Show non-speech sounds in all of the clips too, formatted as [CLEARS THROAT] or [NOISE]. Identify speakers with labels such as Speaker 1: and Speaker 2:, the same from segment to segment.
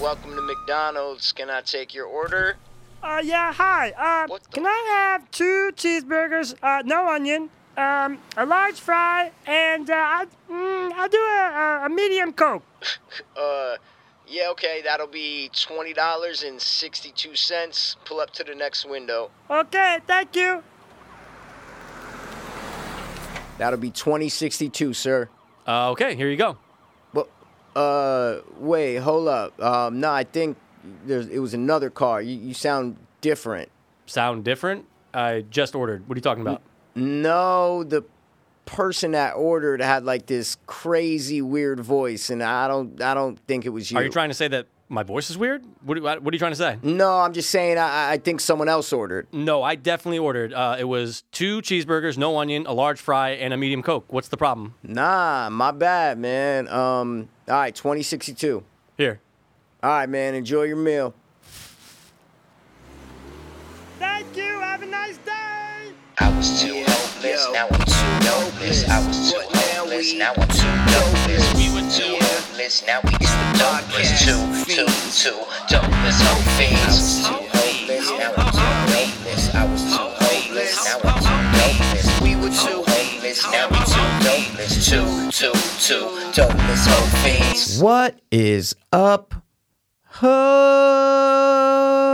Speaker 1: Welcome to McDonald's. Can I take your order?
Speaker 2: Uh, yeah, hi. Um,
Speaker 1: What the-
Speaker 2: can I have two cheeseburgers, uh, no onion, um, a large fry, and uh, I, mm, I'll do a, a, a medium Coke.
Speaker 1: Uh, yeah, okay, that'll be $20.62. Pull up to the next window.
Speaker 2: Okay, thank you.
Speaker 1: That'll be 2062, sir.
Speaker 3: Uh, okay, here you go.
Speaker 1: But, uh, wait, hold up. Um, no, I think there's, it was another car. You, you sound different.
Speaker 3: Sound different? I just ordered. What are you talking about?
Speaker 1: No, the person that ordered had like this crazy weird voice, and I don't, I don't think it was you.
Speaker 3: Are you trying to say that my voice is weird? What, do- what are you trying to say?
Speaker 1: No, I'm just saying. I, I- I think someone else ordered.
Speaker 3: No, I definitely ordered. Uh, it was two cheeseburgers, no onion, a large fry, and a medium Coke. What's the problem?
Speaker 1: Nah, my bad, man. Um, all right, 2062.
Speaker 3: Here.
Speaker 1: All right, man. Enjoy your meal.
Speaker 2: Thank you. Have a nice day.
Speaker 4: I was too hopeless, now I'm too hopeless. I was too hopeless, now I'm too hopeless. We were too hopeless, now we too dopeless. Two, two, two, dopeless, hope fiends. I was too hopeless, oh, now I'm too hopeless. I was too hopeless, now I'm too hopeless. We were too hopeless, now we too dopeless. Two, two, two, dopeless, hope fiends.
Speaker 1: What is up,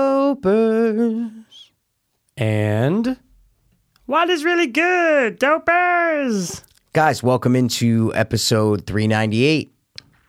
Speaker 1: hopers?
Speaker 3: And
Speaker 2: What is really good, dopers?
Speaker 1: Guys, welcome into episode 398.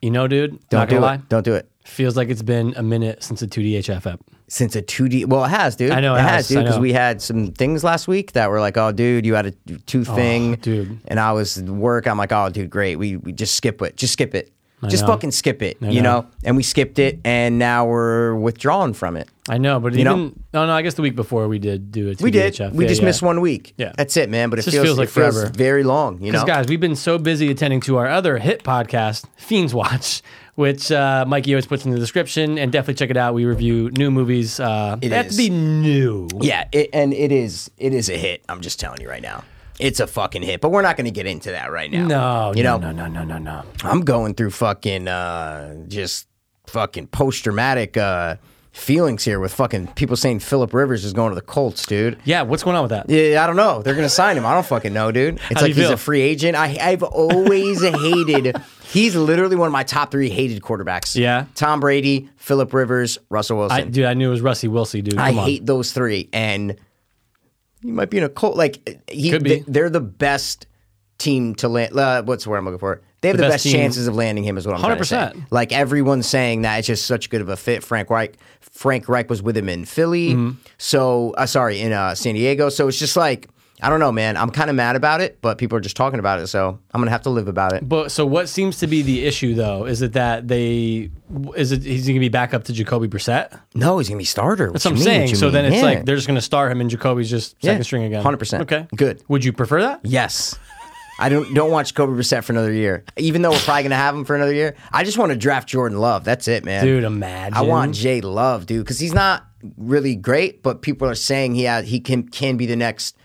Speaker 3: you know, dude,
Speaker 1: Don't
Speaker 3: not
Speaker 1: do
Speaker 3: gonna
Speaker 1: it.
Speaker 3: lie,
Speaker 1: Don't do it.
Speaker 3: feels like it's been a minute since the 2DHF app.
Speaker 1: Since a 2D, well, it has, dude.
Speaker 3: I know it
Speaker 1: it
Speaker 3: has, I
Speaker 1: dude, because
Speaker 3: know.
Speaker 1: we had some things last week that were like, oh, dude, you had a two thing,
Speaker 3: Oh, dude.
Speaker 1: And I was at work. I'm like, oh, dude, great. We we just skip it. Just skip it. just
Speaker 3: know.
Speaker 1: fucking skip it.
Speaker 3: I
Speaker 1: you
Speaker 3: know.
Speaker 1: know. And we skipped it, and now we're withdrawing from it.
Speaker 3: I know, but
Speaker 1: You know-
Speaker 3: even no, no. I guess the week before we did do a 2DHF.
Speaker 1: We did. we just missed one week.
Speaker 3: Yeah.
Speaker 1: that's it, man. But it
Speaker 3: Just
Speaker 1: feels,
Speaker 3: feels like
Speaker 1: it feels
Speaker 3: forever.
Speaker 1: very long. You know.
Speaker 3: Because guys, we've been so busy attending to our other hit podcast, Fiends Watch, [LAUGHS] which uh, Mikey always puts in the description, and definitely check it out. We review new movies. Uh,
Speaker 1: It
Speaker 3: that's
Speaker 1: is.
Speaker 3: the new.
Speaker 1: yeah, it, and it is. It is a hit. I'm just telling you right now. It's a fucking hit, but we're not going to get into that right now.
Speaker 3: No,
Speaker 1: you
Speaker 3: no,
Speaker 1: know,
Speaker 3: no, no, no, no, no.
Speaker 1: I'm going through fucking uh, just fucking post traumatic uh, feelings here with fucking people saying Philip Rivers is going to the Colts, dude.
Speaker 3: Yeah, what's going on with that?
Speaker 1: Yeah, I don't know. They're gonna sign him. I don't fucking know, dude. It's
Speaker 3: do
Speaker 1: like
Speaker 3: you
Speaker 1: he's
Speaker 3: feel?
Speaker 1: a free agent. I, I've
Speaker 3: [LAUGHS]
Speaker 1: always hated. He's literally one of my top three hated quarterbacks.
Speaker 3: Yeah.
Speaker 1: Tom Brady, Philip Rivers, Russell
Speaker 3: I,
Speaker 1: Wilson.
Speaker 3: dude, I knew it was Rusty Wilsey, dude. Come
Speaker 1: I,
Speaker 3: on.
Speaker 1: hate those three, and you might be in a cult. Like he,
Speaker 3: Could be.
Speaker 1: they- they're the best team to land. Uh, what's the word I'm looking for? They have the,
Speaker 3: best
Speaker 1: best,
Speaker 3: team-
Speaker 1: chances of landing him. Is what I'm trying to say.
Speaker 3: 100%.
Speaker 1: Like everyone's saying that it's just such good of a fit. Frank Reich, Frank Reich was with him in Philly. So uh, sorry, in uh, San Diego. So it's just like I don't know, man. I'm kind of mad about it, but people are just talking about it, so I'm gonna have to live about it.
Speaker 3: But so what seems to be the issue though? Is it that they is it he's going to be back up to Jacoby Brissett?
Speaker 1: No, he's gonna be starter.
Speaker 3: That's what I'm saying. So then it's like they're just going to start him, and Jacoby's just second
Speaker 1: Yeah,
Speaker 3: string again.
Speaker 1: 100%.
Speaker 3: Okay,
Speaker 1: Good.
Speaker 3: Would you prefer that?
Speaker 1: Yes. I don't don't watch Kobe Brissett for another year. Even though we're probably gonna have him for another year, I just want to draft Jordan Love. That's it, man.
Speaker 3: Dude, imagine.
Speaker 1: I want Jay Love, dude, because he's not really great, but people are saying he has, he can can be the next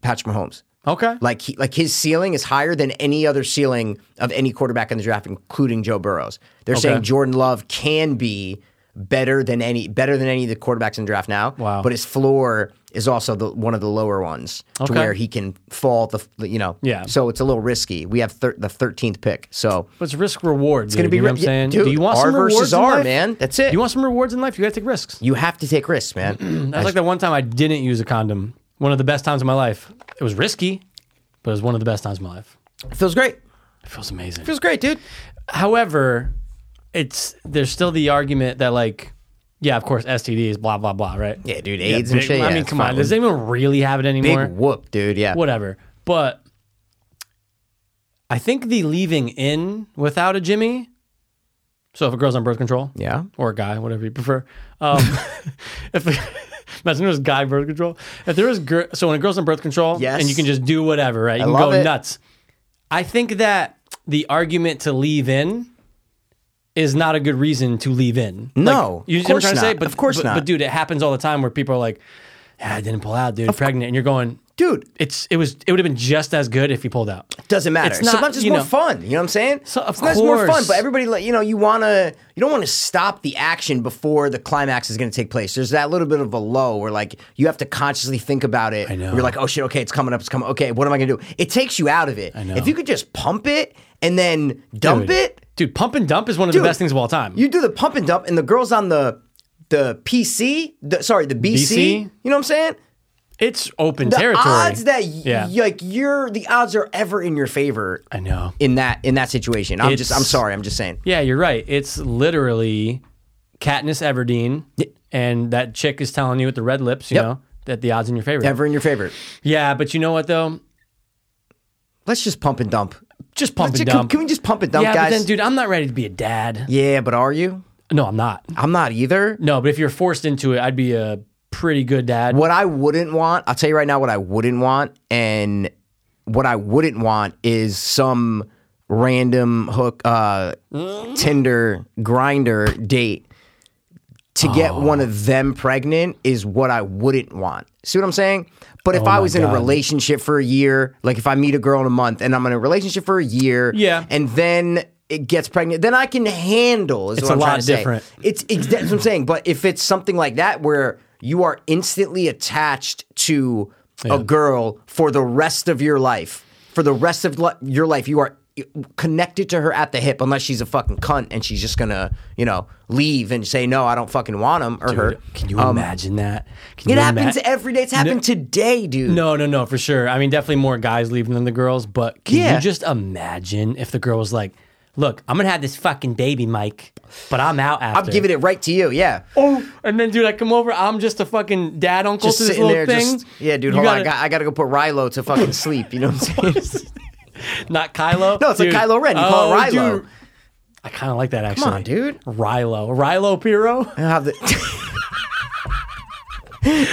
Speaker 1: Patrick Mahomes.
Speaker 3: Okay.
Speaker 1: Like he, like his ceiling is higher than any other ceiling of any quarterback in the draft, including Joe Burrows. They're saying Jordan Love can be better than any better than any of the quarterbacks in the draft now.
Speaker 3: Wow.
Speaker 1: But his floor is also the, one of the lower ones to
Speaker 3: Okay.
Speaker 1: where he can fall the you know.
Speaker 3: Yeah.
Speaker 1: So it's a little risky. We have thir- the thirteenth pick, so
Speaker 3: But it's risk reward. It's
Speaker 1: gonna
Speaker 3: going to be. You know what I'm
Speaker 1: yeah,
Speaker 3: saying.
Speaker 1: dude,
Speaker 3: Do you want
Speaker 1: R
Speaker 3: some
Speaker 1: versus
Speaker 3: rewards in
Speaker 1: R,
Speaker 3: life?
Speaker 1: man? That's it.
Speaker 3: You want some rewards in life? You got to take risks.
Speaker 1: You have to take risks,
Speaker 3: [CLEARS THROAT]
Speaker 1: man.
Speaker 3: That's like the one time I didn't use a condom. One of the best times of my life. It was risky, but it was one of the best times of my life.
Speaker 1: It feels great.
Speaker 3: It feels amazing.
Speaker 1: Feels great, dude.
Speaker 3: However, it's there's still the argument that like, yeah, of course STDs, blah blah blah, right?
Speaker 1: Yeah, dude, AIDS and
Speaker 3: big-
Speaker 1: shit,
Speaker 3: I
Speaker 1: yeah,
Speaker 3: mean,
Speaker 1: it's
Speaker 3: come on,
Speaker 1: fine.
Speaker 3: does anyone really have it
Speaker 1: Big
Speaker 3: anymore?
Speaker 1: whoop, dude. Yeah.
Speaker 3: Whatever. But I think the leaving in without a Jimmy. So if a girl's on birth control,
Speaker 1: Yeah.
Speaker 3: or a guy, whatever you prefer.
Speaker 1: [LAUGHS]
Speaker 3: Um, if [LAUGHS] imagine there was guy birth control, if there was girl, so when a girl's on birth control,
Speaker 1: Yes.
Speaker 3: and you can just do whatever, right? You can
Speaker 1: love
Speaker 3: go
Speaker 1: it.
Speaker 3: nuts. I think that the argument to leave in is not a good reason to leave in.
Speaker 1: No,
Speaker 3: you
Speaker 1: of
Speaker 3: see what I'm
Speaker 1: course
Speaker 3: trying to
Speaker 1: not.
Speaker 3: say, but
Speaker 1: Of course
Speaker 3: but,
Speaker 1: not.
Speaker 3: But dude, it happens all the time where people are like. "Ah, I didn't pull out, dude. Pregnant, and you're going,
Speaker 1: Dude,
Speaker 3: it's it was it would have been just as good if you pulled out.
Speaker 1: doesn't matter.
Speaker 3: It's not,
Speaker 1: Sometimes it's
Speaker 3: you
Speaker 1: more
Speaker 3: know-
Speaker 1: fun. You know what I'm saying?
Speaker 3: So, of
Speaker 1: Sometimes it's more fun,
Speaker 3: course.
Speaker 1: but everybody, like, you know, you want to, you don't want to stop the action before the climax is going to take place. There's that little bit of a low where, like, you have to consciously think about it. I
Speaker 3: know.
Speaker 1: You're like, oh shit, okay, it's coming up, it's coming. Okay, what am I going to do? It takes you out of it. I
Speaker 3: know.
Speaker 1: If you could just pump it and then dump
Speaker 3: Dude.
Speaker 1: it,
Speaker 3: dude. Pump and dump is one of
Speaker 1: Dude,
Speaker 3: the best things of all time.
Speaker 1: you do the pump and dump, and the girls on the the PC, the, sorry, the BC,
Speaker 3: BC?
Speaker 1: You know what I'm saying?
Speaker 3: it's open
Speaker 1: The
Speaker 3: territory.
Speaker 1: odds that y-
Speaker 3: Yeah.
Speaker 1: like you're the odds are ever in your favor
Speaker 3: I know.
Speaker 1: in that in that situation. I'm just I'm
Speaker 3: It's-
Speaker 1: sorry. I'm just saying.
Speaker 3: Yeah, you're right. It's literally Katniss Everdeen, and that chick is telling you with the red lips, you
Speaker 1: Yep.
Speaker 3: know, that the odds in your favor.
Speaker 1: Ever in your favor.
Speaker 3: Yeah, but you know what though?
Speaker 1: Let's just pump and dump.
Speaker 3: Just pump
Speaker 1: Let's
Speaker 3: and
Speaker 1: ju- can-
Speaker 3: dump.
Speaker 1: Can, we just pump and dump,
Speaker 3: yeah,
Speaker 1: guys?
Speaker 3: but then, dude, I'm not ready to be a dad.
Speaker 1: yeah, but are you?
Speaker 3: No, I'm not.
Speaker 1: I'm not either.
Speaker 3: No, but if you're forced into it, I'd be a pretty good dad.
Speaker 1: What I wouldn't want, I'll tell you right now what I wouldn't want, and what I wouldn't want is some random hook uh
Speaker 3: Mm-hmm.
Speaker 1: Tinder grinder date. To
Speaker 3: Oh.
Speaker 1: get one of them pregnant is what I wouldn't want. See what I'm saying? But if I was in a
Speaker 3: Oh God.
Speaker 1: relationship for a year, like if I meet a girl in a month and I'm in a relationship for a year,
Speaker 3: Yeah.
Speaker 1: and then it gets pregnant, then I can handle. Is
Speaker 3: It's
Speaker 1: what
Speaker 3: a
Speaker 1: I'm trying
Speaker 3: lot
Speaker 1: to say.
Speaker 3: different.
Speaker 1: It's, it's that's what I'm saying. But if it's something like that where you are instantly attached to a girl for the rest of your life, for the rest of li- your life, you are connected to her at the hip, unless she's a fucking cunt and she's just gonna, you know, leave and say no, I don't fucking want him or her.
Speaker 3: Can you imagine that? Can
Speaker 1: Um, It
Speaker 3: you
Speaker 1: happens
Speaker 3: ima-
Speaker 1: every day. It's happened today, dude.
Speaker 3: No, no, no, for sure. I mean, definitely more guys leaving than the girls, but can
Speaker 1: Yeah.
Speaker 3: you just imagine if the girl was like, look, I'm going to have this fucking baby, Mike, but I'm out after.
Speaker 1: I'm giving it right to you. Yeah.
Speaker 3: [LAUGHS] Oh, and then, dude, I come over. I'm just a fucking dad uncle
Speaker 1: just
Speaker 3: to this
Speaker 1: sitting
Speaker 3: little
Speaker 1: there,
Speaker 3: thing.
Speaker 1: just yeah, dude.
Speaker 3: You
Speaker 1: hold on, I
Speaker 3: gotta-
Speaker 1: got, I gotta go put Rilo to fucking sleep. You know
Speaker 3: [LAUGHS]
Speaker 1: what I'm saying?
Speaker 3: Not Kylo.
Speaker 1: No, it's like
Speaker 3: Dude.
Speaker 1: Kylo Ren. You call it
Speaker 3: Oh,
Speaker 1: Rilo.
Speaker 3: dude. I kind of like that, actually.
Speaker 1: on, dude.
Speaker 3: Rilo. Rilo Piro. [LAUGHS]
Speaker 1: I have the. [LAUGHS]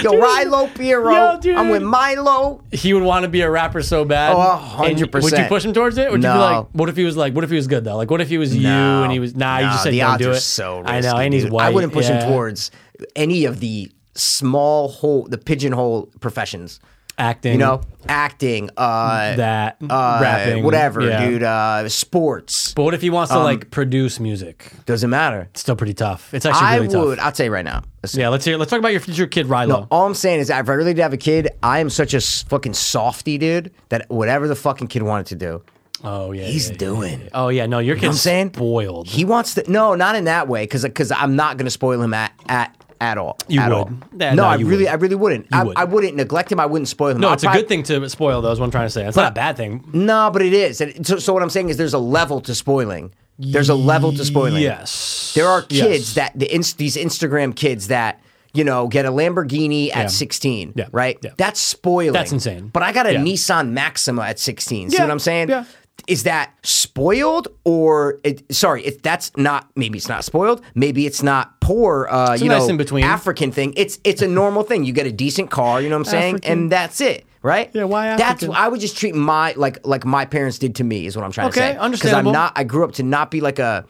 Speaker 1: Yo, Rilo Piero.
Speaker 3: Yo, dude.
Speaker 1: I'm with Milo.
Speaker 3: He would want to be a rapper so bad.
Speaker 1: Oh, a
Speaker 3: And
Speaker 1: hundred
Speaker 3: Would you
Speaker 1: percent.
Speaker 3: push him towards it? Would you be
Speaker 1: No.
Speaker 3: like, what if he was like, what if he was good, though? Like, what if he was you
Speaker 1: No.
Speaker 3: and he was, nah, you
Speaker 1: Nah,
Speaker 3: just said
Speaker 1: the
Speaker 3: don't
Speaker 1: odds
Speaker 3: do
Speaker 1: are
Speaker 3: it.
Speaker 1: so
Speaker 3: I know,
Speaker 1: risky,
Speaker 3: and he's
Speaker 1: dude.
Speaker 3: white.
Speaker 1: I wouldn't push
Speaker 3: Yeah.
Speaker 1: him towards any of the small hole, the pigeonhole professions.
Speaker 3: acting.
Speaker 1: You know, acting, uh,
Speaker 3: that
Speaker 1: uh,
Speaker 3: rapping,
Speaker 1: whatever,
Speaker 3: yeah.
Speaker 1: dude. Um, Uh, sports
Speaker 3: But what if he wants to like produce music?
Speaker 1: doesn't matter.
Speaker 3: It's still pretty tough. It's actually
Speaker 1: I would.
Speaker 3: really
Speaker 1: oh,
Speaker 3: tough.
Speaker 1: I'll tell you right now.
Speaker 3: Yeah, let's hear. Let's talk about your future kid, Rilo.
Speaker 1: All I'm saying is, if I really did have a kid, I am such a s- fucking softy, dude. That whatever the fucking kid wanted to do,
Speaker 3: oh yeah,
Speaker 1: he's
Speaker 3: yeah, yeah.
Speaker 1: doing.
Speaker 3: Oh yeah, no, your kid's
Speaker 1: I'm saying?
Speaker 3: spoiled.
Speaker 1: He wants to no, not in that way, because I'm not going to spoil him at at at all.
Speaker 3: You
Speaker 1: at
Speaker 3: would.
Speaker 1: all.
Speaker 3: Yeah,
Speaker 1: no,
Speaker 3: no,
Speaker 1: I
Speaker 3: you
Speaker 1: really,
Speaker 3: would.
Speaker 1: I really wouldn't. I,
Speaker 3: would.
Speaker 1: I wouldn't neglect him. I wouldn't spoil him.
Speaker 3: no,
Speaker 1: I'll
Speaker 3: it's a
Speaker 1: prob-
Speaker 3: good thing to spoil those. What I'm trying to say. It's not a bad thing.
Speaker 1: No, but it is. And so, so what I'm saying is, there's a level to spoiling. There's a level to spoiling.
Speaker 3: Yes,
Speaker 1: There are
Speaker 3: Yes.
Speaker 1: kids that the inst- these Instagram kids that you know get a Lamborghini at 16,
Speaker 3: Yeah.
Speaker 1: right?
Speaker 3: Yeah.
Speaker 1: That's spoiling.
Speaker 3: That's insane.
Speaker 1: But I got a
Speaker 3: Yeah.
Speaker 1: Nissan Maxima at 16. See
Speaker 3: Yeah.
Speaker 1: what I'm saying?
Speaker 3: Yeah.
Speaker 1: Is that spoiled or it, sorry? If that's not maybe it's not spoiled. Maybe it's not poor. Uh, you
Speaker 3: nice
Speaker 1: know,
Speaker 3: in between.
Speaker 1: African thing. It's it's a normal thing. You get a decent car. You know what I'm saying?
Speaker 3: African.
Speaker 1: And that's it. Right?
Speaker 3: Yeah, why
Speaker 1: That's
Speaker 3: African?
Speaker 1: I would just treat my like like my parents did to me is what I'm trying
Speaker 3: Okay,
Speaker 1: to say. Because I'm
Speaker 3: understandable.
Speaker 1: not I grew up to not be like a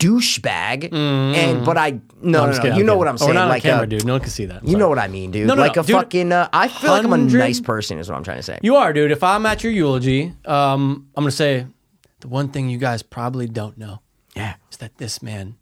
Speaker 1: douchebag, and but I no, no,
Speaker 3: Mm.
Speaker 1: no,
Speaker 3: I'm just kidding,
Speaker 1: you know
Speaker 3: kidding.
Speaker 1: what I'm
Speaker 3: Oh,
Speaker 1: saying,
Speaker 3: We're not
Speaker 1: like
Speaker 3: on camera,
Speaker 1: a,
Speaker 3: dude. No one can see that. I'm
Speaker 1: you
Speaker 3: sorry.
Speaker 1: know what I mean, dude,
Speaker 3: No, no,
Speaker 1: like
Speaker 3: no,
Speaker 1: a
Speaker 3: dude.
Speaker 1: fucking. Uh, I feel like I'm a
Speaker 3: Hundred-
Speaker 1: nice person, is what I'm trying to say.
Speaker 3: You are, dude. If I'm at your eulogy, um, I'm gonna say the one thing you guys probably don't know
Speaker 1: yeah,
Speaker 3: is that this man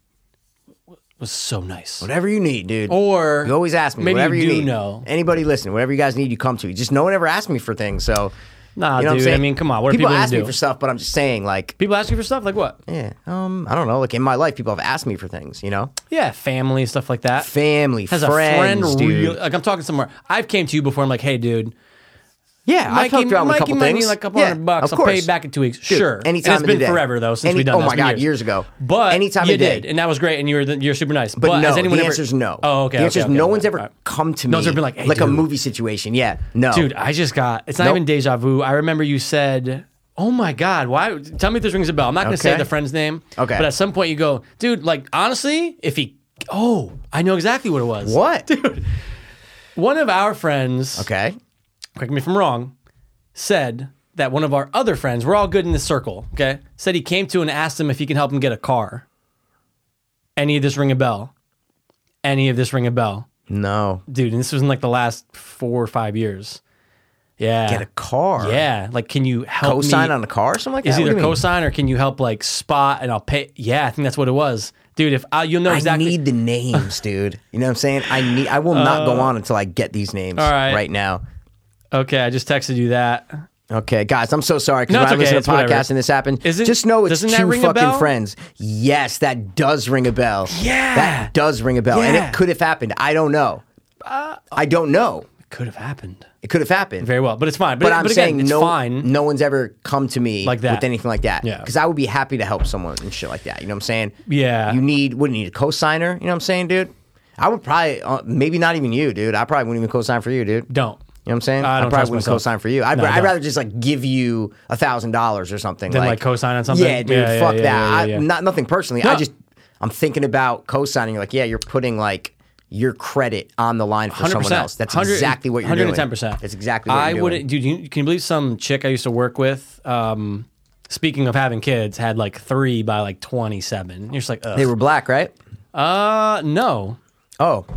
Speaker 3: w- was so nice.
Speaker 1: whatever you need, dude.
Speaker 3: Or
Speaker 1: you always ask me
Speaker 3: maybe
Speaker 1: whatever
Speaker 3: you
Speaker 1: you,
Speaker 3: do
Speaker 1: need.
Speaker 3: know.
Speaker 1: anybody listen, whatever you guys need, you come to. Just no one ever asked me for things, so
Speaker 3: Nah,
Speaker 1: you know what I'm
Speaker 3: dude. I
Speaker 1: saying?
Speaker 3: mean, come on. What are people gonna
Speaker 1: ask me
Speaker 3: do?
Speaker 1: for stuff, but I'm just saying, like,
Speaker 3: People ask you for stuff like what?
Speaker 1: yeah, um, I don't know, like in my life, people have asked me for things, you know,
Speaker 3: Yeah, family stuff like that.
Speaker 1: family,
Speaker 3: Has
Speaker 1: friends,
Speaker 3: a friend,
Speaker 1: dude.
Speaker 3: real, like I'm talking somewhere. I've came to you before. I'm like, hey, dude,
Speaker 1: Yeah, I've
Speaker 3: Mikey,
Speaker 1: helped you out with a
Speaker 3: Mikey
Speaker 1: couple
Speaker 3: might
Speaker 1: things.
Speaker 3: need like a couple
Speaker 1: yeah,
Speaker 3: hundred bucks.
Speaker 1: Of
Speaker 3: I'll
Speaker 1: course.
Speaker 3: pay you back in two weeks.
Speaker 1: Dude,
Speaker 3: sure. And
Speaker 1: anytime
Speaker 3: it's
Speaker 1: of
Speaker 3: been
Speaker 1: the day.
Speaker 3: forever though since
Speaker 1: Any-
Speaker 3: we've done.
Speaker 1: oh
Speaker 3: this.
Speaker 1: my
Speaker 3: It's been
Speaker 1: God, years ago.
Speaker 3: But
Speaker 1: Anytime
Speaker 3: you
Speaker 1: of the day.
Speaker 3: did, and that was great, and you were the, you're super nice. But,
Speaker 1: But, no,
Speaker 3: has anyone
Speaker 1: the
Speaker 3: ever-
Speaker 1: answer is no.
Speaker 3: Oh, okay.
Speaker 1: The
Speaker 3: okay,
Speaker 1: answer is
Speaker 3: okay,
Speaker 1: no
Speaker 3: okay,
Speaker 1: one's ever
Speaker 3: all right.
Speaker 1: come to me.
Speaker 3: No one's ever been like, hey,
Speaker 1: a
Speaker 3: dude.
Speaker 1: movie situation. Yeah, no,
Speaker 3: Dude, I just got. It's not
Speaker 1: Oh. Nope.
Speaker 3: even deja vu. I remember you said, "Oh my god, why?" Tell me if this rings a bell. I'm not going to say
Speaker 1: Okay.
Speaker 3: the friend's name.
Speaker 1: Okay.
Speaker 3: But at some point, you go, "Dude, like honestly, if he, oh, I know exactly what it was. [LAUGHS]
Speaker 1: What?
Speaker 3: One of our friends,
Speaker 1: Okay,
Speaker 3: correct me if I'm wrong, said that one of our other friends, we're all good in this circle. Okay, said he came to and asked him if he can help him get a car. Any of this ring a bell? Any of this ring a bell?
Speaker 1: No.
Speaker 3: dude. And this was in like the last four or five years. Yeah.
Speaker 1: Get a car.
Speaker 3: Yeah. Like, can you help me?
Speaker 1: Co-sign on a car or something like
Speaker 3: Is
Speaker 1: that? What
Speaker 3: either
Speaker 1: do you mean?
Speaker 3: cosign or can you help like spot and I'll pay? Yeah, I think that's what it was, dude. If I, you'll know exactly.
Speaker 1: I need the names, dude. You know what I'm saying? I need. I will not go on until I get these names
Speaker 3: Uh, all right.
Speaker 1: now.
Speaker 3: okay, I just texted you that.
Speaker 1: Okay, guys, I'm so sorry because
Speaker 3: No,
Speaker 1: when
Speaker 3: it's
Speaker 1: I listen
Speaker 3: okay,
Speaker 1: to
Speaker 3: it's
Speaker 1: the podcast
Speaker 3: whatever.
Speaker 1: and this happened,
Speaker 3: Isn't-
Speaker 1: just know it's
Speaker 3: doesn't that
Speaker 1: two
Speaker 3: ring a bell?
Speaker 1: fucking friends. Yes, that does ring a bell.
Speaker 3: Yeah.
Speaker 1: that does ring a bell, and
Speaker 3: Yeah.
Speaker 1: it could have happened. I don't know. I don't know.
Speaker 3: Could have happened
Speaker 1: It could have happened.
Speaker 3: very well, but it's fine. But,
Speaker 1: but I'm
Speaker 3: but again,
Speaker 1: saying
Speaker 3: it's
Speaker 1: no,
Speaker 3: fine.
Speaker 1: no one's ever come to me
Speaker 3: Like that.
Speaker 1: with anything like that.
Speaker 3: Yeah.
Speaker 1: Because I would be happy to help someone and shit like that. You know what I'm saying?
Speaker 3: Yeah.
Speaker 1: You need, wouldn't need a cosigner. You know what I'm saying, dude? I would probably, uh, maybe not even you, dude. I probably wouldn't even cosign for you, dude.
Speaker 3: Don't.
Speaker 1: You know what I'm saying?
Speaker 3: I don't trust
Speaker 1: probably wouldn't
Speaker 3: myself.
Speaker 1: cosign for you. I'd,
Speaker 3: No, I
Speaker 1: I'd
Speaker 3: don't.
Speaker 1: rather just like give you a thousand dollars or something.
Speaker 3: Than, like, cosign on something?
Speaker 1: Yeah, dude.
Speaker 3: Yeah, yeah,
Speaker 1: fuck
Speaker 3: yeah,
Speaker 1: that.
Speaker 3: yeah, yeah, yeah.
Speaker 1: I, not nothing personally.
Speaker 3: No.
Speaker 1: I just I'm thinking about cosigning. Like, yeah, you're putting like your credit on the line for someone
Speaker 3: 100%.
Speaker 1: else. That's exactly what you're doing.
Speaker 3: 110%.
Speaker 1: That's exactly. What
Speaker 3: I
Speaker 1: you're doing.
Speaker 3: wouldn't, dude. You, can you believe some chick I used to work with? Um, speaking of having kids, had like three by like twenty seven. You're just like, Ugh.
Speaker 1: They were black, right?
Speaker 3: uh, no,
Speaker 1: Oh,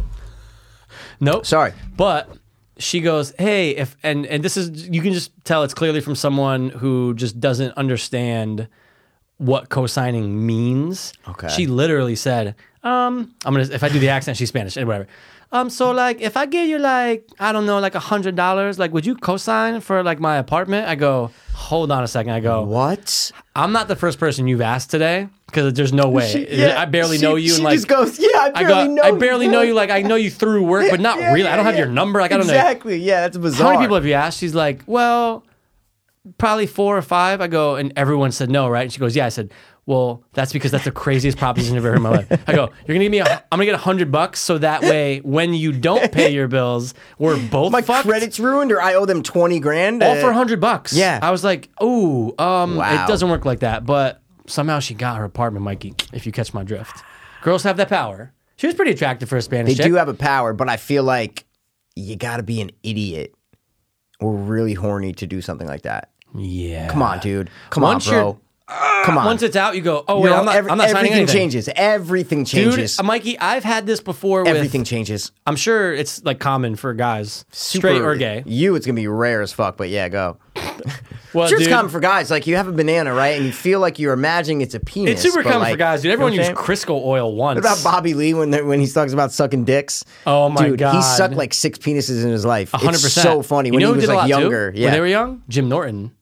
Speaker 3: nope.
Speaker 1: sorry.
Speaker 3: But she goes, "Hey, if and and this is you can just tell it's clearly from someone who just doesn't understand what co-signing means."
Speaker 1: Okay.
Speaker 3: She literally said, "Um, I'm gonna if I do the accent, she's Spanish and whatever." Um, so like if I give you like I don't know like a hundred dollars, like would you co-sign for like my apartment? I go, hold on a second. I go,
Speaker 1: What?
Speaker 3: I'm not the first person you've asked today because there's
Speaker 1: [LAUGHS]
Speaker 3: no way I barely
Speaker 1: she-
Speaker 3: know you.
Speaker 1: She
Speaker 3: and like
Speaker 1: just goes, yeah, I
Speaker 3: I
Speaker 1: barely
Speaker 3: got.
Speaker 1: know.
Speaker 3: I barely
Speaker 1: you. [LAUGHS]
Speaker 3: know you. Like I know you through work, but not
Speaker 1: Yeah,
Speaker 3: really. I don't
Speaker 1: yeah,
Speaker 3: have your
Speaker 1: yeah.
Speaker 3: number. Like I don't know.
Speaker 1: exactly. Yeah, that's
Speaker 3: How
Speaker 1: bizarre.
Speaker 3: many people have you asked? She's like, well, probably four or five. I go, and everyone said no, right? And she goes, yeah. I said, well, that's because that's the craziest proposition I've ever heard in my life. I go, you're gonna give me. A, I'm gonna get a hundred bucks, so that way when you don't pay your bills, we're both
Speaker 1: My
Speaker 3: fucked.
Speaker 1: credit's ruined, or I owe them twenty grand.
Speaker 3: all for a
Speaker 1: Uh,
Speaker 3: hundred bucks.
Speaker 1: yeah.
Speaker 3: I was like, oh, um,
Speaker 1: Wow.
Speaker 3: it doesn't work like that. But somehow she got her apartment, Mikey. If you catch my drift, girls have that power. She was pretty attractive for a Spanish.
Speaker 1: They
Speaker 3: chick.
Speaker 1: do have a power, but I feel like you got to be an idiot or really horny to do something like that.
Speaker 3: Yeah.
Speaker 1: Come on, dude. Come
Speaker 3: Once
Speaker 1: on,
Speaker 3: you're-
Speaker 1: bro. Come on.
Speaker 3: Once it's out, you go, oh, wait,
Speaker 1: You know,
Speaker 3: I'm not,
Speaker 1: every-
Speaker 3: I'm not signing
Speaker 1: everything
Speaker 3: anything.
Speaker 1: changes. Everything
Speaker 3: Dude, uh,
Speaker 1: changes.
Speaker 3: Mikey, I've had this before with,
Speaker 1: everything changes.
Speaker 3: I'm sure it's like common for guys,
Speaker 1: Super-
Speaker 3: straight or gay.
Speaker 1: You, it's gonna be rare as fuck. But yeah, go.
Speaker 3: Well,
Speaker 1: sure,
Speaker 3: dude,
Speaker 1: it's common for guys. Like you have a banana, right? And you feel like you're imagining it's a penis.
Speaker 3: it's super
Speaker 1: but,
Speaker 3: common
Speaker 1: like,
Speaker 3: for guys, dude.
Speaker 1: you know
Speaker 3: Everyone
Speaker 1: what I'm
Speaker 3: used
Speaker 1: saying?
Speaker 3: Crisco oil once.
Speaker 1: What about Bobby Lee when they- when he talks about sucking dicks?
Speaker 3: Oh, my
Speaker 1: Dude,
Speaker 3: God.
Speaker 1: he sucked like six penises in his life.
Speaker 3: Hundred
Speaker 1: It's
Speaker 3: percent.
Speaker 1: so funny
Speaker 3: You
Speaker 1: when
Speaker 3: know
Speaker 1: he
Speaker 3: who
Speaker 1: was
Speaker 3: did a
Speaker 1: like
Speaker 3: lot, too?
Speaker 1: younger. Yeah,
Speaker 3: when they were young. Jim Norton.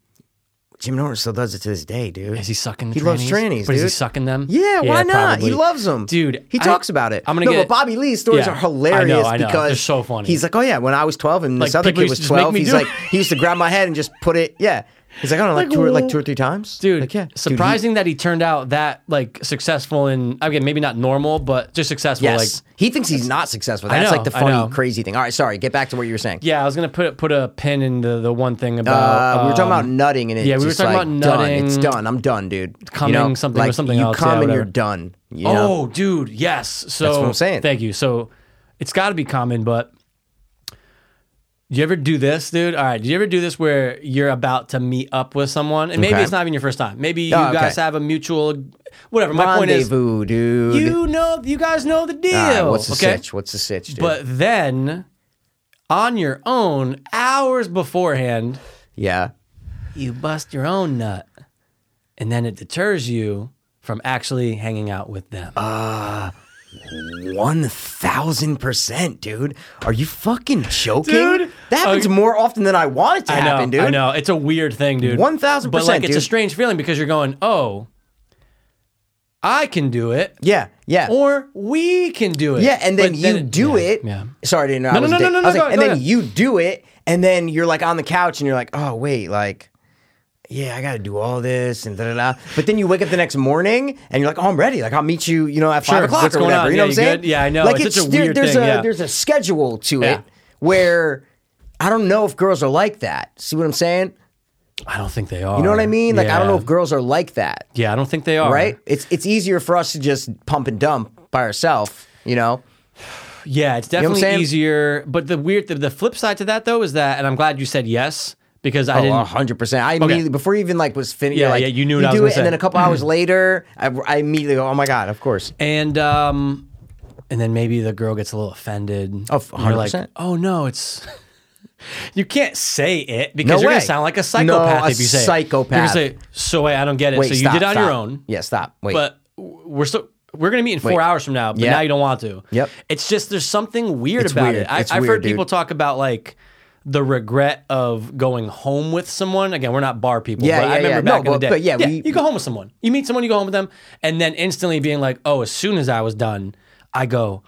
Speaker 1: Jim Norton still does it to this day, dude.
Speaker 3: Is he sucking?
Speaker 1: He loves trannies,
Speaker 3: But is he
Speaker 1: dude.
Speaker 3: sucking them?
Speaker 1: Yeah, why not?
Speaker 3: probably.
Speaker 1: He loves them,
Speaker 3: dude.
Speaker 1: He
Speaker 3: I-
Speaker 1: talks about it.
Speaker 3: I'm gonna
Speaker 1: no,
Speaker 3: get
Speaker 1: but Bobby Lee's stories
Speaker 3: Yeah.
Speaker 1: are
Speaker 3: I
Speaker 1: hilarious
Speaker 3: know, I know.
Speaker 1: because
Speaker 3: They're so funny.
Speaker 1: He's like, oh yeah, when I was 12 and
Speaker 3: Like,
Speaker 1: this other
Speaker 3: people
Speaker 1: kid
Speaker 3: used
Speaker 1: was
Speaker 3: to just make
Speaker 1: 12,
Speaker 3: me
Speaker 1: he's
Speaker 3: do
Speaker 1: like,
Speaker 3: it.
Speaker 1: he used to grab my head and just put it. Yeah, he's like, I don't know, like,
Speaker 3: Like,
Speaker 1: two, or-
Speaker 3: wh-
Speaker 1: like two or three times,
Speaker 3: dude.
Speaker 1: Like, yeah, Dude, he-
Speaker 3: surprising that he turned out that like successful and again maybe not normal, but just successful.
Speaker 1: yes,
Speaker 3: Like
Speaker 1: he thinks he's not successful.
Speaker 3: I
Speaker 1: That's
Speaker 3: know,
Speaker 1: like the
Speaker 3: I know.
Speaker 1: funny, crazy thing. All right, sorry. Get back to what you were saying.
Speaker 3: yeah, I was gonna put put a pin in the, the one thing about
Speaker 1: Uh, we were talking
Speaker 3: um,
Speaker 1: about nutting, and it's
Speaker 3: yeah, we were
Speaker 1: just
Speaker 3: talking
Speaker 1: like,
Speaker 3: about
Speaker 1: done.
Speaker 3: nutting,
Speaker 1: It's done. I'm done, dude.
Speaker 3: coming
Speaker 1: you know?
Speaker 3: something or
Speaker 1: Like,
Speaker 3: something
Speaker 1: you
Speaker 3: else, yeah,
Speaker 1: come and
Speaker 3: whatever.
Speaker 1: you're done. You know?
Speaker 3: Oh, dude, yes. So
Speaker 1: what I'm saying.
Speaker 3: Thank you. So it's got to be common, but you ever do this, dude? All right, do you ever do this where you're about to meet up with someone, and maybe
Speaker 1: Okay.
Speaker 3: it's not even your first time? Maybe you
Speaker 1: Oh, okay.
Speaker 3: guys have a mutual, whatever. My point is,
Speaker 1: rendezvous, dude.
Speaker 3: you know, you guys know the deal.
Speaker 1: All right, what's the
Speaker 3: okay?
Speaker 1: sitch? What's the sitch, dude?
Speaker 3: But then, on your own, hours beforehand,
Speaker 1: yeah.
Speaker 3: you bust your own nut, and then it deters you from actually hanging out with them.
Speaker 1: Oh, One thousand percent, dude. Are you fucking joking?
Speaker 3: Dude.
Speaker 1: that happens
Speaker 3: Okay.
Speaker 1: more often than I want it to
Speaker 3: I know,
Speaker 1: happen, dude.
Speaker 3: I know. It's a weird thing, dude.
Speaker 1: 1000%,
Speaker 3: But like, it's a
Speaker 1: dude.
Speaker 3: strange feeling because you're going, oh, I can do it,
Speaker 1: Yeah, yeah,
Speaker 3: or we can do it.
Speaker 1: yeah. And then
Speaker 3: But
Speaker 1: you do
Speaker 3: yeah,
Speaker 1: it.
Speaker 3: Yeah.
Speaker 1: Sorry, to interrupt.
Speaker 3: No,
Speaker 1: I was
Speaker 3: no,
Speaker 1: a
Speaker 3: no,
Speaker 1: dick.
Speaker 3: no, no,
Speaker 1: I was
Speaker 3: no,
Speaker 1: like,
Speaker 3: go-
Speaker 1: and
Speaker 3: go
Speaker 1: then
Speaker 3: ahead.
Speaker 1: you do it, and then you're like on the couch, and you're like, oh wait, like. Yeah, I got to do all this and da da da. But then you wake up the next morning and you're like, "Oh, I'm ready. Like I'll meet you, you know, at
Speaker 3: Sure,
Speaker 1: five o'clock
Speaker 3: what's
Speaker 1: or
Speaker 3: going
Speaker 1: whatever."
Speaker 3: on?
Speaker 1: You
Speaker 3: Yeah,
Speaker 1: know what
Speaker 3: you
Speaker 1: I'm saying?
Speaker 3: good? Yeah, I know.
Speaker 1: Like
Speaker 3: It's
Speaker 1: it's,
Speaker 3: such a
Speaker 1: there-
Speaker 3: weird
Speaker 1: there's
Speaker 3: thing,
Speaker 1: a
Speaker 3: yeah.
Speaker 1: there's a schedule to
Speaker 3: Yeah.
Speaker 1: it where I don't know if girls are like that. See what I'm saying?
Speaker 3: I don't think they are.
Speaker 1: You know what I mean? Like I don't know
Speaker 3: Yeah.
Speaker 1: if girls are like that,
Speaker 3: Yeah, I don't think they are.
Speaker 1: right? It's it's easier for us to just pump and dump by ourselves, you know.
Speaker 3: Yeah, it's
Speaker 1: what I'm
Speaker 3: definitely
Speaker 1: saying?
Speaker 3: easier. But the weird, the, the flip side to that though is that, and I'm glad you said yes because
Speaker 1: Oh,
Speaker 3: I didn't.
Speaker 1: hundred percent. I immediately before you even like was finished.
Speaker 3: Yeah,
Speaker 1: like,
Speaker 3: yeah, you knew what
Speaker 1: you
Speaker 3: I was
Speaker 1: do
Speaker 3: gonna
Speaker 1: it,
Speaker 3: say. Mm-hmm.
Speaker 1: and then a couple hours later, I, I immediately go, "Oh my god, of course."
Speaker 3: And um, and then maybe the girl gets a little offended.
Speaker 1: Oh, f-
Speaker 3: And you're like,
Speaker 1: 100%.
Speaker 3: oh no, it's. [LAUGHS] You can't say it because you're gonna
Speaker 1: way.
Speaker 3: sound like a psychopath
Speaker 1: No, a
Speaker 3: if you say it.
Speaker 1: psychopath.
Speaker 3: You're gonna say, "So wait, I don't get it.
Speaker 1: Wait,
Speaker 3: so you
Speaker 1: stop,
Speaker 3: did it on your
Speaker 1: stop.
Speaker 3: own,
Speaker 1: Yeah, stop. Wait.
Speaker 3: but w- we're still we're gonna meet in four
Speaker 1: Wait.
Speaker 3: hours from now. But
Speaker 1: Yeah.
Speaker 3: now you don't want to.
Speaker 1: Yep.
Speaker 3: It's just there's something weird
Speaker 1: It's
Speaker 3: about
Speaker 1: weird.
Speaker 3: it. I,
Speaker 1: It's
Speaker 3: I've
Speaker 1: weird,
Speaker 3: heard people
Speaker 1: dude.
Speaker 3: talk about like the regret of going home with someone. Again, we're not bar people.
Speaker 1: Yeah,
Speaker 3: but I
Speaker 1: yeah,
Speaker 3: remember
Speaker 1: yeah. No,
Speaker 3: back in the
Speaker 1: but-
Speaker 3: day.
Speaker 1: but yeah, we-
Speaker 3: you go home with someone. You meet someone, you go home with them, and then instantly being like, oh, as soon as I was done, I go,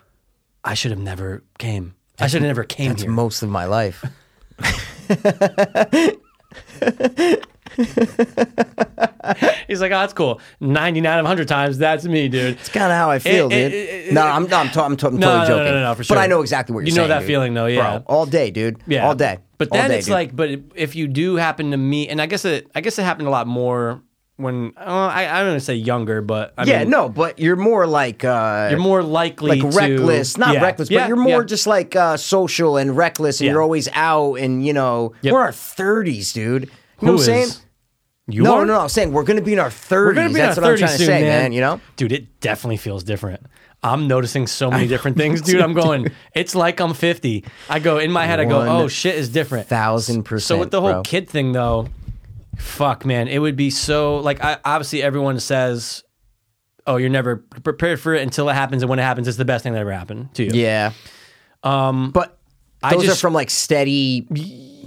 Speaker 3: I should have never came. I should have never came
Speaker 1: It's
Speaker 3: here.
Speaker 1: most of my life.
Speaker 3: He's like, oh, that's cool. 99 of 100 times, that's me, dude.
Speaker 1: It's kind of how I feel,
Speaker 3: [LAUGHS] it-
Speaker 1: dude.
Speaker 3: it- it-
Speaker 1: no, I'm, no, I'm, to- I'm, to- I'm totally
Speaker 3: No, no, no,
Speaker 1: joking.
Speaker 3: no, no, for sure.
Speaker 1: But I know exactly what you're
Speaker 3: You know
Speaker 1: saying.
Speaker 3: that
Speaker 1: dude.
Speaker 3: feeling, though, yeah.
Speaker 1: Bro, all day, dude.
Speaker 3: Yeah,
Speaker 1: all day.
Speaker 3: But
Speaker 1: All
Speaker 3: then
Speaker 1: day,
Speaker 3: it's
Speaker 1: dude.
Speaker 3: like, but if you do happen to meet, and I guess it, I guess it happened a lot more when uh, I, I don't want to say younger, but I
Speaker 1: yeah,
Speaker 3: mean,
Speaker 1: no, but you're more like, uh,
Speaker 3: you're more likely
Speaker 1: like
Speaker 3: to-
Speaker 1: reckless, not
Speaker 3: Yeah.
Speaker 1: reckless,
Speaker 3: Yeah,
Speaker 1: but you're more
Speaker 3: yeah.
Speaker 1: just like uh, social and reckless, and
Speaker 3: Yeah.
Speaker 1: you're always out, and you know,
Speaker 3: Yep.
Speaker 1: we're in our thirties, dude. You know
Speaker 3: Who
Speaker 1: what I'm saying?
Speaker 3: is? You
Speaker 1: no,
Speaker 3: are?
Speaker 1: no, no, I'm saying we're gonna be in our
Speaker 3: We're
Speaker 1: thirties.
Speaker 3: gonna be
Speaker 1: That's
Speaker 3: in
Speaker 1: what
Speaker 3: our
Speaker 1: I'm
Speaker 3: 30s
Speaker 1: trying to
Speaker 3: soon,
Speaker 1: say, man.
Speaker 3: man.
Speaker 1: You know,
Speaker 3: dude, it definitely feels different. I'm noticing so many different things, dude. I'm going. It's like I'm 50. I go in my head. I go,
Speaker 1: One
Speaker 3: oh shit, is different.
Speaker 1: thousand percent.
Speaker 3: So with the whole
Speaker 1: bro.
Speaker 3: kid thing though, fuck man, it would be so like I obviously everyone says, "Oh, you're never prepared for it until it happens and when it happens it's the best thing that ever happened to you."
Speaker 1: yeah. Um, but
Speaker 3: I
Speaker 1: those
Speaker 3: just-
Speaker 1: are from like steady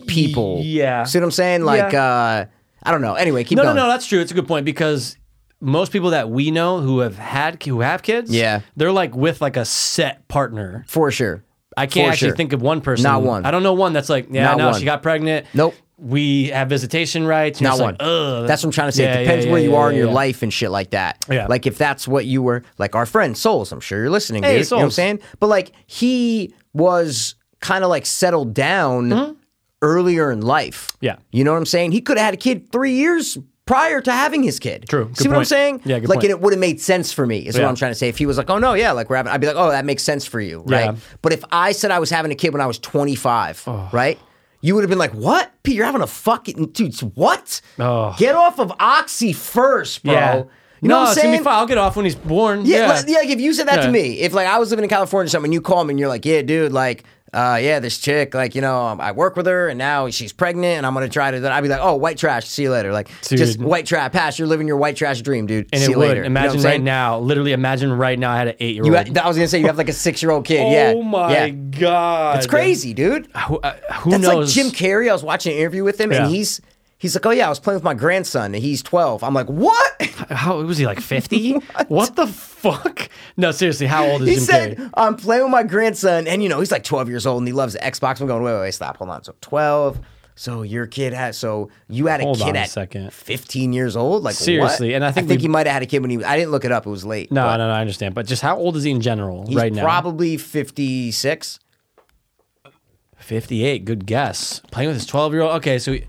Speaker 1: people.
Speaker 3: yeah.
Speaker 1: see what I'm saying? Like, uh, I don't know. Anyway, keep
Speaker 3: No,
Speaker 1: going.
Speaker 3: no, no, that's true. It's a good point because most people that we know who have had who have kids,
Speaker 1: Yeah.
Speaker 3: they're like with like a set partner.
Speaker 1: for sure.
Speaker 3: I can't
Speaker 1: For
Speaker 3: actually
Speaker 1: sure.
Speaker 3: think of one person.
Speaker 1: Not one.
Speaker 3: I don't know one that's like, yeah,
Speaker 1: Not
Speaker 3: no,
Speaker 1: one.
Speaker 3: she got pregnant.
Speaker 1: Nope.
Speaker 3: We have visitation rights. You're
Speaker 1: Not
Speaker 3: just
Speaker 1: one.
Speaker 3: like, Ugh.
Speaker 1: That's what I'm trying to say.
Speaker 3: Yeah,
Speaker 1: it depends
Speaker 3: yeah,
Speaker 1: where
Speaker 3: yeah,
Speaker 1: you
Speaker 3: yeah,
Speaker 1: are in your
Speaker 3: yeah.
Speaker 1: life and shit like that.
Speaker 3: Yeah.
Speaker 1: Like if that's what you were, like our friend Souls, I'm sure you're listening,
Speaker 3: Hey,
Speaker 1: dude. You know what I'm
Speaker 3: Souls.
Speaker 1: saying? But like he was kind of like settled down earlier in life.
Speaker 3: Mm-hmm. Yeah.
Speaker 1: You know what I'm saying? He could have had a kid three years prior to having his kid.
Speaker 3: True. Good
Speaker 1: See what I'm
Speaker 3: point.
Speaker 1: saying?
Speaker 3: Yeah, good
Speaker 1: like
Speaker 3: point.
Speaker 1: and it would have made sense for me, is
Speaker 3: Yeah.
Speaker 1: what I'm trying to say. If he was like, oh no, yeah, like we're having I'd be like, oh, that makes sense for you. Right.
Speaker 3: Yeah. Oh.
Speaker 1: But if I said I was having a kid when I was 25, right? You would have been like, what? Pete, you're having a fucking dude, what?
Speaker 3: Oh.
Speaker 1: Get off of Oxy first, bro.
Speaker 3: Yeah.
Speaker 1: You know
Speaker 3: no,
Speaker 1: what I'm
Speaker 3: it's gonna
Speaker 1: saying?
Speaker 3: be fine. I'll get off when he's born.
Speaker 1: Yeah,
Speaker 3: Yeah.
Speaker 1: Like, yeah, like if you said that
Speaker 3: Yeah.
Speaker 1: to me, if like I was living in California or something, and you call me and you're like, yeah, dude, like, uh, yeah, this chick, like, you know, um, I work with her and now she's pregnant and I'm gonna try to. I'd be like, oh, white trash, see you later. Like, just
Speaker 3: Dude.
Speaker 1: white trash, pass. You're living your white trash dream, dude.
Speaker 3: And
Speaker 1: see
Speaker 3: it
Speaker 1: you
Speaker 3: would.
Speaker 1: later. You know what I'm
Speaker 3: Imagine right
Speaker 1: saying?
Speaker 3: now, literally imagine right now I had an eight year
Speaker 1: You
Speaker 3: old.
Speaker 1: ha- I was gonna say you have like a six year old kid. yeah.
Speaker 3: [LAUGHS] Oh my
Speaker 1: Yeah.
Speaker 3: god.
Speaker 1: It's crazy, dude.
Speaker 3: Who, uh, who
Speaker 1: That's like
Speaker 3: knows?
Speaker 1: Jim Carrey. I was watching an interview with him,
Speaker 3: Yeah.
Speaker 1: and he's he's like, "Oh yeah, I was playing with my grandson, and he's 12." I'm like, "What?" [LAUGHS]
Speaker 3: How was he like fifty? what? the fuck? No, seriously, how old is
Speaker 1: He
Speaker 3: Jim
Speaker 1: said,
Speaker 3: Carrey?
Speaker 1: "I'm playing with my grandson, and you know he's like 12 years old, and he loves Xbox." I'm going, "Wait, wait, wait, stop, hold on." So 12. So your kid had so you had a
Speaker 3: Hold
Speaker 1: kid
Speaker 3: on a
Speaker 1: at
Speaker 3: second.
Speaker 1: 15 years old, like what?
Speaker 3: Seriously, and I think
Speaker 1: I think
Speaker 3: we-
Speaker 1: he might have had a kid when he. was- I didn't look it up; it was late.
Speaker 3: No,
Speaker 1: but
Speaker 3: no, no, I understand. But just how old is he in general
Speaker 1: he's
Speaker 3: right now?
Speaker 1: probably 56.
Speaker 3: fifty-eight. Good guess. Playing with his twelve-year-old. Okay, so he-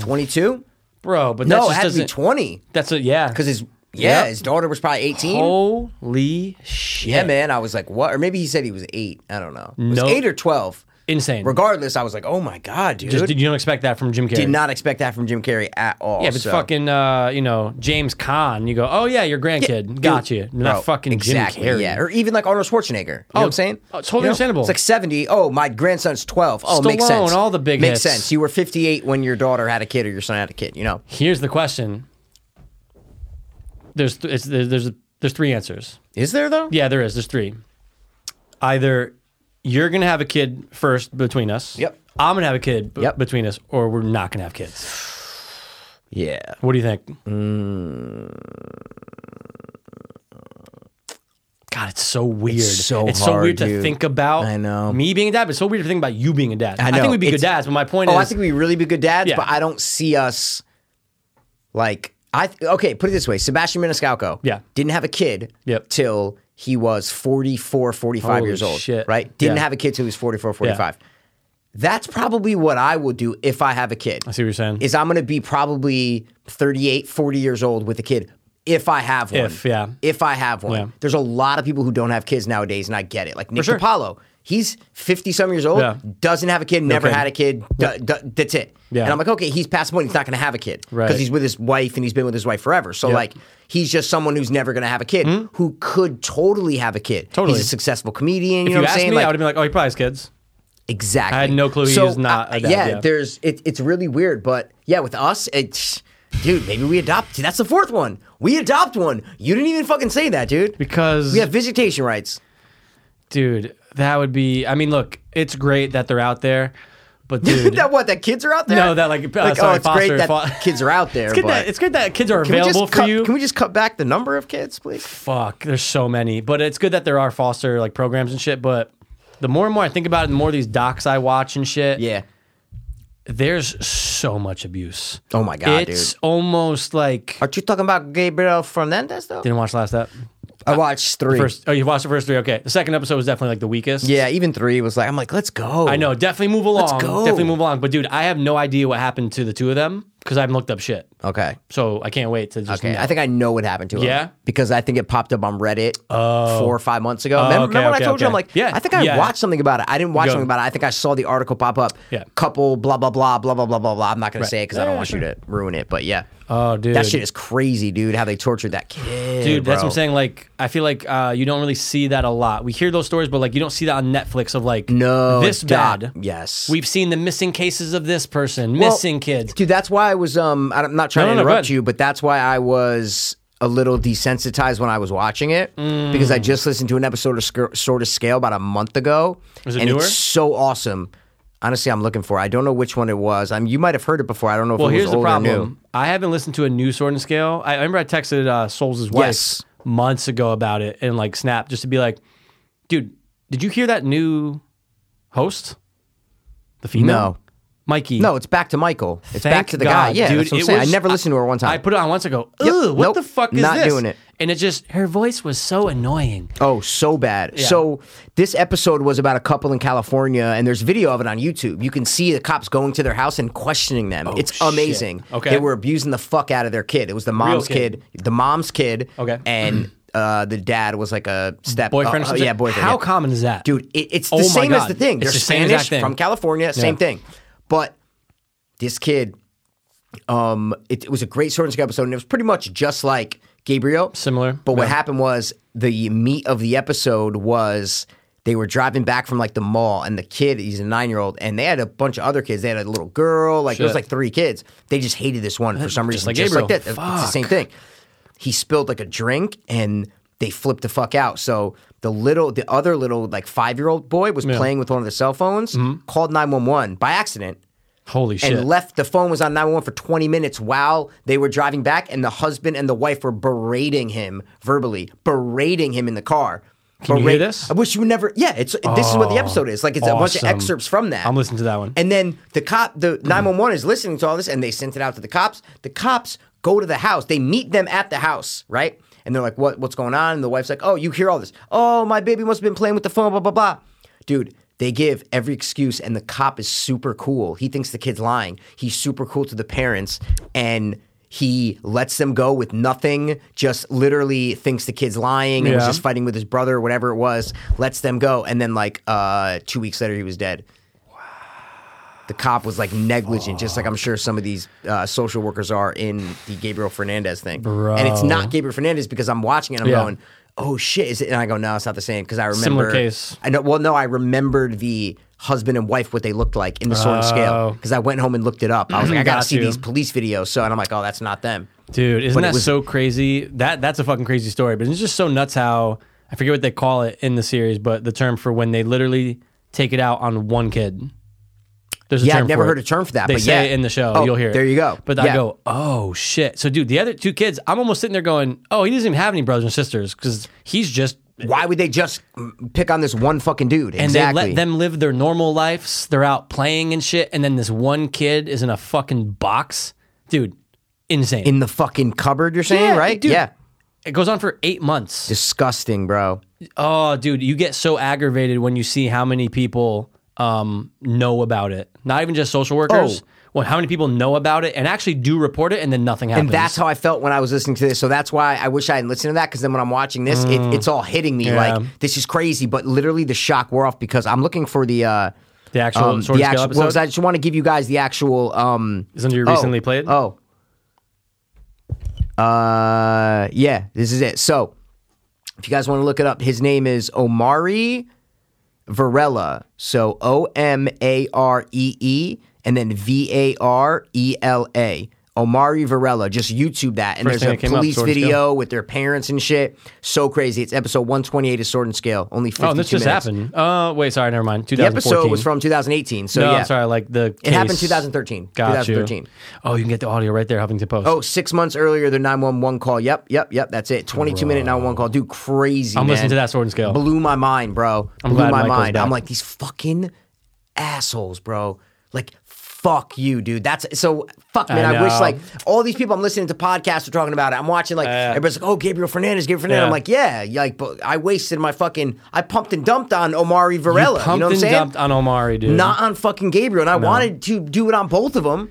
Speaker 1: 22?
Speaker 3: bro, but that
Speaker 1: No, it
Speaker 3: just
Speaker 1: had to be
Speaker 3: doesn't.
Speaker 1: 20
Speaker 3: that's a yeah.
Speaker 1: because his yeah
Speaker 3: Yep.
Speaker 1: his daughter was probably 18.
Speaker 3: holy shit,
Speaker 1: Yeah, man. I was like, what? Or maybe he said he was eight. I don't know. It was
Speaker 3: No.
Speaker 1: eight or twelve.
Speaker 3: insane.
Speaker 1: Regardless, I was like, oh my god, dude.
Speaker 3: Just, you don't expect that from Jim Carrey.
Speaker 1: Did not expect that from Jim Carrey at all.
Speaker 3: Yeah, if it's
Speaker 1: so-
Speaker 3: fucking uh, you know James Caan, you go, oh yeah, your grandkid, got you. Not
Speaker 1: Bro,
Speaker 3: fucking
Speaker 1: exactly,
Speaker 3: Jim Carrey.
Speaker 1: Yeah, or even like Arnold Schwarzenegger. You know
Speaker 3: Oh,
Speaker 1: what I'm saying?
Speaker 3: oh, totally
Speaker 1: You know?
Speaker 3: understandable.
Speaker 1: It's like 70. Oh, my grandson's 12. Oh, makes
Speaker 3: Stallone,
Speaker 1: sense.
Speaker 3: all the big
Speaker 1: Makes
Speaker 3: hits.
Speaker 1: sense. You were 58 when your daughter had a kid or your son had a kid, you know?
Speaker 3: Here's the question. There's th- it's, there- there's there's three answers.
Speaker 1: Is there, though?
Speaker 3: Yeah, there is. There's three. Either you're gonna have a kid first between us.
Speaker 1: Yep.
Speaker 3: I'm gonna have a kid b-
Speaker 1: Yep.
Speaker 3: between us, or we're not gonna have kids.
Speaker 1: Yeah.
Speaker 3: What do you think? Mm. God, it's so weird.
Speaker 1: so
Speaker 3: it's so
Speaker 1: hard,
Speaker 3: weird to
Speaker 1: dude.
Speaker 3: think about.
Speaker 1: I know.
Speaker 3: me being a dad, but it's so weird to think about you being a dad.
Speaker 1: I know.
Speaker 3: think we'd be good
Speaker 1: It's-
Speaker 3: dads, but my point
Speaker 1: Oh, I
Speaker 3: is,
Speaker 1: think we really be good dads,
Speaker 3: Yeah.
Speaker 1: but I don't see us like I th- okay. Put it this way: Sebastian Maniscalco,
Speaker 3: Yeah.
Speaker 1: didn't have a kid
Speaker 3: Yep.
Speaker 1: till he was 44, 45
Speaker 3: Holy
Speaker 1: years old,
Speaker 3: shit.
Speaker 1: right? Didn't
Speaker 3: Yeah.
Speaker 1: have a kid till he was 44, 45. That's probably what I will do if I have a kid.
Speaker 3: I see what you're saying.
Speaker 1: Is I'm going to be probably 38, 40 years old with a kid if I have one.
Speaker 3: If, yeah.
Speaker 1: If I have one.
Speaker 3: Yeah.
Speaker 1: There's a lot of people who don't have kids nowadays, and I get it. Like Nick
Speaker 3: sure.
Speaker 1: DiPaolo, He's 50 some years old,
Speaker 3: Yeah.
Speaker 1: doesn't have a kid, never
Speaker 3: kidding.
Speaker 1: had a kid. du- du- that's it.
Speaker 3: Yeah.
Speaker 1: And I'm like, okay, he's past the point. He's not going to have a kid because
Speaker 3: Right.
Speaker 1: he's with his wife and he's been with his wife forever. So,
Speaker 3: Yeah. Hmm?
Speaker 1: like, he's just someone who's never going to have a kid who could totally have a kid.
Speaker 3: Totally.
Speaker 1: He's a successful comedian. You
Speaker 3: If
Speaker 1: know
Speaker 3: you
Speaker 1: what I'm
Speaker 3: asked
Speaker 1: saying?
Speaker 3: me,
Speaker 1: Like,
Speaker 3: I would have been like, oh, he probably has kids.
Speaker 1: Exactly.
Speaker 3: I had no clue he was not
Speaker 1: uh,
Speaker 3: a dad,
Speaker 1: yeah,
Speaker 3: yeah.
Speaker 1: there's it, it's really weird, but yeah, with us, it's dude. Maybe we adopt. That's the fourth one. We adopt one. You didn't even fucking say that, dude.
Speaker 3: Because
Speaker 1: we have visitation rights. [LAUGHS]
Speaker 3: dude, that would be. I mean, look, it's great that they're out there, [LAUGHS] but dude,
Speaker 1: that what? That kids are out there.
Speaker 3: No, that, like, uh,
Speaker 1: oh,
Speaker 3: sorry,
Speaker 1: it's great
Speaker 3: foster-
Speaker 1: that
Speaker 3: fo-
Speaker 1: kids are
Speaker 3: [LAUGHS]
Speaker 1: out there.
Speaker 3: it's, good
Speaker 1: but
Speaker 3: that, it's good that kids are
Speaker 1: can we just
Speaker 3: available for
Speaker 1: cut-
Speaker 3: you.
Speaker 1: Can we just cut back the number of kids, please?
Speaker 3: Fuck, there's so many, but it's good that there are foster like programs and shit. But the more and more I think about it, the more these docs I watch and shit.
Speaker 1: Yeah.
Speaker 3: there's so much abuse.
Speaker 1: Oh my god,
Speaker 3: it's
Speaker 1: dude.
Speaker 3: almost like I
Speaker 1: Aren't you talking about Gabriel Fernandez though?
Speaker 3: didn't watch the last that
Speaker 1: I watched three.
Speaker 3: first. Oh, you watched the first three. Okay, the second episode was definitely like the weakest.
Speaker 1: yeah, even three was like, I'm like, let's go.
Speaker 3: I know. Definitely move along.
Speaker 1: go.
Speaker 3: Definitely move along. But dude, I have no idea what happened to the two of them because I haven't looked up shit.
Speaker 1: Okay.
Speaker 3: So I can't wait to just.
Speaker 1: Okay,
Speaker 3: know.
Speaker 1: I think I know what happened to him.
Speaker 3: Yeah? Oh.
Speaker 1: because I think it popped up on Reddit four or five months ago. remember,
Speaker 3: okay,
Speaker 1: remember when
Speaker 3: okay,
Speaker 1: I told you I'm
Speaker 3: okay.
Speaker 1: like,
Speaker 3: Yeah,
Speaker 1: I think I
Speaker 3: yeah.
Speaker 1: watched something about it. I didn't watch
Speaker 3: Go.
Speaker 1: something about it. I think I saw the article pop up.
Speaker 3: Yeah.
Speaker 1: couple blah blah blah blah blah blah blah blah. I'm not gonna say it because I don't
Speaker 3: Yeah,
Speaker 1: want
Speaker 3: sure.
Speaker 1: you to ruin it. But yeah,
Speaker 3: Oh, dude.
Speaker 1: that shit is crazy, dude. How they tortured that kid,
Speaker 3: Dude, that's what
Speaker 1: bro.
Speaker 3: I'm saying. Like, I feel like uh, you don't really see that a lot. We hear those stories, but like, you don't see that on Netflix of like,
Speaker 1: No,
Speaker 3: this
Speaker 1: it's not.
Speaker 3: bad.
Speaker 1: Yes.
Speaker 3: we've seen the missing cases of this person,
Speaker 1: Well,
Speaker 3: missing kids.
Speaker 1: dude. That's why I was. Um, I'm not trying
Speaker 3: No,
Speaker 1: to
Speaker 3: no, no, go
Speaker 1: interrupt
Speaker 3: ahead.
Speaker 1: you, but that's why I was a little desensitized when I was watching it because I just listened to an episode of Sc- Sort of Scale about a month ago,
Speaker 3: it
Speaker 1: and
Speaker 3: newer?
Speaker 1: it's so awesome. Honestly, I'm looking for. it. I don't know which one it was. I'm. You might have heard it before. I don't know if
Speaker 3: Well,
Speaker 1: it was
Speaker 3: here's the
Speaker 1: old or new.
Speaker 3: problem. I haven't listened to a new Sword and Scale. I I remember I texted uh, Souls' wife
Speaker 1: Yes.
Speaker 3: months ago about it and like Snap just to be like, dude, did you hear that new host? The female?
Speaker 1: No.
Speaker 3: Mikey.
Speaker 1: No, it's back to Michael. It's back
Speaker 3: Thank
Speaker 1: to the guy.
Speaker 3: God,
Speaker 1: Yeah,
Speaker 3: dude,
Speaker 1: that's what I'm
Speaker 3: it
Speaker 1: saying.
Speaker 3: was-
Speaker 1: I never listened to her one time.
Speaker 3: I put it on once ago. Ugh,
Speaker 1: Yep,
Speaker 3: what
Speaker 1: nope,
Speaker 3: the fuck is
Speaker 1: not
Speaker 3: this?
Speaker 1: doing it.
Speaker 3: And it just her voice was so annoying.
Speaker 1: Oh, so bad. So this episode was about a couple in California, and there's video of it on YouTube. You can see the cops going to their house and questioning them. it's
Speaker 3: Oh, shit.
Speaker 1: amazing.
Speaker 3: Okay.
Speaker 1: they were abusing the fuck out of their kid. It was the mom's
Speaker 3: kid.
Speaker 1: kid. the mom's kid.
Speaker 3: Okay.
Speaker 1: and [CLEARS THROAT] uh, the dad was like a step
Speaker 3: Boyfriend or
Speaker 1: Uh, uh,
Speaker 3: something?
Speaker 1: yeah, boyfriend.
Speaker 3: How
Speaker 1: yeah.
Speaker 3: common is that?
Speaker 1: dude? It, it's
Speaker 3: Oh
Speaker 1: the
Speaker 3: my
Speaker 1: same as
Speaker 3: God.
Speaker 1: the thing. They're
Speaker 3: It's the same exact
Speaker 1: Spanish
Speaker 3: thing.
Speaker 1: from California. Same
Speaker 3: Yeah.
Speaker 1: thing, but this kid. Um, it, it was a great sword and Scale episode, and it was pretty much just like Gabriel,
Speaker 3: Similar,
Speaker 1: But what
Speaker 3: yeah.
Speaker 1: happened was the meat of the episode was they were driving back from like the mall, and the kid, he's a nine year old, and they had a bunch of other kids. They had a little girl, like it was
Speaker 3: Shit.
Speaker 1: like three kids. They just hated this one for some reason,
Speaker 3: like
Speaker 1: just like that.
Speaker 3: Gabriel.
Speaker 1: It's the same thing. He spilled like a drink, and they flipped the fuck out. So the little, the other little like five year old boy was playing with one of the cell phones,
Speaker 3: Mm-hmm.
Speaker 1: called nine one one by accident
Speaker 3: Holy shit.
Speaker 1: and left the phone was on 911 for 20 minutes while they were driving back and the husband and the wife were berating him verbally berating him in the car
Speaker 3: Can you hear
Speaker 1: Berate-
Speaker 3: this? Oh,
Speaker 1: I wish you would never yeah it's this is what the episode is like it's a bunch of
Speaker 3: awesome.
Speaker 1: excerpts from that
Speaker 3: I'm listening to that one.
Speaker 1: and then the cop the 911 is listening to all this and they sent it out to the cops the cops go to the house they meet them at the house right and they're like what what's going on and the wife's like oh you hear all this oh my baby must have been playing with the phone blah blah blah dude they give every excuse and the cop is super cool he thinks the kid's lying he's super cool to the parents and he lets them go with nothing just literally thinks the kid's lying and was
Speaker 3: Yeah.
Speaker 1: just fighting with his brother or whatever it was lets them go and then like uh, two weeks later he was dead the cop was like negligent, just like I'm sure some of these uh, social workers are in the Gabriel Fernandez thing. And it's not Gabriel Fernandez because I'm watching it and I'm
Speaker 3: Yeah.
Speaker 1: going, oh shit. Is it? And I go, no, it's not the same because I remember.
Speaker 3: Similar case.
Speaker 1: I know, well, no, I remembered the husband and wife, what they looked like in the sort of scale because I went home and looked it up. I was
Speaker 3: [CLEARS THROAT]
Speaker 1: like, I got to
Speaker 3: Oh. Got
Speaker 1: see
Speaker 3: you.
Speaker 1: these police videos. So, and I'm like, oh, that's not them.
Speaker 3: Dude, isn't
Speaker 1: But it
Speaker 3: that
Speaker 1: was-
Speaker 3: so crazy? That that's a fucking crazy story. But it's just so nuts how I forget what they call it in the series, but the term for when they literally take it out on one kid. There's a
Speaker 1: Yeah, I've
Speaker 3: term
Speaker 1: never
Speaker 3: for
Speaker 1: heard
Speaker 3: it.
Speaker 1: a term for that,
Speaker 3: They
Speaker 1: but
Speaker 3: say
Speaker 1: yeah.
Speaker 3: it in the show.
Speaker 1: Oh,
Speaker 3: You'll hear it.
Speaker 1: there you go.
Speaker 3: But
Speaker 1: Yeah.
Speaker 3: I go, oh shit. So dude, the other two kids, I'm almost sitting there going, oh, he doesn't even have any brothers and sisters because he's just.
Speaker 1: Why would they just mm, pick on this one fucking dude?
Speaker 3: And
Speaker 1: exactly.
Speaker 3: they let them live their normal lives. They're out playing and shit, and then this one kid is in a fucking box, dude. Insane.
Speaker 1: in the fucking cupboard, you're saying,
Speaker 3: Yeah,
Speaker 1: right?
Speaker 3: dude.
Speaker 1: Yeah.
Speaker 3: it goes on for eight months.
Speaker 1: Disgusting, bro.
Speaker 3: Oh, dude, you get so aggravated when you see how many people um, know about it. Not even just social workers.
Speaker 1: Oh.
Speaker 3: well, how many people know about it and actually do report it, and then nothing happens.
Speaker 1: And that's how I felt when I was listening to this. So that's why I wish I had listened to that because then when I'm watching this, it, it's all hitting me
Speaker 3: Mm. Yeah.
Speaker 1: like this is crazy. But literally, the shock wore off because I'm looking for the uh,
Speaker 3: The actual Sword
Speaker 1: the actual.
Speaker 3: and Scale
Speaker 1: Well, 'cause
Speaker 3: episode?
Speaker 1: I just want to give you guys the actual. Um,
Speaker 3: Is under your
Speaker 1: oh,
Speaker 3: recently played?
Speaker 1: Oh, uh, yeah, this is it. So if you guys want to look it up, his name is Omari Varela. So O M A R E E and then V A R E L A. Omari Varela. Just YouTube that. And
Speaker 3: First thing
Speaker 1: there's
Speaker 3: that
Speaker 1: a
Speaker 3: came up,
Speaker 1: police
Speaker 3: Sword and
Speaker 1: video with their parents and shit. So crazy. It's episode 128 of Sword and Scale. Only 52
Speaker 3: oh, and this just
Speaker 1: minutes.
Speaker 3: happened. Uh, wait, sorry, never mind.
Speaker 1: The
Speaker 3: 2014.
Speaker 1: episode was from 2018. So
Speaker 3: no,
Speaker 1: yeah.
Speaker 3: I'm sorry. Like the
Speaker 1: It happened
Speaker 3: case.
Speaker 1: 2013.
Speaker 3: Got
Speaker 1: 2013.
Speaker 3: You. Oh, you can get the audio right there. Huffington Post.
Speaker 1: Oh, six months earlier, the 911 call. Yep, yep, yep. That's it. 22 minute 911 call. Dude, crazy.
Speaker 3: I'm
Speaker 1: man.
Speaker 3: listening to that sword and scale.
Speaker 1: Blew my mind, bro.
Speaker 3: I'm
Speaker 1: Blew
Speaker 3: glad
Speaker 1: my
Speaker 3: Michael's
Speaker 1: mind.
Speaker 3: back.
Speaker 1: I'm like, these fucking assholes, bro. Like, fuck you, dude. That's so fuck, man.
Speaker 3: I
Speaker 1: I, wish,
Speaker 3: know.
Speaker 1: like, all these people I'm listening to podcasts are talking about it. I'm watching, like, everybody's like, oh, Gabriel Fernandez, Gabriel Fernandez.
Speaker 3: Yeah.
Speaker 1: I'm like, yeah, like, but I wasted my fucking, I pumped and dumped on Omari Varela. You,
Speaker 3: Pumped
Speaker 1: know what I'm
Speaker 3: and
Speaker 1: saying?
Speaker 3: dumped on Omari, dude.
Speaker 1: Not on fucking Gabriel. And I wanted to do it on both of them.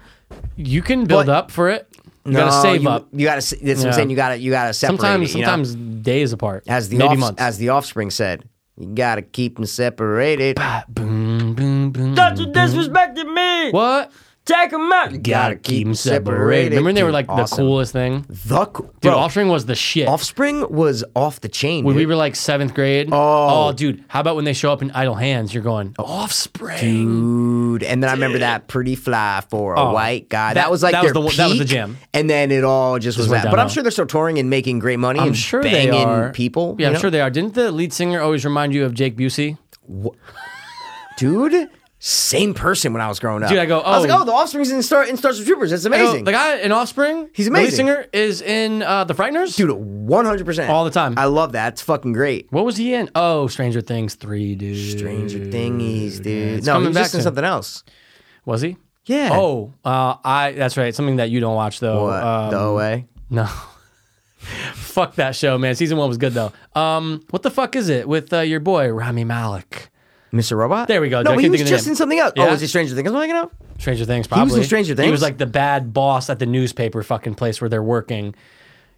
Speaker 3: you can build
Speaker 1: But-
Speaker 3: up for it. You gotta save
Speaker 1: you,
Speaker 3: up.
Speaker 1: You gotta. s- That's what
Speaker 3: Yeah.
Speaker 1: I'm saying. You gotta. You gotta separate.
Speaker 3: Sometimes,
Speaker 1: it, you know?
Speaker 3: sometimes days apart.
Speaker 1: as the
Speaker 3: maybe
Speaker 1: offs-
Speaker 3: months.
Speaker 1: as the offspring said, you gotta keep them separated.
Speaker 3: boom, boom, boom.
Speaker 2: That's what disrespecting me.
Speaker 3: What?
Speaker 2: Take him out.
Speaker 1: Gotta keep 'em
Speaker 3: Remember when they were
Speaker 1: Dude,
Speaker 3: like the
Speaker 1: awesome.
Speaker 3: coolest thing? Dude,
Speaker 1: The co- bro,
Speaker 3: offspring was the shit.
Speaker 1: offspring was off the chain.
Speaker 3: when we
Speaker 1: dude.
Speaker 3: were like seventh grade.
Speaker 1: Oh.
Speaker 3: dude, how about when they show up in idle hands? You're going offspring.
Speaker 1: Dude, and then I remember that pretty fly for a
Speaker 3: Oh,
Speaker 1: white guy.
Speaker 3: that-
Speaker 1: That, was like
Speaker 3: that was
Speaker 1: their
Speaker 3: the one-
Speaker 1: peak,
Speaker 3: that was the jam.
Speaker 1: And then it all just, was
Speaker 3: went
Speaker 1: that. But I'm
Speaker 3: downhill.
Speaker 1: sure they're still touring and making great money.
Speaker 3: I'm
Speaker 1: and
Speaker 3: sure
Speaker 1: banging
Speaker 3: they are.
Speaker 1: people.
Speaker 3: Yeah,
Speaker 1: you
Speaker 3: I'm
Speaker 1: know?
Speaker 3: sure they are. Didn't the lead singer always remind you of Jake Busey?
Speaker 1: dude. Same person when I was growing up.
Speaker 3: Dude, I go,
Speaker 1: I was like,
Speaker 3: oh.
Speaker 1: oh, the offspring's in Star in Starship Troopers. That's amazing.
Speaker 3: The guy in Offspring,
Speaker 1: He's
Speaker 3: The lead
Speaker 1: amazing.
Speaker 3: singer is in uh, The Frighteners.
Speaker 1: dude, one hundred percent,
Speaker 3: All the time.
Speaker 1: I love that. It's fucking great.
Speaker 3: what was he in? Oh, Stranger Things three, dude.
Speaker 1: Stranger Thingies, dude.
Speaker 3: It's
Speaker 1: No, he
Speaker 3: coming
Speaker 1: was
Speaker 3: back
Speaker 1: just in
Speaker 3: soon.
Speaker 1: something else.
Speaker 3: Was he?
Speaker 1: Yeah.
Speaker 3: Oh, uh, I. That's right. Something that you don't watch though.
Speaker 1: What?
Speaker 3: Um,
Speaker 1: the OA?
Speaker 3: No. [LAUGHS] fuck that show, man. Season one was good though. Um, what the fuck is it with uh, your boy Rami Malik?
Speaker 1: Mr. Robot?
Speaker 3: There we go.
Speaker 1: No,
Speaker 3: I
Speaker 1: but he
Speaker 3: can't
Speaker 1: was
Speaker 3: think of the
Speaker 1: just
Speaker 3: name.
Speaker 1: in something else.
Speaker 3: Yeah?
Speaker 1: Oh, was it Stranger Things? I'm looking up.
Speaker 3: Stranger Things,
Speaker 1: was in
Speaker 3: probably.
Speaker 1: Stranger
Speaker 3: He
Speaker 1: Things?
Speaker 3: was like the bad boss at the newspaper fucking place where they're working.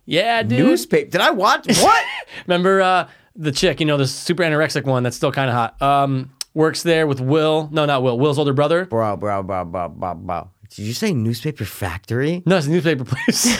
Speaker 3: Yeah, dude.
Speaker 1: Newspaper. Did I watch?
Speaker 3: [LAUGHS]
Speaker 1: What?
Speaker 3: Remember uh, the chick, you know, the super anorexic one that's still kind of hot. Um, works there with Will. No, not Will. Will's older brother.
Speaker 1: bro, bro, bro, bro, bro, bro. Did you say Newspaper Factory? [LAUGHS]
Speaker 3: No, it's a newspaper place.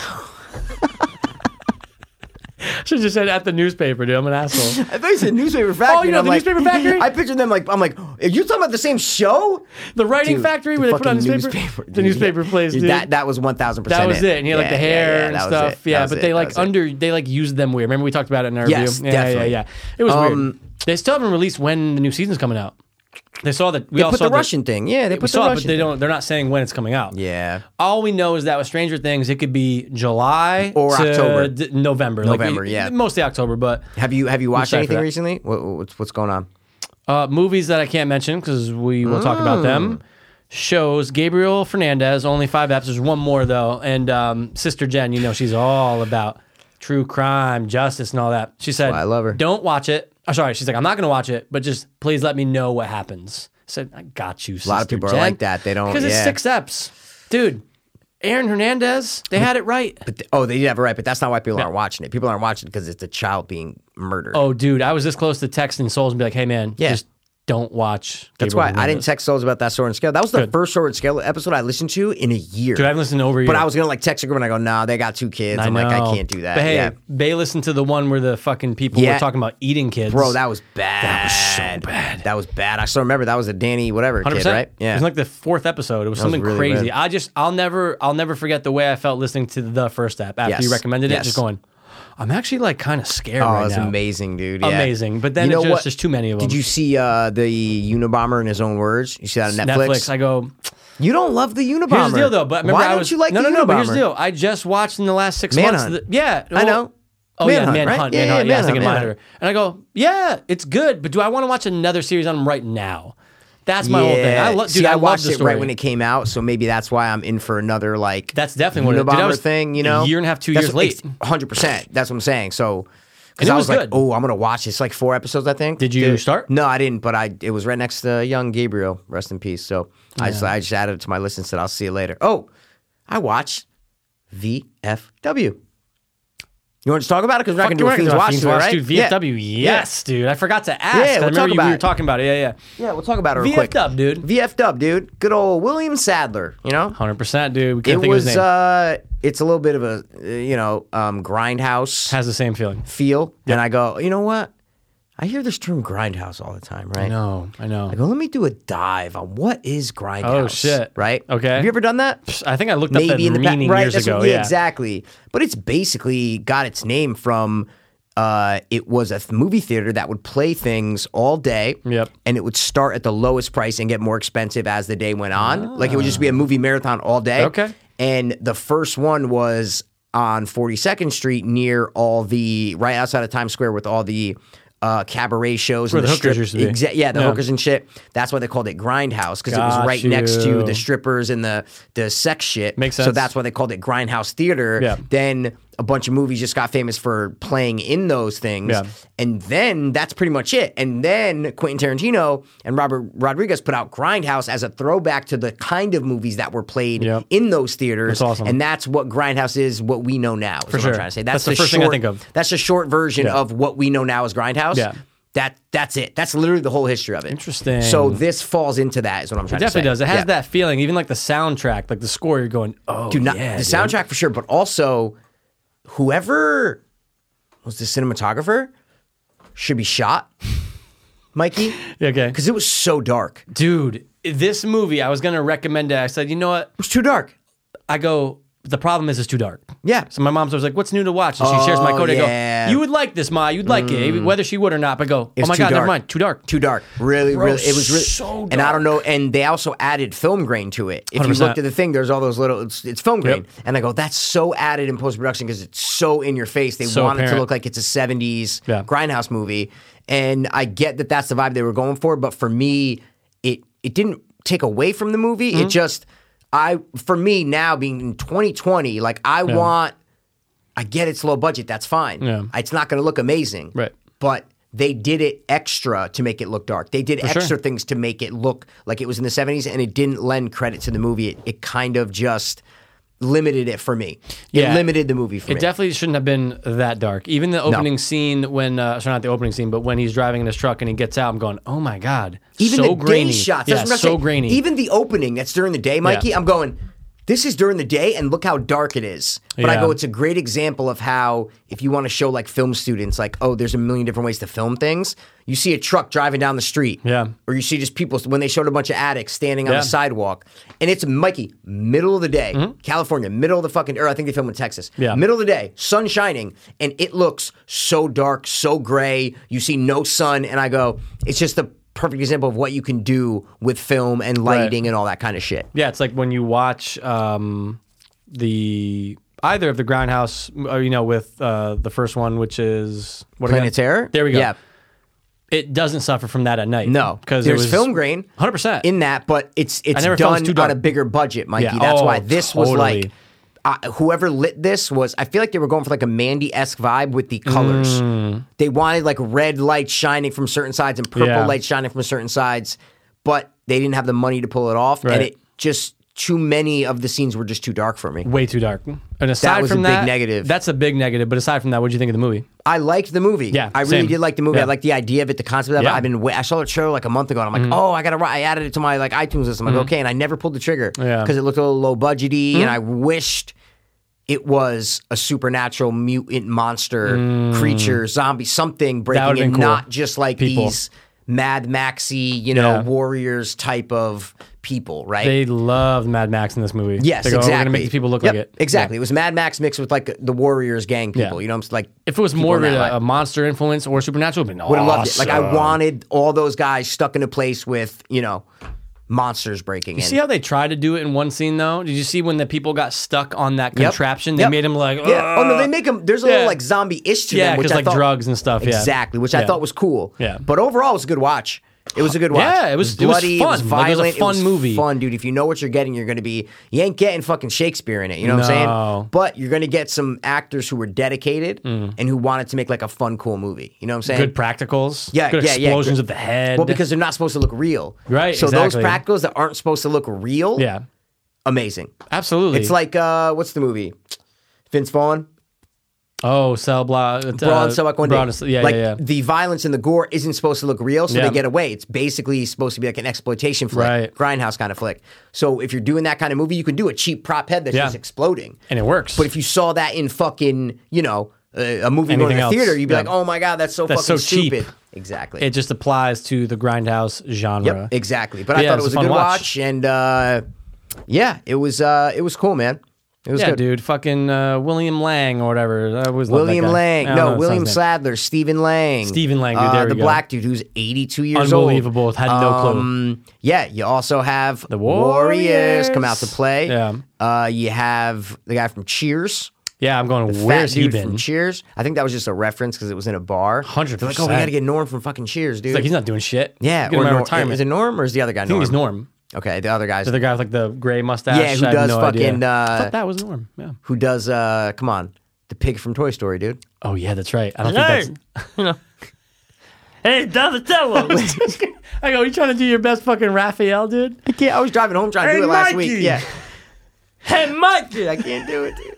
Speaker 3: Should just said at the newspaper, dude. I'm
Speaker 1: [LAUGHS]
Speaker 3: an asshole.
Speaker 1: I thought you said Newspaper Factory.
Speaker 3: Oh, you
Speaker 1: and
Speaker 3: know
Speaker 1: I'm
Speaker 3: the
Speaker 1: like-
Speaker 3: Newspaper
Speaker 1: [LAUGHS]
Speaker 3: Factory?
Speaker 1: I pictured them like, I'm like, are you talking about the same show?
Speaker 3: The writing
Speaker 1: Dude,
Speaker 3: factory where
Speaker 1: the
Speaker 3: they put on
Speaker 1: fucking
Speaker 3: newspaper. the
Speaker 1: dude,
Speaker 3: newspaper
Speaker 1: yeah.
Speaker 3: place,
Speaker 1: Dude,
Speaker 3: dude.
Speaker 1: That, that was 1,000%
Speaker 3: That was it. And he had like the
Speaker 1: Yeah, yeah,
Speaker 3: hair
Speaker 1: yeah,
Speaker 3: and
Speaker 1: that was
Speaker 3: stuff.
Speaker 1: it. That
Speaker 3: Yeah,
Speaker 1: was
Speaker 3: but
Speaker 1: it.
Speaker 3: they
Speaker 1: That
Speaker 3: like
Speaker 1: was it.
Speaker 3: under they like used them weird. Remember we talked about it in our
Speaker 1: Yes,
Speaker 3: review? Yeah,
Speaker 1: definitely.
Speaker 3: yeah, yeah. It was weird.
Speaker 1: Um,
Speaker 3: They still haven't released when the new season's coming out. They saw that we all
Speaker 1: Put
Speaker 3: saw
Speaker 1: the
Speaker 3: that-
Speaker 1: Russian thing. Yeah, they
Speaker 3: we
Speaker 1: put the
Speaker 3: saw it, but
Speaker 1: Russian
Speaker 3: they
Speaker 1: thing.
Speaker 3: don't they're not saying when it's coming out.
Speaker 1: Yeah.
Speaker 3: All we know is that with Stranger Things, it could be July
Speaker 1: Or
Speaker 3: to
Speaker 1: October.
Speaker 3: d- November. Like,
Speaker 1: November,
Speaker 3: we-
Speaker 1: yeah.
Speaker 3: Mostly October, but
Speaker 1: Have you have you watched
Speaker 3: sorry
Speaker 1: anything
Speaker 3: for that.
Speaker 1: recently? What, what's what's going on?
Speaker 3: Uh, movies that I can't mention because we will talk about
Speaker 1: Mm.
Speaker 3: them. Shows Gabriel Fernandez, only five eps. There's one more though, and um, Sister Jen, you know she's all about true crime, justice, and all that. She said,
Speaker 1: why I love her.
Speaker 3: Don't watch it." Oh, sorry, she's like, "I'm not gonna watch it, but just please let me know what happens." I said, "I got you."
Speaker 1: lot of people are like that. They don't-
Speaker 3: because it's
Speaker 1: yeah.
Speaker 3: six eps, dude. Aaron Hernandez, they had it right.
Speaker 1: But th- oh, they did have it right, but that's not why people aren't watching it. People aren't watching it because it's a child being murdered.
Speaker 3: Oh, dude, I was this close to texting Souls and be like, "Hey, man,
Speaker 1: Yeah.
Speaker 3: just don't watch."
Speaker 1: that's
Speaker 3: Gabriel
Speaker 1: why I
Speaker 3: Fernandez."
Speaker 1: didn't text souls about that sword and scale. That was the
Speaker 3: Good.
Speaker 1: first sword and scale episode I listened to in a year.
Speaker 3: Dude, I haven't listened to over. a
Speaker 1: but
Speaker 3: year.
Speaker 1: I was gonna like text a group and I go, nah, they got two kids. I'm like,
Speaker 3: know.
Speaker 1: I can't do that.
Speaker 3: But hey,
Speaker 1: yeah.
Speaker 3: they listened to the one where the fucking people were
Speaker 1: Yeah.
Speaker 3: talking about eating kids.
Speaker 1: Bro, that was bad. That
Speaker 3: was so bad.
Speaker 1: That was bad. I still remember that was a Danny whatever kid, right?
Speaker 3: It
Speaker 1: Yeah.
Speaker 3: was like the fourth episode. It was
Speaker 1: was
Speaker 3: something
Speaker 1: really
Speaker 3: crazy.
Speaker 1: bad.
Speaker 3: I just, I'll never, I'll never forget the way I felt listening to the first app after
Speaker 1: Yes.
Speaker 3: you recommended it.
Speaker 1: Yes.
Speaker 3: Just going, I'm actually like kind of scared
Speaker 1: Oh,
Speaker 3: right
Speaker 1: it was
Speaker 3: now.
Speaker 1: amazing, dude. Yeah.
Speaker 3: Amazing. But then
Speaker 1: you
Speaker 3: it
Speaker 1: know
Speaker 3: just-
Speaker 1: what?
Speaker 3: there's too many of
Speaker 1: Did
Speaker 3: them.
Speaker 1: you see uh, the Unabomber in his own words? You see that on Netflix?
Speaker 3: Netflix. I go.
Speaker 1: you don't love the Unabomber.
Speaker 3: Here's the deal, though. But remember,
Speaker 1: why
Speaker 3: I
Speaker 1: don't
Speaker 3: was,
Speaker 1: you like
Speaker 3: no,
Speaker 1: the
Speaker 3: no, no.
Speaker 1: Unabomber?
Speaker 3: But here's the deal. I just watched in the last six
Speaker 1: Manhunt.
Speaker 3: months. The, yeah,
Speaker 1: I
Speaker 3: well-
Speaker 1: know.
Speaker 3: Oh
Speaker 1: Manhunt,
Speaker 3: yeah,
Speaker 1: right?
Speaker 3: Manhunt.
Speaker 1: Yeah,
Speaker 3: Manhunt.
Speaker 1: yeah,
Speaker 3: Yeah, I was thinking
Speaker 1: Manhunt,
Speaker 3: Monitor. And I go, yeah, it's good, but do I want to watch another series on right now? That's my whole thing. I
Speaker 1: Yeah.
Speaker 3: love. Dude,
Speaker 1: See, I,
Speaker 3: love
Speaker 1: watched
Speaker 3: the
Speaker 1: it
Speaker 3: story.
Speaker 1: right when it came out, so maybe that's why I'm in for another like
Speaker 3: That's definitely what it- dude, I
Speaker 1: Unabomber
Speaker 3: was
Speaker 1: thing. You know,
Speaker 3: a year and a half, two years late.
Speaker 1: Hundred percent. That's what I'm saying. So Because
Speaker 3: it
Speaker 1: I
Speaker 3: was
Speaker 1: was, like,
Speaker 3: good.
Speaker 1: oh, I'm gonna watch. It's like four episodes, I think.
Speaker 3: Did you start?
Speaker 1: No, I didn't. But I it was right next to Young Gabriel, rest in peace. So I just I just added it to my list and said I'll see you later. Oh, I watched VFW. You want to talk about it? Because we're not gonna
Speaker 3: Fuck,
Speaker 1: do
Speaker 3: you
Speaker 1: a
Speaker 3: reckon
Speaker 1: Fiends
Speaker 3: about
Speaker 1: Watch
Speaker 3: Fiends
Speaker 1: today, right?
Speaker 3: dude.
Speaker 1: Yeah.
Speaker 3: VFW, yes, dude. I forgot to ask.
Speaker 1: Yeah,
Speaker 3: 'cause I
Speaker 1: we'll
Speaker 3: remember
Speaker 1: talk
Speaker 3: you, we
Speaker 1: about
Speaker 3: were
Speaker 1: it.
Speaker 3: talking about it. Yeah, yeah.
Speaker 1: Yeah, we'll talk about it real quick.
Speaker 3: VFW, dude.
Speaker 1: VFW, dude. Good old William Sadler. You know,
Speaker 3: 100%, dude. We
Speaker 1: it
Speaker 3: couldn't think
Speaker 1: was.
Speaker 3: of his name.
Speaker 1: uh It's a little bit of a uh, you know um grindhouse.
Speaker 3: Has the same feeling.
Speaker 1: feel. And I go, you know what? I hear this term grindhouse all the time, right?
Speaker 3: I know, I know.
Speaker 1: I go, let me do a dive on what is grindhouse.
Speaker 3: Oh, shit.
Speaker 1: Right?
Speaker 3: Okay.
Speaker 1: Have you ever done that?
Speaker 3: I think I looked up
Speaker 1: Maybe
Speaker 3: the
Speaker 1: in the past,
Speaker 3: meaning
Speaker 1: right?
Speaker 3: years
Speaker 1: That's what-
Speaker 3: ago.
Speaker 1: yeah,
Speaker 3: yeah,
Speaker 1: exactly. But it's basically got its name from. Uh, it was a th- movie theater that would play things all day,
Speaker 3: Yep.
Speaker 1: and it would start at the lowest price and get more expensive as the day went on. Like it would just be a movie marathon all day.
Speaker 3: Ah. Okay.
Speaker 1: And the first one was on 42nd Street near all the right outside of Times Square with all the uh, cabaret shows
Speaker 3: Where
Speaker 1: and
Speaker 3: the
Speaker 1: strip.
Speaker 3: hookers used to be.
Speaker 1: Exa- yeah, the
Speaker 3: Yeah.
Speaker 1: hookers and shit. That's why they called it Grindhouse because it was
Speaker 3: Got
Speaker 1: right next
Speaker 3: you.
Speaker 1: to the strippers and the the sex shit.
Speaker 3: Makes
Speaker 1: So
Speaker 3: sense.
Speaker 1: that's why they called it Grindhouse Theater.
Speaker 3: Yeah.
Speaker 1: Then a bunch of movies just got famous for playing in those things.
Speaker 3: Yeah.
Speaker 1: And then that's pretty much it. And then Quentin Tarantino and Robert Rodriguez put out Grindhouse as a throwback to the kind of movies that were played
Speaker 3: Yep.
Speaker 1: in those theaters.
Speaker 3: That's awesome.
Speaker 1: And that's what Grindhouse is, what we know now. Is what
Speaker 3: sure.
Speaker 1: I'm trying to say.
Speaker 3: That's
Speaker 1: That's,
Speaker 3: the first
Speaker 1: short,
Speaker 3: thing I think of.
Speaker 1: That's a short version
Speaker 3: Yeah.
Speaker 1: of what we know now as Grindhouse.
Speaker 3: Yeah.
Speaker 1: That that's it. That's literally the whole history of it.
Speaker 3: Interesting.
Speaker 1: So this falls into that is what I'm trying
Speaker 3: It
Speaker 1: to say.
Speaker 3: definitely does. It has
Speaker 1: Yeah.
Speaker 3: that feeling, even like the soundtrack, like the score. You're going, oh,
Speaker 1: Dude, not the
Speaker 3: yeah, dude.
Speaker 1: soundtrack for sure, but also whoever was the cinematographer should be shot, Mikey,
Speaker 3: Yeah, Okay,
Speaker 1: because it was so dark. It
Speaker 3: dude, this movie I was gonna recommend it. I said, you know what?
Speaker 1: was too dark.
Speaker 3: I go. The problem is it's too dark.
Speaker 1: Yeah.
Speaker 3: So my mom's always like, "What's new to watch?" And she shares my
Speaker 1: Oh,
Speaker 3: code. I
Speaker 1: yeah. Mm.
Speaker 3: go, "You would like this, ma. You'd like it, whether she would or not." But I go, "Oh
Speaker 1: It's
Speaker 3: my
Speaker 1: too
Speaker 3: god, never
Speaker 1: dark.
Speaker 3: mind. Too dark.
Speaker 1: Too dark. Really,
Speaker 3: Bro,
Speaker 1: really. It was really.
Speaker 3: so
Speaker 1: And I don't know.
Speaker 3: dark.
Speaker 1: And they also added film grain to it. If you
Speaker 3: 100%.
Speaker 1: looked at the thing, there's all those little. It's, it's film grain, and I go, that's so added in post production because it's so in your face. They
Speaker 3: So
Speaker 1: want it
Speaker 3: apparent.
Speaker 1: to look like it's a '70s
Speaker 3: Yeah.
Speaker 1: grindhouse movie, and I get that that's the vibe they were going for. But for me, it it didn't take away from the movie.
Speaker 3: Mm-hmm.
Speaker 1: It just, I for me now being in 2020, like I want. I get it's low budget. That's fine.
Speaker 3: Yeah.
Speaker 1: It's not going to look amazing.
Speaker 3: Right.
Speaker 1: But they did it extra to make it look dark. They did
Speaker 3: sure.
Speaker 1: extra things to make it look like it was in the 70s, and it didn't lend credit to the movie. It, it kind of just limited it for me.
Speaker 3: Yeah.
Speaker 1: It limited the movie for
Speaker 3: It
Speaker 1: me.
Speaker 3: definitely shouldn't have been that dark. Even the opening scene when, uh, sorry, not the opening scene, but when he's driving in his truck and he gets out, I'm going, oh my God.
Speaker 1: even the
Speaker 3: so grainy.
Speaker 1: day shots.
Speaker 3: Yeah,
Speaker 1: that's what I'm
Speaker 3: so
Speaker 1: saying.
Speaker 3: grainy.
Speaker 1: Even the opening that's during the day, Mikey, I'm going, this is during the day and look how dark it is. But I
Speaker 3: Yeah.
Speaker 1: go, it's a great example of how if you want to show like film students, like, oh, there's a million different ways to film things. You see a truck driving down the street.
Speaker 3: Yeah.
Speaker 1: Or you see just people when they showed a bunch of addicts standing on
Speaker 3: Yeah. Mm-hmm.
Speaker 1: the sidewalk. And it's Mikey, middle of the day, California, middle of the fucking or I think they filmed in Texas.
Speaker 3: Yeah.
Speaker 1: Middle of the day, sun shining, and it looks so dark, so gray. You see no sun, and I go, it's just the perfect example of what you can do with film and lighting and all that kind of shit.
Speaker 3: yeah, it's like when you watch um, the either of the Grindhouse, uh, you know, with uh, the first one, which is what
Speaker 1: Planet
Speaker 3: again?
Speaker 1: Terror?
Speaker 3: There we go.
Speaker 1: Yeah.
Speaker 3: It doesn't suffer from that at night.
Speaker 1: No,
Speaker 3: because
Speaker 1: there's film grain,
Speaker 3: 100%.
Speaker 1: in that, but it's it's
Speaker 3: never felt it was too
Speaker 1: done on
Speaker 3: dark.
Speaker 1: a bigger budget, Mikey.
Speaker 3: Yeah.
Speaker 1: That's
Speaker 3: Oh,
Speaker 1: why this was
Speaker 3: totally.
Speaker 1: like. Uh, whoever lit this was, I feel like they were going for like a Mandy esque vibe with the colors. They wanted like red light shining from certain sides and purple
Speaker 3: Mm. Yeah.
Speaker 1: light shining from certain sides, but they didn't have the money to pull it off.
Speaker 3: Right.
Speaker 1: And it just, too many of the scenes were just too dark for me.
Speaker 3: Way too dark. And aside
Speaker 1: was a
Speaker 3: from
Speaker 1: big
Speaker 3: that,
Speaker 1: negative.
Speaker 3: That's a big negative. But aside from that, what do you think of the movie?
Speaker 1: I liked the movie.
Speaker 3: Yeah,
Speaker 1: I really
Speaker 3: same.
Speaker 1: did like the movie.
Speaker 3: Yeah.
Speaker 1: I liked the idea of it, the concept of it.
Speaker 3: Yeah. Mm-hmm.
Speaker 1: I've been. Wait, I saw the trailer like a month ago, and I'm like, oh, I gotta. ri- I added it to my like iTunes list. I'm like, okay, and I never pulled the trigger
Speaker 3: Yeah. Mm-hmm.
Speaker 1: because it looked a little low budgety, and I wished it was a supernatural mutant monster creature, zombie, something breaking
Speaker 3: Mm. would've
Speaker 1: in,
Speaker 3: been cool.
Speaker 1: not just like
Speaker 3: People.
Speaker 1: these Mad Maxi, you know,
Speaker 3: Yeah.
Speaker 1: warriors type of people, right?
Speaker 3: They loved Mad Max in this movie.
Speaker 1: Yes,
Speaker 3: they go, "Oh,
Speaker 1: exactly.
Speaker 3: We're gonna make these people look
Speaker 1: Yep,
Speaker 3: like it.
Speaker 1: Exactly. It was Mad Max mixed with like the Warriors gang people.
Speaker 3: Yeah.
Speaker 1: You know, I'm s- like
Speaker 3: If it was
Speaker 1: people
Speaker 3: more of
Speaker 1: in that
Speaker 3: a,
Speaker 1: light.
Speaker 3: a monster influence or supernatural, would have been
Speaker 1: Would
Speaker 3: awesome.
Speaker 1: have loved it. Like I wanted all those guys stuck in a place with you know monsters breaking in.
Speaker 3: See how they tried to do it in one scene though? Did you see when the people got stuck on that contraption? They
Speaker 1: Yep.
Speaker 3: made them like,
Speaker 1: yeah. Oh no, they
Speaker 3: "Ugh."
Speaker 1: make them. There's a
Speaker 3: Uh, Yeah.
Speaker 1: little like zombie ish to
Speaker 3: Yeah,
Speaker 1: them, which
Speaker 3: 'cause,
Speaker 1: I
Speaker 3: like,
Speaker 1: thought,
Speaker 3: drugs and stuff, yeah.
Speaker 1: Exactly, which
Speaker 3: Yeah.
Speaker 1: I thought was cool.
Speaker 3: Yeah.
Speaker 1: But overall, it was a good watch. It was a good watch.
Speaker 3: Yeah, it was- it was
Speaker 1: bloody.
Speaker 3: fun.
Speaker 1: It was
Speaker 3: Like, it was a
Speaker 1: violent.
Speaker 3: fun movie.
Speaker 1: Fun, dude. If you know what you're getting, you're going to be. You ain't getting fucking Shakespeare in it. You know what I'm
Speaker 3: No. Mm.
Speaker 1: saying? But you're going to get some actors who were dedicated and who wanted to make like a fun, cool movie. You know what I'm saying?
Speaker 3: Good practicals.
Speaker 1: Yeah,
Speaker 3: Good
Speaker 1: yeah, yeah,
Speaker 3: explosions
Speaker 1: good-
Speaker 3: of the head.
Speaker 1: Well, because they're not supposed to look real.
Speaker 3: Right,
Speaker 1: So
Speaker 3: exactly.
Speaker 1: those practicals that aren't supposed to look real,
Speaker 3: yeah,
Speaker 1: amazing.
Speaker 3: absolutely.
Speaker 1: It's like uh, what's the movie? Vince Vaughn,
Speaker 3: oh, cell block. Uh,
Speaker 1: Braun Selleck one day.
Speaker 3: Braun- yeah,
Speaker 1: like
Speaker 3: yeah, yeah.
Speaker 1: the violence and the gore isn't supposed to look real, so
Speaker 3: Yeah.
Speaker 1: they get away. It's basically supposed to be like an exploitation flick,
Speaker 3: Right.
Speaker 1: grindhouse kind of flick. So if you're doing that kind of movie, you can do a cheap prop head that's
Speaker 3: Yeah.
Speaker 1: just exploding.
Speaker 3: And it works.
Speaker 1: But if you saw that in fucking, you know, a, a movie going to
Speaker 3: Anything
Speaker 1: the
Speaker 3: else.
Speaker 1: theater, you'd be
Speaker 3: Yeah.
Speaker 1: like, oh my god, that's so
Speaker 3: That's
Speaker 1: fucking
Speaker 3: so cheap.
Speaker 1: stupid. Exactly.
Speaker 3: it just applies to the grindhouse genre.
Speaker 1: Yep, exactly. But
Speaker 3: But
Speaker 1: I
Speaker 3: yeah,
Speaker 1: thought
Speaker 3: it
Speaker 1: it
Speaker 3: was
Speaker 1: was
Speaker 3: a
Speaker 1: a
Speaker 3: fun
Speaker 1: good
Speaker 3: watch.
Speaker 1: watch. and uh, yeah, it was uh, it was cool, man. It was
Speaker 3: Yeah,
Speaker 1: good.
Speaker 3: dude. Fucking uh, William Lang or whatever. I always love that
Speaker 1: William
Speaker 3: guy.
Speaker 1: Lang,
Speaker 3: I don't know
Speaker 1: no,
Speaker 3: his
Speaker 1: William
Speaker 3: son's name.
Speaker 1: Sadler, Stephen Lang, Uh,
Speaker 3: Stephen Lang, dude, there we
Speaker 1: the
Speaker 3: go.
Speaker 1: black dude who's eighty-two years
Speaker 3: Unbelievable,
Speaker 1: old,
Speaker 3: had no clue.
Speaker 1: clue. Yeah, you also have the
Speaker 3: Warriors.
Speaker 1: come out to play.
Speaker 3: Yeah.
Speaker 1: uh, you have the guy from Cheers,
Speaker 3: Yeah, I'm going.
Speaker 1: the
Speaker 3: Where's
Speaker 1: fat
Speaker 3: he
Speaker 1: dude
Speaker 3: been?
Speaker 1: from Cheers. I think that was just a reference because it was in a bar.
Speaker 3: 100%.
Speaker 1: They're like, oh, we got to get Norm from fucking Cheers, dude.
Speaker 3: Like he's not doing shit.
Speaker 1: yeah,
Speaker 3: Get him
Speaker 1: or
Speaker 3: out of
Speaker 1: Norm,
Speaker 3: retirement.
Speaker 1: is it Norm or is the other guy
Speaker 3: I think
Speaker 1: Norm?
Speaker 3: he's Norm.
Speaker 1: Okay, the other guy's
Speaker 3: The guy with like the gray mustache.
Speaker 1: Yeah, who
Speaker 3: I have
Speaker 1: does
Speaker 3: no
Speaker 1: fucking,
Speaker 3: idea. I
Speaker 1: uh,
Speaker 3: thought that was Norm. Yeah.
Speaker 1: who does uh come on the pig from toy story dude
Speaker 3: Oh yeah, that's right. I don't
Speaker 2: Hey,
Speaker 3: think
Speaker 2: hey,
Speaker 3: [LAUGHS]
Speaker 2: Donatello.
Speaker 3: that's. I go. You trying to do your best fucking Raphael, dude?
Speaker 1: i can't i was driving home trying to
Speaker 2: Hey,
Speaker 1: do it last
Speaker 2: Mikey!
Speaker 1: week yeah
Speaker 2: hey, Mike.
Speaker 1: dude i can't do it dude.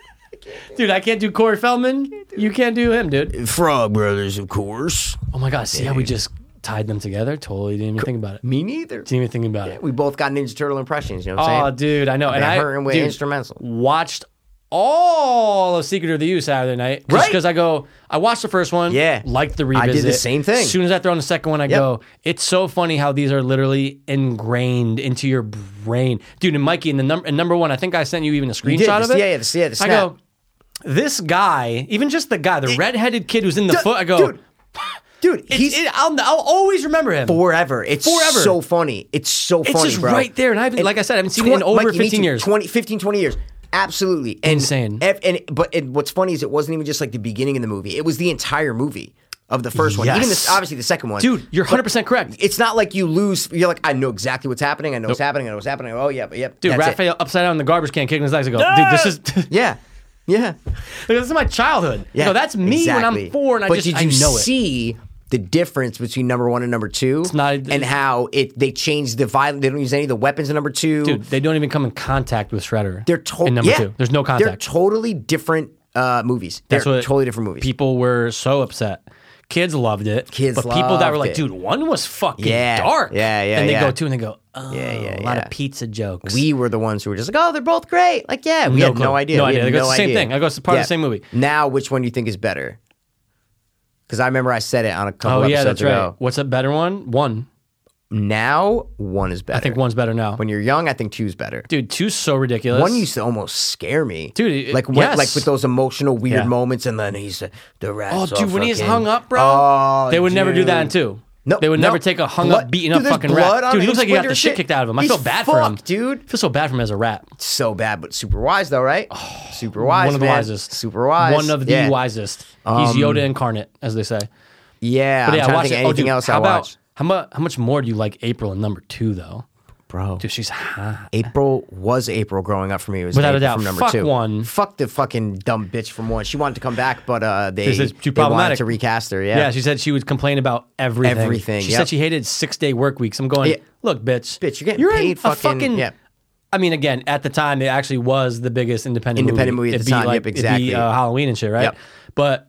Speaker 3: Dude, I can't do Corey Feldman. you can't do him, dude.
Speaker 1: frog brothers of course
Speaker 3: Oh my god, see how we just tied them together? Totally didn't even think about it.
Speaker 1: me neither
Speaker 3: Didn't even think about it.
Speaker 1: we both got ninja turtle impressions you know what i'm
Speaker 3: Oh,
Speaker 1: saying
Speaker 3: dude, I know. And
Speaker 1: Van
Speaker 3: I
Speaker 1: Hurten with
Speaker 3: dude,
Speaker 1: instrumental.
Speaker 3: watched all of Secret of the U Saturday night. Just
Speaker 1: Right.
Speaker 3: because I go, I watched the first one.
Speaker 1: Yeah.
Speaker 3: Liked the
Speaker 1: I
Speaker 3: revisit.
Speaker 1: did the same thing.
Speaker 3: As soon as I throw on the second one, I go, it's so funny how these are literally ingrained into your brain. Dude, and Mikey, in the num- in number one, I think I sent you even a screenshot
Speaker 1: did,
Speaker 3: of
Speaker 1: this-
Speaker 3: it.
Speaker 1: yeah, yeah, this- yeah, the
Speaker 3: I go, this guy, even just the guy, the redheaded kid who's in the
Speaker 1: Dude,
Speaker 3: foot, I go,
Speaker 1: dude, dude
Speaker 3: it's-
Speaker 1: he's
Speaker 3: it- I'll, I'll always remember him.
Speaker 1: forever it's
Speaker 3: Forever.
Speaker 1: so funny it's so
Speaker 3: It's
Speaker 1: funny
Speaker 3: just
Speaker 1: bro.
Speaker 3: right there, and I haven't- like I said, I haven't seen it in over
Speaker 1: Mikey, me
Speaker 3: 15
Speaker 1: too.
Speaker 3: years.
Speaker 1: 20, 15 20 years absolutely and,
Speaker 3: Insane.
Speaker 1: ev- and but it, what's funny is it wasn't even just like the beginning of the movie it was the entire movie of the first one even
Speaker 3: Yes.
Speaker 1: this obviously the second one
Speaker 3: Dude, you're
Speaker 1: But-
Speaker 3: 100% correct.
Speaker 1: it's not like you lose. You're like, I know exactly what's happening. I know what's happening. I know what's happening. Oh yeah, but yep.
Speaker 3: Dude,
Speaker 1: that's it. Ah!"
Speaker 3: Raphael upside down in the garbage can, kicking his legs. I go, dude, this is [LAUGHS]
Speaker 1: Yeah, yeah,
Speaker 3: Like, this is my childhood.
Speaker 1: yeah.
Speaker 3: no, that's me when I'm
Speaker 1: exactly.
Speaker 3: four, and
Speaker 1: but
Speaker 3: I just
Speaker 1: did
Speaker 3: I
Speaker 1: you
Speaker 3: know it.
Speaker 1: see the difference between number one and number two? It's
Speaker 3: not-
Speaker 1: and how it they changed the violence. They don't use any of the weapons in number two.
Speaker 3: Dude, they don't even come in contact with Shredder.
Speaker 1: they're totally
Speaker 3: in number two. There's no
Speaker 1: They're
Speaker 3: contact.
Speaker 1: totally different uh, movies. They're
Speaker 3: That's what
Speaker 1: totally different movies.
Speaker 3: People were so upset. Kids loved it.
Speaker 1: Kids
Speaker 3: but people that were
Speaker 1: loved
Speaker 3: like,
Speaker 1: it.
Speaker 3: dude, one was fucking
Speaker 1: Yeah,
Speaker 3: dark.
Speaker 1: yeah, yeah,
Speaker 3: And they
Speaker 1: yeah.
Speaker 3: go two, and they go, oh,
Speaker 1: Yeah, yeah,
Speaker 3: a lot
Speaker 1: yeah.
Speaker 3: of pizza jokes.
Speaker 1: we were the ones who were just like, oh, they're both great. Like, yeah, we
Speaker 3: No
Speaker 1: had
Speaker 3: clue.
Speaker 1: no idea.
Speaker 3: No
Speaker 1: we
Speaker 3: idea.
Speaker 1: Had
Speaker 3: They go, it's
Speaker 1: no
Speaker 3: the same
Speaker 1: idea.
Speaker 3: thing. I go, it's part of the same movie.
Speaker 1: Now, which one do you think is better? Because I remember I said it on a couple
Speaker 3: oh yeah,
Speaker 1: episodes
Speaker 3: that's right.
Speaker 1: ago.
Speaker 3: What's a better one? One.
Speaker 1: Now, one is better.
Speaker 3: I think one's better now.
Speaker 1: When you're young, I think two's better.
Speaker 3: dude, two's so ridiculous.
Speaker 1: One used to almost scare me,
Speaker 3: Dude, it-
Speaker 1: like when,
Speaker 3: yes.
Speaker 1: like with those emotional weird
Speaker 3: Yeah.
Speaker 1: moments, and then he's the, the rats.
Speaker 3: Oh,
Speaker 1: all
Speaker 3: dude, when he's
Speaker 1: fucking-
Speaker 3: hung up, bro,
Speaker 1: Oh,
Speaker 3: they would never do that in
Speaker 1: dude.
Speaker 3: two.
Speaker 1: No,
Speaker 3: they would
Speaker 1: no.
Speaker 3: never take a hung
Speaker 1: Blood-
Speaker 3: up, beaten
Speaker 1: dude,
Speaker 3: up
Speaker 1: there's
Speaker 3: fucking
Speaker 1: blood
Speaker 3: rat.
Speaker 1: on
Speaker 3: Dude, he
Speaker 1: him,
Speaker 3: looks like he got the
Speaker 1: splinter
Speaker 3: shit
Speaker 1: shit.
Speaker 3: kicked out of him. I
Speaker 1: He's
Speaker 3: feel bad for him,
Speaker 1: fucked, dude.
Speaker 3: I feel so bad for him as a rat.
Speaker 1: So bad, but super wise though, right? super wise,
Speaker 3: Oh, One of the
Speaker 1: man.
Speaker 3: wisest.
Speaker 1: super wise,
Speaker 3: One of the
Speaker 1: yeah.
Speaker 3: wisest. He's Yoda incarnate, as they say.
Speaker 1: Yeah,
Speaker 3: But
Speaker 1: I'm
Speaker 3: yeah,
Speaker 1: trying
Speaker 3: watch
Speaker 1: to think
Speaker 3: it.
Speaker 1: of anything
Speaker 3: oh, dude,
Speaker 1: else
Speaker 3: how
Speaker 1: I
Speaker 3: about
Speaker 1: watch,
Speaker 3: how much how much more do you like April in number two though?
Speaker 1: bro.
Speaker 3: Dude, she's hot.
Speaker 1: April was April growing up for me. It was
Speaker 3: Without a
Speaker 1: April
Speaker 3: doubt.
Speaker 1: From number
Speaker 3: Fuck
Speaker 1: two.
Speaker 3: one.
Speaker 1: Fuck the fucking dumb bitch from one. She wanted to come back, but uh, they,
Speaker 3: She says, "Too
Speaker 1: they wanted
Speaker 3: problematic."
Speaker 1: to recast her.
Speaker 3: Yeah.
Speaker 1: Yeah.
Speaker 3: she said she would complain about everything.
Speaker 1: Everything,
Speaker 3: She
Speaker 1: yep.
Speaker 3: said she hated six day work weeks. I'm going,
Speaker 1: Yeah.
Speaker 3: look, bitch.
Speaker 1: Bitch, you're getting
Speaker 3: in
Speaker 1: paid
Speaker 3: a
Speaker 1: fucking- yeah.
Speaker 3: I mean, again, at the time, it actually was the biggest independent
Speaker 1: Independent movie at the
Speaker 3: It'd be
Speaker 1: time,
Speaker 3: Like,
Speaker 1: yep,
Speaker 3: it'd be,
Speaker 1: exactly.
Speaker 3: uh, Halloween and shit, right?
Speaker 1: Yep.
Speaker 3: But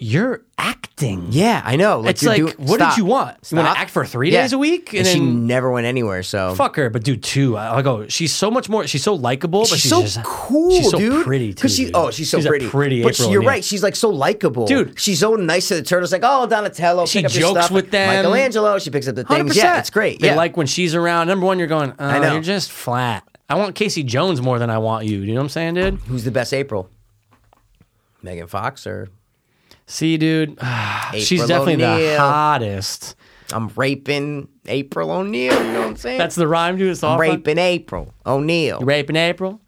Speaker 3: you're acting.
Speaker 1: Yeah, I know. Like
Speaker 3: It's
Speaker 1: you're
Speaker 3: like,
Speaker 1: doing-
Speaker 3: what did
Speaker 1: stop.
Speaker 3: you want? You wanna
Speaker 1: Stop.
Speaker 3: act for three days a week?
Speaker 1: And,
Speaker 3: And
Speaker 1: she
Speaker 3: then-
Speaker 1: never went anywhere. So
Speaker 3: Fuck her, but dude, too. I- I'll go. She's so much more. She's so likable, but she's,
Speaker 1: she's, so
Speaker 3: just-
Speaker 1: cool,
Speaker 3: she's so
Speaker 1: dude.
Speaker 3: Pretty, too.
Speaker 1: Because she,
Speaker 3: dude.
Speaker 1: oh, she's so
Speaker 3: she's
Speaker 1: pretty.
Speaker 3: A pretty
Speaker 1: but
Speaker 3: April
Speaker 1: you're
Speaker 3: O'Neil.
Speaker 1: right. She's like so likable,
Speaker 3: Dude.
Speaker 1: She's so nice to the turtles. Like, oh, Donatello.
Speaker 3: She
Speaker 1: pick up your
Speaker 3: jokes
Speaker 1: stuff.
Speaker 3: with them.
Speaker 1: Michelangelo. She picks up the
Speaker 3: Hundred
Speaker 1: things.
Speaker 3: percent.
Speaker 1: Yeah, it's great.
Speaker 3: They
Speaker 1: yeah,
Speaker 3: like when she's around. Number one, you're going. Oh,
Speaker 1: know.
Speaker 3: You're just flat. I want Casey Jones more than I want you. You know what I'm saying, dude?
Speaker 1: who's the best April? Megan Fox or
Speaker 3: See, dude, [SIGHS] she's
Speaker 1: April
Speaker 3: definitely the
Speaker 1: O'Neil.
Speaker 3: hottest.
Speaker 1: I'm raping April O'Neil. You know what I'm saying?
Speaker 3: That's the rhyme, dude. It's all
Speaker 1: I'm
Speaker 3: rape.
Speaker 1: raping April O'Neil.
Speaker 3: Rape in April.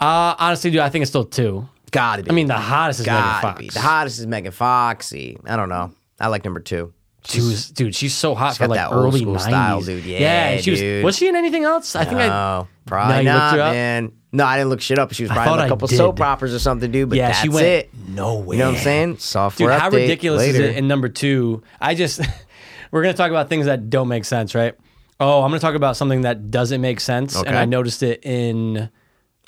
Speaker 3: Uh, honestly, dude, I think it's still two.
Speaker 1: Gotta be.
Speaker 3: I mean, the hottest is Megan
Speaker 1: gotta
Speaker 3: Fox.
Speaker 1: be. The hottest is Megan Foxy. I don't know. I like number two.
Speaker 3: She was, dude, she's so hot for
Speaker 1: got
Speaker 3: like
Speaker 1: that old
Speaker 3: early
Speaker 1: school
Speaker 3: 90s.
Speaker 1: style, dude. Yeah,
Speaker 3: she was.
Speaker 1: dude.
Speaker 3: Was she in anything else? I think I.
Speaker 1: Oh, probably
Speaker 3: No, you looked
Speaker 1: not,
Speaker 3: her up?
Speaker 1: man. No, I didn't look shit up. She was
Speaker 3: I
Speaker 1: probably
Speaker 3: thought
Speaker 1: on
Speaker 3: I
Speaker 1: a couple
Speaker 3: did.
Speaker 1: soap operas or something, dude. But
Speaker 3: Yeah,
Speaker 1: that's
Speaker 3: she went
Speaker 1: it.
Speaker 3: nowhere.
Speaker 1: You know what I'm saying?
Speaker 3: Dude,
Speaker 1: Software
Speaker 3: how
Speaker 1: update
Speaker 3: ridiculous
Speaker 1: later.
Speaker 3: is it? And number two, I just [LAUGHS] we're gonna talk about things that don't make sense, right? Oh, I'm gonna talk about something that doesn't make sense, and
Speaker 1: Okay.
Speaker 3: I noticed it in.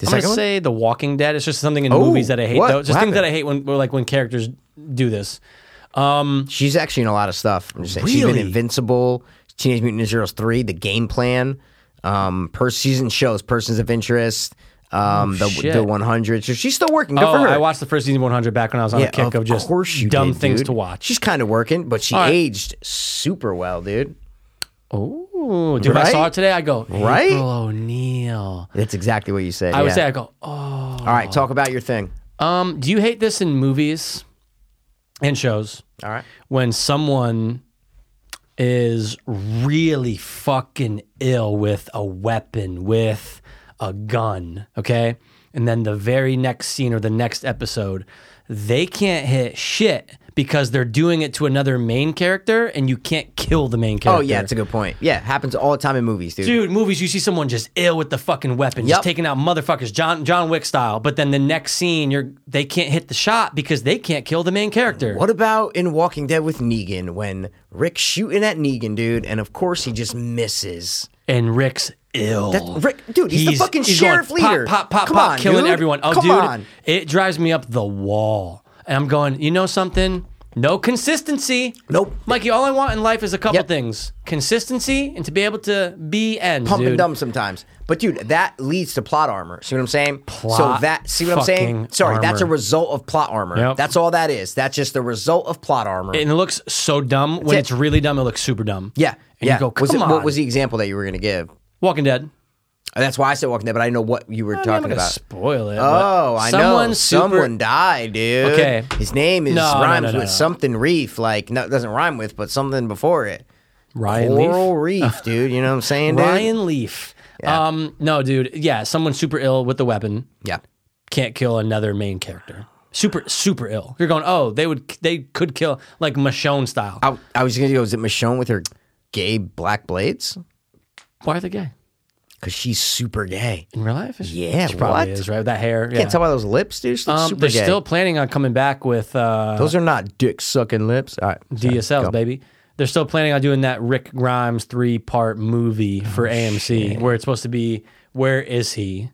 Speaker 3: I'm
Speaker 1: second
Speaker 3: gonna
Speaker 1: one?
Speaker 3: say The Walking Dead. It's just something in
Speaker 1: Oh,
Speaker 3: movies that I hate,
Speaker 1: what?
Speaker 3: though. Just
Speaker 1: What
Speaker 3: things that I
Speaker 1: happened?
Speaker 3: hate when, like, when characters do this.
Speaker 1: She's actually in a lot of stuff. I'm just saying. She's been
Speaker 3: Really?
Speaker 1: Invincible, Teenage Mutant Ninja Turtles 3, The Game Plan, um, per season shows, Persons of Interest, um, the,
Speaker 3: Oh, shit.
Speaker 1: the 100. So she's still working. Good
Speaker 3: oh,
Speaker 1: for her.
Speaker 3: I watched the first season 100 back when I was on a kick of, just
Speaker 1: course you
Speaker 3: dumb
Speaker 1: did,
Speaker 3: things
Speaker 1: dude.
Speaker 3: to watch.
Speaker 1: She's kind of working, but she
Speaker 3: right.
Speaker 1: aged super well, dude.
Speaker 3: Oh, dude, I
Speaker 1: Right?
Speaker 3: saw it today. I go,
Speaker 1: Right?
Speaker 3: April O'Neil.
Speaker 1: That's exactly what you said.
Speaker 3: I would
Speaker 1: yeah.
Speaker 3: say, I go, oh.
Speaker 1: All right, talk about your thing.
Speaker 3: Um, do you hate this in movies and shows
Speaker 1: All right.
Speaker 3: when someone is really fucking ill with a weapon, with a gun, okay? And then the very next scene or the next episode, they can't hit shit because they're doing it to another main character and you can't kill the
Speaker 1: Oh,
Speaker 3: main character.
Speaker 1: yeah, it's a good point. Yeah, happens all the time in movies, dude.
Speaker 3: Dude, movies you see someone just ill with the fucking weapon, just
Speaker 1: Yep.
Speaker 3: taking out motherfuckers, John John Wick style. But then the next scene, you're they can't hit the shot because they can't kill the main character.
Speaker 1: What about in Walking Dead with Negan when Rick's shooting at Negan, dude, and of course he just misses.
Speaker 3: And Rick's ill.
Speaker 1: That's- Rick- dude, he's the fucking sheriff
Speaker 3: going, pop,
Speaker 1: leader.
Speaker 3: Pop, pop,
Speaker 1: Come
Speaker 3: pop,
Speaker 1: on,
Speaker 3: killing
Speaker 1: dude.
Speaker 3: everyone. Oh,
Speaker 1: Come
Speaker 3: dude,
Speaker 1: on.
Speaker 3: it drives me up the wall. And I'm going, you know something? No consistency.
Speaker 1: Nope.
Speaker 3: Mikey, all I want in life is a couple
Speaker 1: Yep.
Speaker 3: things: consistency and to be able to be ends.
Speaker 1: Pump
Speaker 3: dude.
Speaker 1: and dumb sometimes. But dude, that leads to plot armor. See what I'm saying? so
Speaker 3: Plot
Speaker 1: that see what I'm saying?
Speaker 3: fucking
Speaker 1: Sorry, that's a
Speaker 3: armor.
Speaker 1: result of plot armor.
Speaker 3: Yep.
Speaker 1: That's all that is. That's just the result of plot armor.
Speaker 3: And it looks so dumb. when
Speaker 1: it.
Speaker 3: it's really dumb, it looks super dumb.
Speaker 1: yeah.
Speaker 3: And
Speaker 1: yeah.
Speaker 3: you go, come
Speaker 1: was it,
Speaker 3: on.
Speaker 1: What was the example that you were gonna give?
Speaker 3: Walking Dead.
Speaker 1: That's why I said Walking Dead, but I didn't know what you were
Speaker 3: I mean, I'm
Speaker 1: talking
Speaker 3: not gonna
Speaker 1: about.
Speaker 3: spoil it.
Speaker 1: Oh,
Speaker 3: but
Speaker 1: I
Speaker 3: someone
Speaker 1: know.
Speaker 3: Super,
Speaker 1: Someone died, dude.
Speaker 3: Okay.
Speaker 1: His name is
Speaker 3: No, no,
Speaker 1: rhymes
Speaker 3: no, no,
Speaker 1: with
Speaker 3: no.
Speaker 1: something reef. Like no, it doesn't rhyme with, but something before it.
Speaker 3: Ryan
Speaker 1: Coral
Speaker 3: Leaf. [LAUGHS]
Speaker 1: reef, dude. You know what I'm saying, dude?
Speaker 3: Ryan Leaf. Um, no, dude. Yeah, someone super ill with the weapon
Speaker 1: Yeah.
Speaker 3: can't kill another main character. Super, super ill. You're going. Oh, they would. They could kill like Michonne style.
Speaker 1: I, I was gonna go. Is it Michonne with her gay black blades?
Speaker 3: Why are they gay
Speaker 1: Because she's super gay.
Speaker 3: in real life? Is she-
Speaker 1: Yeah,
Speaker 3: she probably
Speaker 1: what?
Speaker 3: is right. With that hair. Yeah.
Speaker 1: Can't tell by those lips, dude. She looks
Speaker 3: um,
Speaker 1: super
Speaker 3: they're
Speaker 1: gay.
Speaker 3: still planning on coming back with uh,
Speaker 1: those are not dick sucking lips. All right. sorry,
Speaker 3: DSLs,
Speaker 1: go.
Speaker 3: baby. They're still planning on doing that Rick Grimes three part movie
Speaker 1: Oh,
Speaker 3: for AMC where it's supposed to be Where Is He?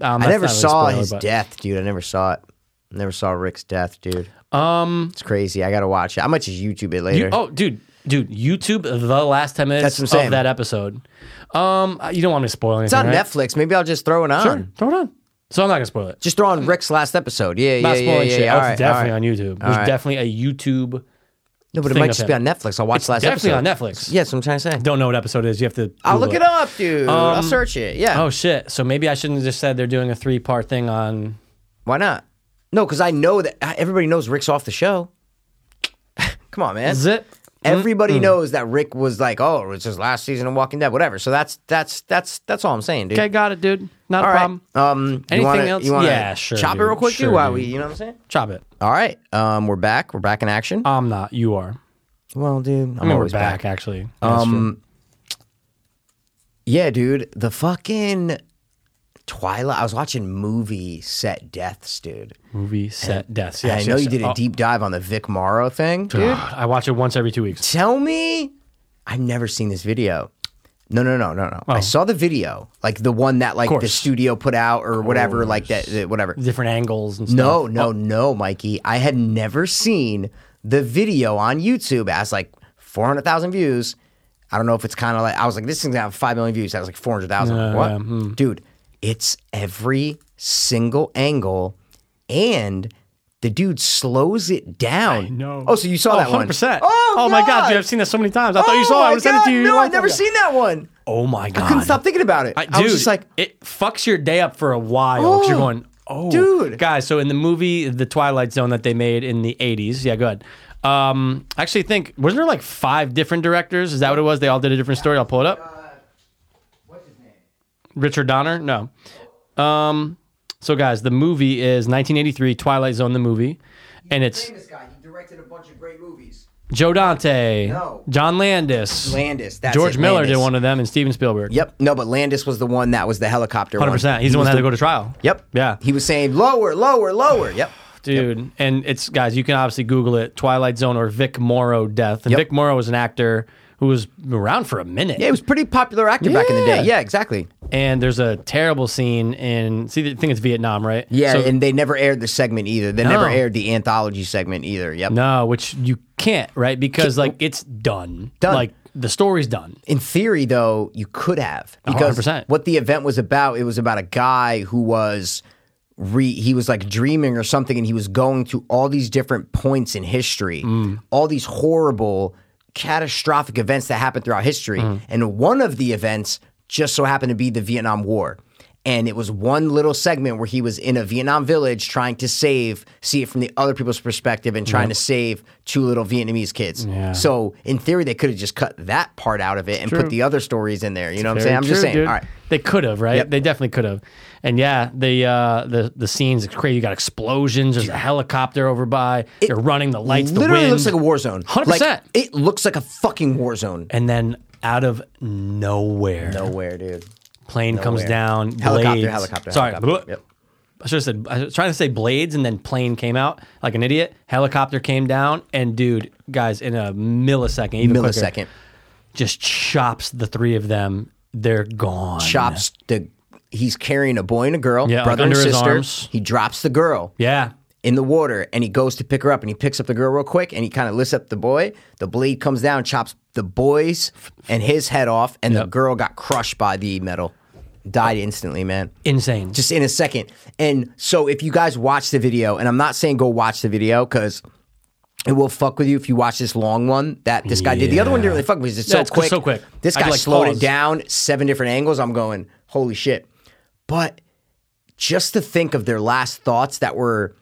Speaker 3: Um,
Speaker 1: I
Speaker 3: that's
Speaker 1: never
Speaker 3: not really a
Speaker 1: saw
Speaker 3: spoiler,
Speaker 1: his
Speaker 3: but-
Speaker 1: death, dude. I never saw it. I never saw Rick's death, dude. Um, it's crazy. I gotta watch it. I might just YouTube it later.
Speaker 3: You- oh, dude, dude, YouTube the last ten minutes
Speaker 1: That's what I'm saying.
Speaker 3: of that episode. Um, you don't want me to spoil anything.
Speaker 1: it's on
Speaker 3: right?
Speaker 1: Netflix. Maybe I'll just throw it on.
Speaker 3: Sure, throw it on. So I'm not gonna spoil it.
Speaker 1: Just throw on Rick's last episode. Yeah,
Speaker 3: Not
Speaker 1: yeah, yeah,
Speaker 3: spoiling
Speaker 1: yeah.
Speaker 3: shit.
Speaker 1: yeah.
Speaker 3: Oh,
Speaker 1: All right,
Speaker 3: it's definitely
Speaker 1: all
Speaker 3: on
Speaker 1: right.
Speaker 3: YouTube. There's
Speaker 1: right.
Speaker 3: definitely a YouTube.
Speaker 1: No, but it
Speaker 3: thing
Speaker 1: might
Speaker 3: of
Speaker 1: just
Speaker 3: him.
Speaker 1: be on Netflix. I'll watch
Speaker 3: It's
Speaker 1: last
Speaker 3: definitely
Speaker 1: episode.
Speaker 3: on Netflix.
Speaker 1: Yes, I'm trying to say.
Speaker 3: Don't know what episode it is. You have to.
Speaker 1: I'll
Speaker 3: Google
Speaker 1: look it up, dude. I'll
Speaker 3: Um,
Speaker 1: search it. Yeah.
Speaker 3: Oh shit! So maybe I shouldn't have just said they're doing a three part thing on.
Speaker 1: Why not? No, because I know that uh, everybody knows Rick's off the show. [LAUGHS] Come on, man.
Speaker 3: Is it?
Speaker 1: Everybody knows that Rick was like, oh, it was his last season of Walking Dead, whatever. So that's that's that's that's all I'm saying, dude.
Speaker 3: Okay, got it, dude. Not
Speaker 1: All
Speaker 3: a
Speaker 1: right.
Speaker 3: problem.
Speaker 1: Um, you
Speaker 3: Anything
Speaker 1: wanna,
Speaker 3: else?
Speaker 1: You wanna
Speaker 3: Yeah, sure,
Speaker 1: Chop it
Speaker 3: dude.
Speaker 1: real quick,
Speaker 3: Sure,
Speaker 1: dude. While
Speaker 3: dude.
Speaker 1: we, you know what I'm saying?
Speaker 3: Chop it.
Speaker 1: All right. Um, we're back. We're back in action.
Speaker 3: I'm not. You are.
Speaker 1: well, dude, I'm
Speaker 3: Uh, I mean, we're
Speaker 1: always
Speaker 3: back, actually.
Speaker 1: Um, yeah, dude, the fucking Twilight. I was watching movie set deaths, dude.
Speaker 3: movie set deaths.
Speaker 1: And
Speaker 3: Yes,
Speaker 1: I know
Speaker 3: yes,
Speaker 1: you did a
Speaker 3: oh,
Speaker 1: deep dive on the Vic Morrow thing, dude.
Speaker 3: God, I watch it once every two weeks.
Speaker 1: Tell me, I've never seen this video. No, no, no, no, no. I saw the video, like the one that like the
Speaker 3: Oh. course.
Speaker 1: studio put out or whatever, like that, that- whatever.
Speaker 3: Different angles and stuff.
Speaker 1: No, no, no, Mikey. I had never seen the video on YouTube. It has like 400,000 views. I don't know if it's kind of like, I was like, this thing's gonna have 5 million views. That was like 400,000.
Speaker 3: Yeah,
Speaker 1: what?
Speaker 3: yeah, hmm.
Speaker 1: Dude, it's every single angle and the dude slows it down.
Speaker 3: No.
Speaker 1: Oh, so you saw that one?
Speaker 3: 100%.
Speaker 1: Oh,
Speaker 3: my god, dude, I've seen that so many times. I thought you saw it. I would
Speaker 1: my
Speaker 3: send it
Speaker 1: God,
Speaker 3: to you.
Speaker 1: No,
Speaker 3: long
Speaker 1: I've never
Speaker 3: time ago.
Speaker 1: seen that one.
Speaker 3: Oh my god.
Speaker 1: I couldn't stop thinking about it.
Speaker 3: I,
Speaker 1: I,
Speaker 3: dude,
Speaker 1: was just like,
Speaker 3: it fucks your day up for a while. 'cause you're
Speaker 1: Oh,
Speaker 3: going, oh,
Speaker 1: dude.
Speaker 3: guys. So in the movie, The Twilight Zone that they made in the '80s, yeah, good. Um, I actually think wasn't there like five different directors? Is that what it was? They all did a different story. I'll pull it up. Richard Donner? No. Um, so guys, the movie is 1983, Twilight Zone the movie, and it's
Speaker 1: directed a bunch of great movies.
Speaker 3: Joe Dante,
Speaker 1: No.
Speaker 3: John Landis,
Speaker 1: Landis. That's
Speaker 3: George
Speaker 1: it,
Speaker 3: Miller
Speaker 1: Landis.
Speaker 3: did one of them, and Steven Spielberg.
Speaker 1: Yep. No, but Landis was the one that was the helicopter.
Speaker 3: hundred percent. He's the one that had to go to trial.
Speaker 1: Yep.
Speaker 3: Yeah.
Speaker 1: He was saying lower, lower, lower. Yep.
Speaker 3: dude. And it's guys, you can obviously Google it: Twilight Zone or Vic Morrow death. And
Speaker 1: Yep.
Speaker 3: Vic Morrow was an actor who was around for a minute.
Speaker 1: Yeah, he was a pretty popular actor back in the
Speaker 3: Yeah.
Speaker 1: day. Yeah, exactly.
Speaker 3: And there's a terrible scene in. See, I think it's Vietnam, right?
Speaker 1: Yeah,
Speaker 3: So-
Speaker 1: and they never aired the segment either. They never
Speaker 3: No.
Speaker 1: aired the anthology segment either. Yep.
Speaker 3: no, which you can't, right? Because like it's done.
Speaker 1: Done.
Speaker 3: Like the story's done.
Speaker 1: In theory, though, you could have because
Speaker 3: 100%.
Speaker 1: what the event was about. It was about a guy who was re, he was like dreaming or something, and he was going to all these different points in history,
Speaker 3: Mm.
Speaker 1: all these horrible, catastrophic events that happened throughout history,
Speaker 3: Mm.
Speaker 1: and one of the events just so happened to be the Vietnam War. And it was one little segment where he was in a Vietnam village trying to save, see it from the other people's perspective, and trying to save two little Vietnamese kids.
Speaker 3: Yeah.
Speaker 1: So in theory, they could have just cut that part out of it and
Speaker 3: True.
Speaker 1: put the other stories in there. You know what I'm
Speaker 3: Very
Speaker 1: saying? I'm just
Speaker 3: true,
Speaker 1: saying.
Speaker 3: dude.
Speaker 1: All right.
Speaker 3: They could have, right?
Speaker 1: Yep.
Speaker 3: They definitely could have. And yeah, the uh, the the scenes it's crazy. You got explosions. There's a helicopter over by. They're running the lights. the
Speaker 1: Literally
Speaker 3: wind.
Speaker 1: looks like a war zone.
Speaker 3: 100%.
Speaker 1: Like, it looks like a fucking war zone.
Speaker 3: and then out of nowhere,
Speaker 1: Nowhere, dude.
Speaker 3: plane comes down.
Speaker 1: Helicopter,
Speaker 3: blades.
Speaker 1: helicopter,
Speaker 3: Sorry,
Speaker 1: helicopter.
Speaker 3: bleh.
Speaker 1: Yep.
Speaker 3: I should have said. I was trying to say blades, and then plane came out like an idiot. Helicopter came down, and dude, guys, in a millisecond, even quicker,
Speaker 1: Millisecond.
Speaker 3: just chops the three of them. They're gone.
Speaker 1: Chops the. He's carrying a boy and a girl,
Speaker 3: Yeah, like
Speaker 1: brother and
Speaker 3: under his
Speaker 1: sister.
Speaker 3: arms.
Speaker 1: He drops the girl
Speaker 3: Yeah.
Speaker 1: in the water and he goes to pick her up and he picks up the girl real quick and he kind of lifts up the boy. The blade comes down, chops the boy's and his head off, and the
Speaker 3: Yep.
Speaker 1: girl got crushed by the metal. Died instantly, man.
Speaker 3: Insane.
Speaker 1: just in a second. And so if you guys watch the video, and I'm not saying go watch the video because it will fuck with you if you watch this long one that this guy did. The other one didn't really fuck because it's
Speaker 3: Yeah,
Speaker 1: so
Speaker 3: it's
Speaker 1: quick.
Speaker 3: so quick.
Speaker 1: This
Speaker 3: I could,
Speaker 1: guy
Speaker 3: like,
Speaker 1: slowed
Speaker 3: pause.
Speaker 1: it down seven different angles. I'm going, holy shit. But just to think of their last thoughts that were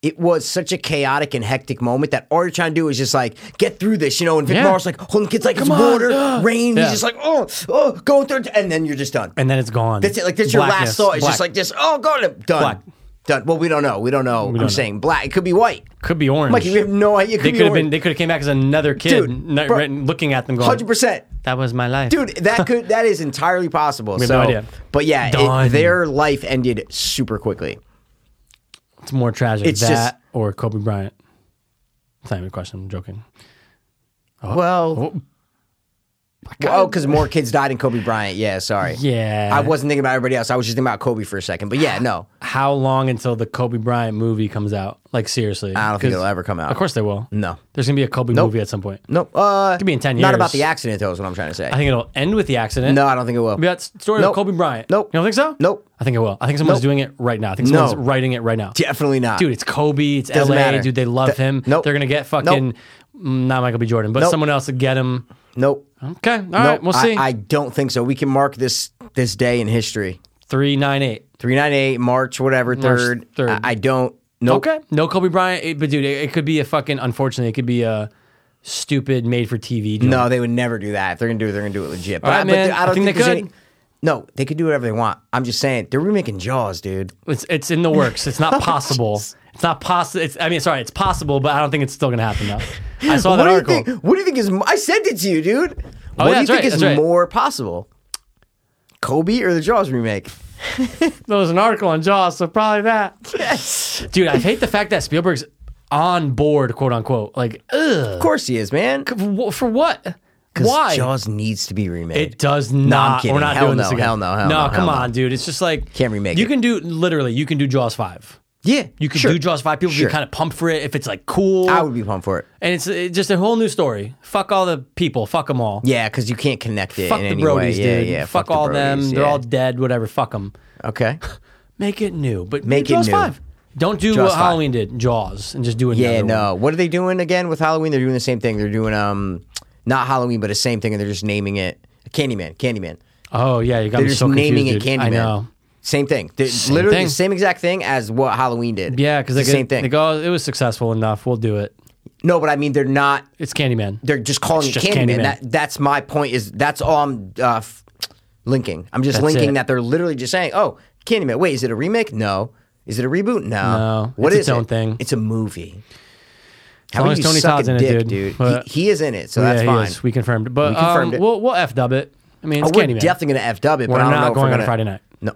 Speaker 1: it was such a chaotic and hectic moment that all you're trying to do is just like get through this, you know. And Vic
Speaker 3: Yeah.
Speaker 1: Morrow's like holding kids like it's
Speaker 3: on, [GASPS]
Speaker 1: water,
Speaker 3: yeah.
Speaker 1: rain.
Speaker 3: Yeah.
Speaker 1: He's just like, oh, oh, going through, it," and then you're just done.
Speaker 3: and then it's gone.
Speaker 1: That's it. Like that's your
Speaker 3: Blackness.
Speaker 1: last thought. It's
Speaker 3: Black.
Speaker 1: just like this. Oh, go to done.
Speaker 3: Black.
Speaker 1: Done. Well, we don't know. We don't know. I'm saying black. It could be white.
Speaker 3: could be orange.
Speaker 1: Mike, you have no idea. It could
Speaker 3: they
Speaker 1: be
Speaker 3: could have been.
Speaker 1: orange.
Speaker 3: They could have came back as another kid,
Speaker 1: Dude,
Speaker 3: not-
Speaker 1: bro.
Speaker 3: right, looking at them, going,
Speaker 1: Hundred percent,
Speaker 3: "That was my life,
Speaker 1: dude.
Speaker 3: [LAUGHS]
Speaker 1: That could. that is entirely possible.
Speaker 3: have
Speaker 1: so,
Speaker 3: no idea.
Speaker 1: But yeah,
Speaker 3: Done.
Speaker 1: it, their life ended super quickly.
Speaker 3: It's more tragic
Speaker 1: It's
Speaker 3: that
Speaker 1: just-
Speaker 3: or Kobe Bryant. It's not even a question. I'm joking. Oh.
Speaker 1: Well, oh, because more kids died than Kobe Bryant. Yeah, sorry.
Speaker 3: Yeah.
Speaker 1: I wasn't thinking about everybody else. I was just thinking about Kobe for a second. But yeah, no,
Speaker 3: How long until the Kobe Bryant movie comes out? Like seriously,
Speaker 1: I don't think
Speaker 3: 'Cause-
Speaker 1: it'll ever come out.
Speaker 3: Of course they will.
Speaker 1: No.
Speaker 3: there's gonna be a Kobe movie at some point.
Speaker 1: Nope. Uh,
Speaker 3: Could be in 10
Speaker 1: Not
Speaker 3: years.
Speaker 1: about the accident, though. Is what I'm trying to say.
Speaker 3: I think it'll end with the accident.
Speaker 1: no, I don't think it will.
Speaker 3: It'll be that story
Speaker 1: Nope.
Speaker 3: of Kobe Bryant.
Speaker 1: Nope.
Speaker 3: You don't think so?
Speaker 1: Nope.
Speaker 3: I think it will. I think someone's
Speaker 1: Nope.
Speaker 3: doing it right now. I think
Speaker 1: No.
Speaker 3: someone's writing it right now.
Speaker 1: Definitely not,
Speaker 3: Dude, it's Kobe. It's
Speaker 1: Doesn't
Speaker 3: LA.
Speaker 1: matter.
Speaker 3: Dude, they love
Speaker 1: Th-
Speaker 3: him.
Speaker 1: nope.
Speaker 3: They're gonna get fucking mm, not Michael B. Jordan, but
Speaker 1: Nope.
Speaker 3: someone else to get him.
Speaker 1: Nope.
Speaker 3: Okay. all
Speaker 1: Nope,
Speaker 3: We'll
Speaker 1: I-
Speaker 3: see.
Speaker 1: I, don't think so. We can mark this this day in history.
Speaker 3: Three nine eight.
Speaker 1: Three nine eight March whatever third.
Speaker 3: 3rd.
Speaker 1: I, I don't. Nope.
Speaker 3: Okay. No Kobe Bryant, it- but dude, it, it could be a fucking. Unfortunately, it could be a stupid made for TV. joke.
Speaker 1: No, they would never do that. If they're gonna do it, they're gonna do it legit. But,
Speaker 3: right,
Speaker 1: I, but
Speaker 3: man.
Speaker 1: I don't
Speaker 3: I think they
Speaker 1: there's
Speaker 3: could.
Speaker 1: any- no, they could do whatever they want. I'm just saying they're remaking Jaws, dude.
Speaker 3: it's it's in the works.
Speaker 1: [LAUGHS]
Speaker 3: It's
Speaker 1: Oh,
Speaker 3: not possible. it's not possible. It's I mean, sorry, it's possible, but I don't think it's still gonna
Speaker 1: [LAUGHS]
Speaker 3: happen though. I saw
Speaker 1: what
Speaker 3: that
Speaker 1: do
Speaker 3: article.
Speaker 1: you think? What do you think is? mo- I sent it to you, dude.
Speaker 3: Oh,
Speaker 1: what
Speaker 3: yeah,
Speaker 1: do you
Speaker 3: that's
Speaker 1: think
Speaker 3: right,
Speaker 1: is
Speaker 3: that's right.
Speaker 1: more possible? Kobe or the Jaws remake?
Speaker 3: There was an article on Jaws, so probably that.
Speaker 1: Yes,
Speaker 3: Dude, I hate the fact that Spielberg's on board, quote unquote. Like, ugh,
Speaker 1: of course he is, man.
Speaker 3: for, for what?
Speaker 1: 'Cause
Speaker 3: Why?
Speaker 1: Jaws needs to be remade?
Speaker 3: It does
Speaker 1: I'm
Speaker 3: not.
Speaker 1: kidding.
Speaker 3: We're not
Speaker 1: Hell
Speaker 3: doing
Speaker 1: no,
Speaker 3: this again.
Speaker 1: hell no, hell no, hell
Speaker 3: come
Speaker 1: no.
Speaker 3: on, dude. It's just like
Speaker 1: Can't remake
Speaker 3: You
Speaker 1: it.
Speaker 3: can do literally. You can do Jaws five.
Speaker 1: yeah,
Speaker 3: You could
Speaker 1: sure.
Speaker 3: do Jaws Five. People
Speaker 1: Sure.
Speaker 3: be kind of pumped for it if it's like cool.
Speaker 1: I would be pumped for it.
Speaker 3: and it's uh, just a whole new story. Fuck all the people. Fuck them all.
Speaker 1: Yeah, because you can't connect it
Speaker 3: fuck
Speaker 1: in
Speaker 3: the
Speaker 1: any
Speaker 3: Brodies,
Speaker 1: way. Yeah,
Speaker 3: dude.
Speaker 1: yeah.
Speaker 3: fuck,
Speaker 1: the
Speaker 3: all them.
Speaker 1: Brodies,
Speaker 3: They're
Speaker 1: yeah.
Speaker 3: all dead. Whatever. Fuck them. [LAUGHS]
Speaker 1: okay.
Speaker 3: Make it new, but do
Speaker 1: Make it
Speaker 3: Jaws
Speaker 1: new.
Speaker 3: Five. Don't do
Speaker 1: Jaws
Speaker 3: what
Speaker 1: 5.
Speaker 3: Halloween did. Jaws and just do another.
Speaker 1: Yeah,
Speaker 3: one.
Speaker 1: no. What are they doing again with Halloween? They're doing the same thing. They're doing um, not Halloween, but the same thing, and they're just naming it Candyman. Candyman.
Speaker 3: Oh yeah, you got
Speaker 1: They're
Speaker 3: me
Speaker 1: just
Speaker 3: so confused,
Speaker 1: naming it
Speaker 3: dude.
Speaker 1: Candyman.
Speaker 3: I know.
Speaker 1: Same thing. They're literally
Speaker 3: thing.
Speaker 1: the same exact thing as what Halloween did.
Speaker 3: Yeah, because
Speaker 1: It's the same thing.
Speaker 3: They go, "Oh, it was successful enough. We'll do it.
Speaker 1: no, but I mean, they're not.
Speaker 3: It's Candyman.
Speaker 1: They're just calling
Speaker 3: It's
Speaker 1: it
Speaker 3: just
Speaker 1: Candyman.
Speaker 3: Candyman.
Speaker 1: That, that's my point. Is that's all I'm uh, f- linking. I'm just
Speaker 3: That's
Speaker 1: linking
Speaker 3: it.
Speaker 1: that they're literally just saying, "Oh, Candyman." Wait, is it a remake? No. Is it a reboot? No.
Speaker 3: No.
Speaker 1: What
Speaker 3: It's
Speaker 1: is
Speaker 3: its own
Speaker 1: it?
Speaker 3: thing.
Speaker 1: It's a movie. How
Speaker 3: long
Speaker 1: about
Speaker 3: as
Speaker 1: you
Speaker 3: Tony
Speaker 1: suck
Speaker 3: Todd's
Speaker 1: a
Speaker 3: in it,
Speaker 1: dick,
Speaker 3: dude. But-
Speaker 1: He, he is in it, so
Speaker 3: Yeah,
Speaker 1: that's
Speaker 3: he
Speaker 1: fine.
Speaker 3: is. We confirmed. But
Speaker 1: We confirmed
Speaker 3: um,
Speaker 1: it.
Speaker 3: We'll, we'll F dub it. I mean,
Speaker 1: Oh,
Speaker 3: it's
Speaker 1: we're
Speaker 3: Candyman.
Speaker 1: definitely gonna f dub it.
Speaker 3: We're
Speaker 1: but I don't know
Speaker 3: not
Speaker 1: if we're
Speaker 3: going on
Speaker 1: gonna-
Speaker 3: Friday night.
Speaker 1: No,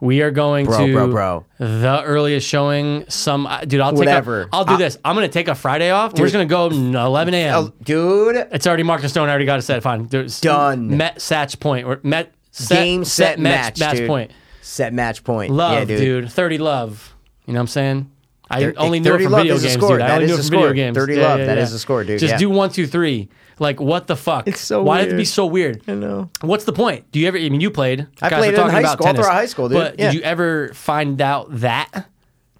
Speaker 3: We are going
Speaker 1: Bro,
Speaker 3: to
Speaker 1: bro, bro.
Speaker 3: the earliest showing. Some uh, dude, I'll take
Speaker 1: Whatever.
Speaker 3: A, I'll do
Speaker 1: I-
Speaker 3: this. I'm gonna take a Friday off. We're just gonna go 11 a.m.
Speaker 1: Oh, dude.
Speaker 3: It's already marked in stone. I already got it set. Fine. There's
Speaker 1: Done.
Speaker 3: Met Satch point. Or Met set,
Speaker 1: Game set, match,
Speaker 3: match
Speaker 1: dude.
Speaker 3: point.
Speaker 1: Set match point.
Speaker 3: Love,
Speaker 1: yeah,
Speaker 3: dude. 30 love. You know what I'm saying? I
Speaker 1: Thir-
Speaker 3: only knew it
Speaker 1: 30
Speaker 3: from
Speaker 1: love
Speaker 3: video
Speaker 1: is a
Speaker 3: games,
Speaker 1: score.
Speaker 3: dude. I
Speaker 1: That
Speaker 3: only
Speaker 1: is
Speaker 3: knew it
Speaker 1: a
Speaker 3: from
Speaker 1: score.
Speaker 3: video games.
Speaker 1: 30 love, that is a score, dude.
Speaker 3: Just
Speaker 1: Yeah.
Speaker 3: do one, two, three. Like, what the fuck?
Speaker 1: It's so
Speaker 3: Why did it
Speaker 1: weird.
Speaker 3: be so weird?
Speaker 1: I know.
Speaker 3: What's the point? Do you ever? I mean, you played.
Speaker 1: I played
Speaker 3: Guys were
Speaker 1: it in
Speaker 3: talking
Speaker 1: high
Speaker 3: about
Speaker 1: school, all throughout
Speaker 3: tennis.
Speaker 1: high school, dude.
Speaker 3: But
Speaker 1: Yeah.
Speaker 3: did you ever find out that?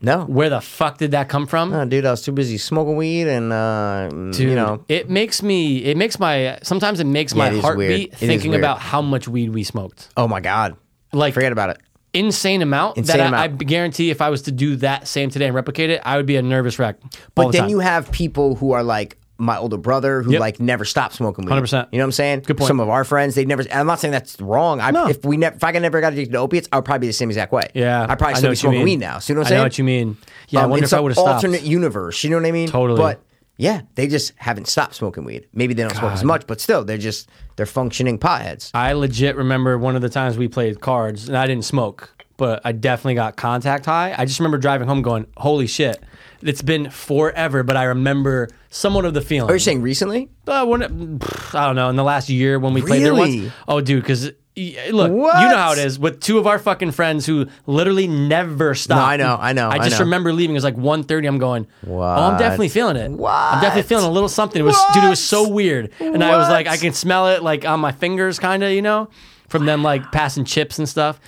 Speaker 1: No.
Speaker 3: Where the fuck did that come from?
Speaker 1: No, dude, I was too busy smoking weed and uh, mm,
Speaker 3: Dude,
Speaker 1: you know.
Speaker 3: it makes me. It makes my. Sometimes it makes my
Speaker 1: it is
Speaker 3: heart
Speaker 1: weird.
Speaker 3: beat
Speaker 1: It is
Speaker 3: thinking
Speaker 1: weird.
Speaker 3: about how much weed we smoked.
Speaker 1: Oh my god,
Speaker 3: Like
Speaker 1: forget about it.
Speaker 3: insane amount
Speaker 1: Insane
Speaker 3: that I, I
Speaker 1: amount.
Speaker 3: guarantee if I was to do that same today and replicate it, I would be a nervous wreck. all
Speaker 1: But
Speaker 3: the
Speaker 1: then
Speaker 3: time.
Speaker 1: you have people who are like my older brother who
Speaker 3: Yep.
Speaker 1: like never stopped smoking weed.
Speaker 3: 100%.
Speaker 1: You know what I'm saying?
Speaker 3: Good point.
Speaker 1: Some of our friends they never. And I'm not saying that's wrong. I,
Speaker 3: No.
Speaker 1: If we never, if I could never got addicted to opiates, I would probably be the same exact way.
Speaker 3: yeah,
Speaker 1: I probably
Speaker 3: know
Speaker 1: still be
Speaker 3: what you
Speaker 1: smoking
Speaker 3: mean.
Speaker 1: weed now. See what I'm
Speaker 3: I
Speaker 1: saying?
Speaker 3: know what you mean. Yeah, I
Speaker 1: Um,
Speaker 3: wonder
Speaker 1: it's
Speaker 3: if I
Speaker 1: an
Speaker 3: would have stopped.
Speaker 1: Alternate universe. You know what I mean?
Speaker 3: Totally.
Speaker 1: But yeah, they just haven't stopped smoking weed. Maybe they don't smoke as much, but still, they're just they're functioning potheads.
Speaker 3: I legit remember one of the times we played cards and I didn't smoke, but I definitely got contact high. I just remember driving home going, "Holy shit, it's been forever," but I remember somewhat of the feeling.
Speaker 1: Are you saying recently?
Speaker 3: Uh, when, pff, I don't know. In the last year when we played there once.
Speaker 1: Really?
Speaker 3: Oh, dude, because look, you
Speaker 1: What?
Speaker 3: know how it is with two of our fucking friends who literally never stop.
Speaker 1: I know, I know,
Speaker 3: I
Speaker 1: I
Speaker 3: just
Speaker 1: know.
Speaker 3: remember leaving. It was like 1.30. I'm going. Oh, I'm definitely feeling it. I'm definitely
Speaker 1: What?
Speaker 3: feeling a little something. It was, dude. It was so weird. And I was like, I
Speaker 1: What?
Speaker 3: can smell it, like on my fingers, kind of, you know, from them like passing chips and stuff.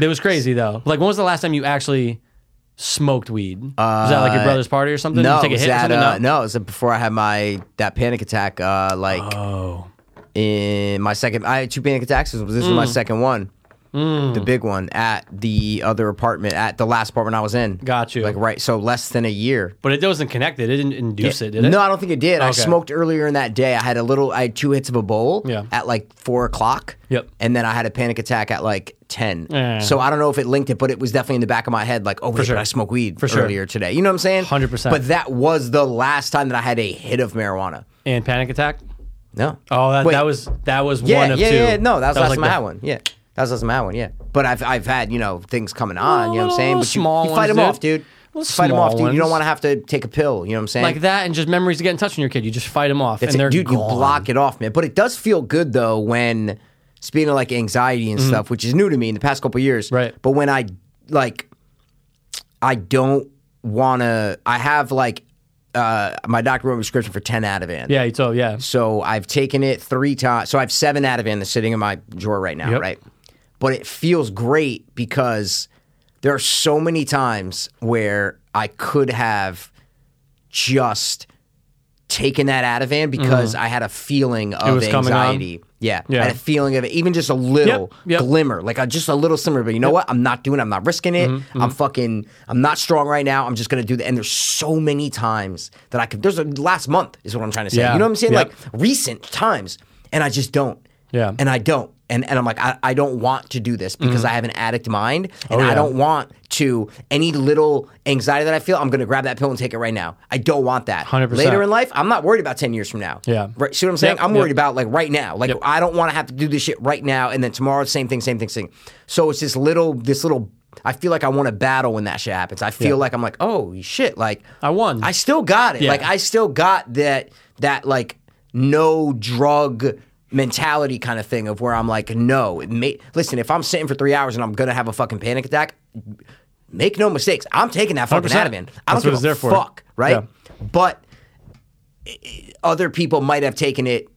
Speaker 3: It was crazy though. Like, when was the last time you actually? Smoked weed. was that like your brother's party or something?
Speaker 1: Uh, No,
Speaker 3: you take
Speaker 1: it
Speaker 3: a
Speaker 1: was
Speaker 3: hit or
Speaker 1: that,
Speaker 3: something?
Speaker 1: uh, no, it was before I had my that panic attack. Uh, like
Speaker 3: Oh.
Speaker 1: in my second, I had two panic attacks. This was
Speaker 3: Mm.
Speaker 1: my second one, the big one at the other apartment, at the last apartment I was in.
Speaker 3: Got you.
Speaker 1: Like right, so less than a year.
Speaker 3: But it wasn't connected. It didn't induce it, did it?
Speaker 1: No, I don't think it did. I
Speaker 3: Okay.
Speaker 1: smoked earlier in that day. I had a little, I had two hits of a bowl
Speaker 3: Yeah.
Speaker 1: at like four o'clock.
Speaker 3: Yep.
Speaker 1: And then I had a panic attack at like 10.
Speaker 3: Yeah.
Speaker 1: So I don't know if it linked it, but it was definitely in the back of my head like, oh, wait,
Speaker 3: sure.
Speaker 1: but I smoked weed
Speaker 3: sure.
Speaker 1: earlier today. You know what I'm saying?
Speaker 3: 100%.
Speaker 1: But that was the last time that I had a hit of marijuana.
Speaker 3: And panic attack.
Speaker 1: No.
Speaker 3: Oh, that,
Speaker 1: Wait.
Speaker 3: that was that was
Speaker 1: yeah,
Speaker 3: one of
Speaker 1: yeah,
Speaker 3: two.
Speaker 1: Yeah, no, that was last
Speaker 3: like
Speaker 1: time I
Speaker 3: the-
Speaker 1: had one. Yeah. That was last time I had one, yeah. But I've, I've had, you know, things coming on, you know what I'm saying?
Speaker 3: Little
Speaker 1: But you,
Speaker 3: small
Speaker 1: you fight
Speaker 3: ones,
Speaker 1: them
Speaker 3: dude.
Speaker 1: off, dude.
Speaker 3: Little
Speaker 1: Fight them
Speaker 3: small
Speaker 1: off, dude. You
Speaker 3: ones.
Speaker 1: don't want to have to take a pill. You know what I'm saying?
Speaker 3: like that, and just memories to get in touch when you're a kid. You just fight them off,
Speaker 1: That's
Speaker 3: and they're
Speaker 1: it, dude.
Speaker 3: gone.
Speaker 1: You block it off, man. But it does feel good though when speaking of like anxiety and stuff, which is new to me in the past couple years.
Speaker 3: Mm-hmm. Right.
Speaker 1: But when I like, I don't want to. I have like, uh, my doctor wrote me a prescription for ten Ativan.
Speaker 3: Yeah, you told. Yeah,
Speaker 1: So I've taken it three times. So I have seven Ativan that's sitting in my drawer right now,
Speaker 3: Yep.
Speaker 1: right? But it feels great because there are so many times where I could have just taken that Ativan because I had a feeling of
Speaker 3: Mm-hmm. was coming on?
Speaker 1: anxiety. Yeah,
Speaker 3: Yeah.
Speaker 1: I had a feeling of it, even just a little
Speaker 3: Yep, yep.
Speaker 1: glimmer, like a, just a little simmer. But you know what? I'm not doing. it. I'm not risking it.
Speaker 3: Mm-hmm,
Speaker 1: I'm fucking. I'm not strong right now. I'm just gonna do that. And there's so many times that I could. There's a last month is what I'm trying to say.
Speaker 3: Yeah,
Speaker 1: You know what I'm saying?
Speaker 3: yep.
Speaker 1: Like recent times, and I just don't.
Speaker 3: Yeah. Mm-hmm.
Speaker 1: And I don't. And, and I'm like, I, I don't want to do this because I have an addict mind and
Speaker 3: Oh, yeah.
Speaker 1: I don't want to any little anxiety that I feel, I'm gonna grab that pill and take it right now. I don't want that.
Speaker 3: 100%.
Speaker 1: Later in life, I'm not worried about ten years from now.
Speaker 3: Yeah.
Speaker 1: Right. See what I'm saying?
Speaker 3: Yep,
Speaker 1: I'm worried
Speaker 3: yep.
Speaker 1: about like right now. Like
Speaker 3: Yep.
Speaker 1: I don't want to have to do this shit right now and then tomorrow, same thing, same thing, same. So it's this little this little I feel like I want to battle when that shit happens. I feel like I'm like, oh shit, like
Speaker 3: I won.
Speaker 1: I still got it.
Speaker 3: Yeah.
Speaker 1: Like I still got that that like no drug mentality kind of thing of where I'm like, no, it may listen, if I'm sitting for three hours and I'm gonna have a fucking panic attack, make no mistakes. I'm taking that fucking
Speaker 3: 100%.
Speaker 1: Ativan. I
Speaker 3: That's
Speaker 1: don't
Speaker 3: what
Speaker 1: give
Speaker 3: it's
Speaker 1: a
Speaker 3: there for.
Speaker 1: fuck, right?
Speaker 3: Yeah.
Speaker 1: But i- i- other people might have taken it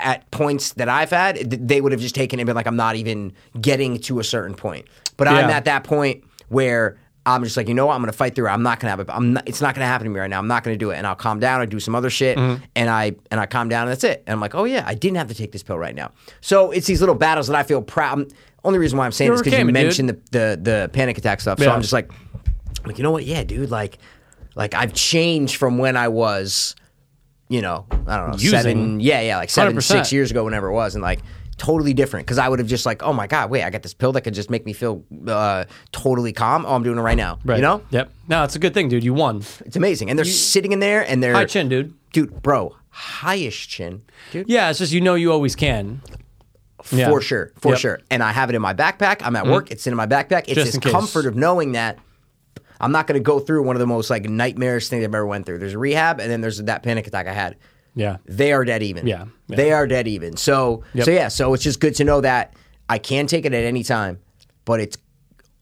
Speaker 1: at points that I've had, th- they would have just taken it and been like, I'm not even getting to a certain point. But I'm
Speaker 3: Yeah.
Speaker 1: at that point where I'm just like, you know what? I'm going to fight through it. I'm not going to have it. I'm not, it's not going to happen to me right now. I'm not going to do it. And I'll calm down. I do some other shit
Speaker 3: Mm-hmm.
Speaker 1: and I, and I calm down and that's it. And I'm like, oh yeah, I didn't have to take this pill right now. So it's these little battles that I feel proud. I'm- Only reason why I'm saying
Speaker 3: You
Speaker 1: this because
Speaker 3: overcame
Speaker 1: you
Speaker 3: it, dude.
Speaker 1: mentioned the, the, the panic attack stuff. So
Speaker 3: Yeah.
Speaker 1: I'm just like, I'm like, you know what? Yeah, dude. Like, like I've changed from when I was, you know, I don't know,
Speaker 3: Using.
Speaker 1: seven, yeah, yeah, like seven,
Speaker 3: 100%.
Speaker 1: six years ago, whenever it was, and like totally different because I would have just like, oh my god, wait, I got this pill that could just make me feel uh, totally calm. Oh, I'm doing it right now. You know,
Speaker 3: Yep. No, it's a good thing, dude. You won.
Speaker 1: it's amazing. And they're sitting in there and they're
Speaker 3: High chin, dude.
Speaker 1: dude, bro, highest chin, dude,
Speaker 3: Yeah, it's just you know you always can. Yeah.
Speaker 1: for sure, for
Speaker 3: Yep. Mm-hmm.
Speaker 1: sure. And I have it in my backpack. I'm at work. It's in my backpack. It's
Speaker 3: Just
Speaker 1: this
Speaker 3: in case.
Speaker 1: comfort of knowing that. I'm not going to go through one of the most like nightmarish things I've ever went through. There's rehab, and then there's that panic attack I had.
Speaker 3: Yeah.
Speaker 1: they are dead even.
Speaker 3: Yeah, yeah.
Speaker 1: They are dead even. So
Speaker 3: Yep.
Speaker 1: so yeah, so it's just good to know that I can take it at any time, but it's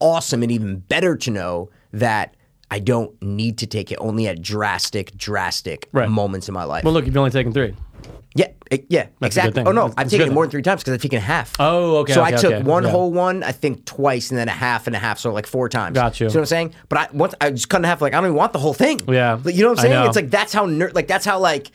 Speaker 1: awesome and even better to know that I don't need to take it only at drastic, drastic
Speaker 3: Right.
Speaker 1: moments in my life.
Speaker 3: Well, look, you've only taken three.
Speaker 1: yeah, it- yeah,
Speaker 3: a good
Speaker 1: exactly.
Speaker 3: thing.
Speaker 1: Oh no,
Speaker 3: That's-
Speaker 1: I've
Speaker 3: that's a
Speaker 1: taken
Speaker 3: good
Speaker 1: it more
Speaker 3: thing.
Speaker 1: than three times because I've taken half.
Speaker 3: Oh, okay,
Speaker 1: So
Speaker 3: okay,
Speaker 1: I took
Speaker 3: okay,
Speaker 1: one
Speaker 3: yeah.
Speaker 1: whole one, I think twice, and then a half and a half, so like four times.
Speaker 3: Got you.
Speaker 1: See what I'm saying? But I once I just cut in half, like I don't even want the whole thing.
Speaker 3: Yeah,
Speaker 1: Like, you know what I'm
Speaker 3: I
Speaker 1: saying?
Speaker 3: know.
Speaker 1: It's like that's how ner- like that's how like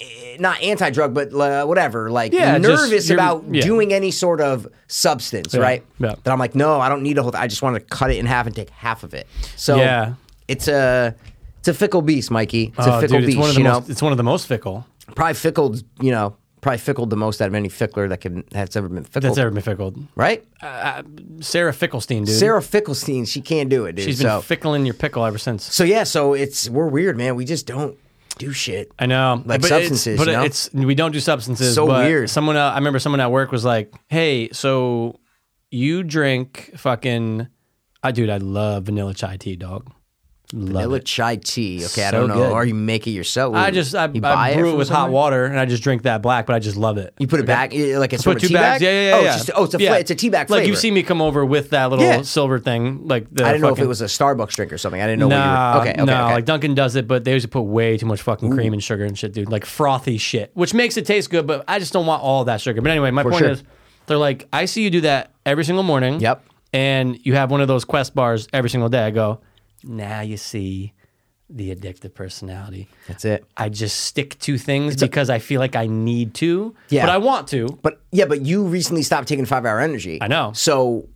Speaker 1: eh, not anti-drug, but uh, whatever. Like
Speaker 3: Yeah, just
Speaker 1: nervous
Speaker 3: you're-
Speaker 1: about
Speaker 3: yeah.
Speaker 1: doing any sort of substance, right?
Speaker 3: yeah.
Speaker 1: That I'm like, no, I don't need a whole. Th- I just want to cut it in half and take half of it. So
Speaker 3: Yeah.
Speaker 1: it's a it's a fickle beast, Mikey. It's a
Speaker 3: Oh,
Speaker 1: fickle
Speaker 3: dude,
Speaker 1: beast.
Speaker 3: it's one of the
Speaker 1: you know?
Speaker 3: most. It's one of the most fickle
Speaker 1: probably fickled, you know, probably fickled the most out of any fickler that can that's ever been fickled.
Speaker 3: that's ever been fickled.
Speaker 1: right?
Speaker 3: Sarah Ficklestein, dude.
Speaker 1: Sarah Ficklestein, she can't do it, dude.
Speaker 3: she's been
Speaker 1: so,
Speaker 3: fickling your pickle ever since.
Speaker 1: so yeah, so it's we're weird, man. We just don't do shit.
Speaker 3: I know,
Speaker 1: Like
Speaker 3: but
Speaker 1: substances,
Speaker 3: It's, but
Speaker 1: you know?
Speaker 3: it's we don't do substances.
Speaker 1: So
Speaker 3: but
Speaker 1: weird.
Speaker 3: Someone, uh, I remember someone at work was like, "Hey, so you drink fucking? I dude, I love vanilla chai tea, dog. Love
Speaker 1: Vanilla
Speaker 3: it.
Speaker 1: chai tea. Okay, I
Speaker 3: So
Speaker 1: don't know.
Speaker 3: good.
Speaker 1: Or you make it yourself.
Speaker 3: I just I,
Speaker 1: you
Speaker 3: I brew it,
Speaker 1: from
Speaker 3: with hot
Speaker 1: somewhere?
Speaker 3: water and I just drink that black, but I just love it.
Speaker 1: You put it back eh, like it's from
Speaker 3: put
Speaker 1: a
Speaker 3: two
Speaker 1: tea
Speaker 3: bags.
Speaker 1: bag?
Speaker 3: Yeah, yeah, yeah.
Speaker 1: Oh,
Speaker 3: yeah.
Speaker 1: it's, just, oh, it's a fla-
Speaker 3: Yeah.
Speaker 1: it's a tea bag
Speaker 3: Like
Speaker 1: flavor.
Speaker 3: you've seen me come over with that little
Speaker 1: Yeah.
Speaker 3: silver thing. Like the
Speaker 1: I didn't know if
Speaker 3: fucking-
Speaker 1: it was a Starbucks drink or something. I didn't know.
Speaker 3: Nah,
Speaker 1: what you were, okay, okay,
Speaker 3: nah,
Speaker 1: okay.
Speaker 3: like Duncan does it, but they usually put way too much fucking cream and sugar and shit, dude. Like frothy shit, which makes it taste good, but I just don't want all that sugar. But anyway, my point
Speaker 1: sure.
Speaker 3: is, they're like, I see you do that every single morning.
Speaker 1: Yep.
Speaker 3: And you have one of those Quest bars every single day. I go, now you see the addictive personality.
Speaker 1: That's it.
Speaker 3: I just stick to things because I feel like I need to,
Speaker 1: Yeah.
Speaker 3: but I want to.
Speaker 1: But yeah, but you recently stopped taking five hour energy.
Speaker 3: I know.
Speaker 1: So,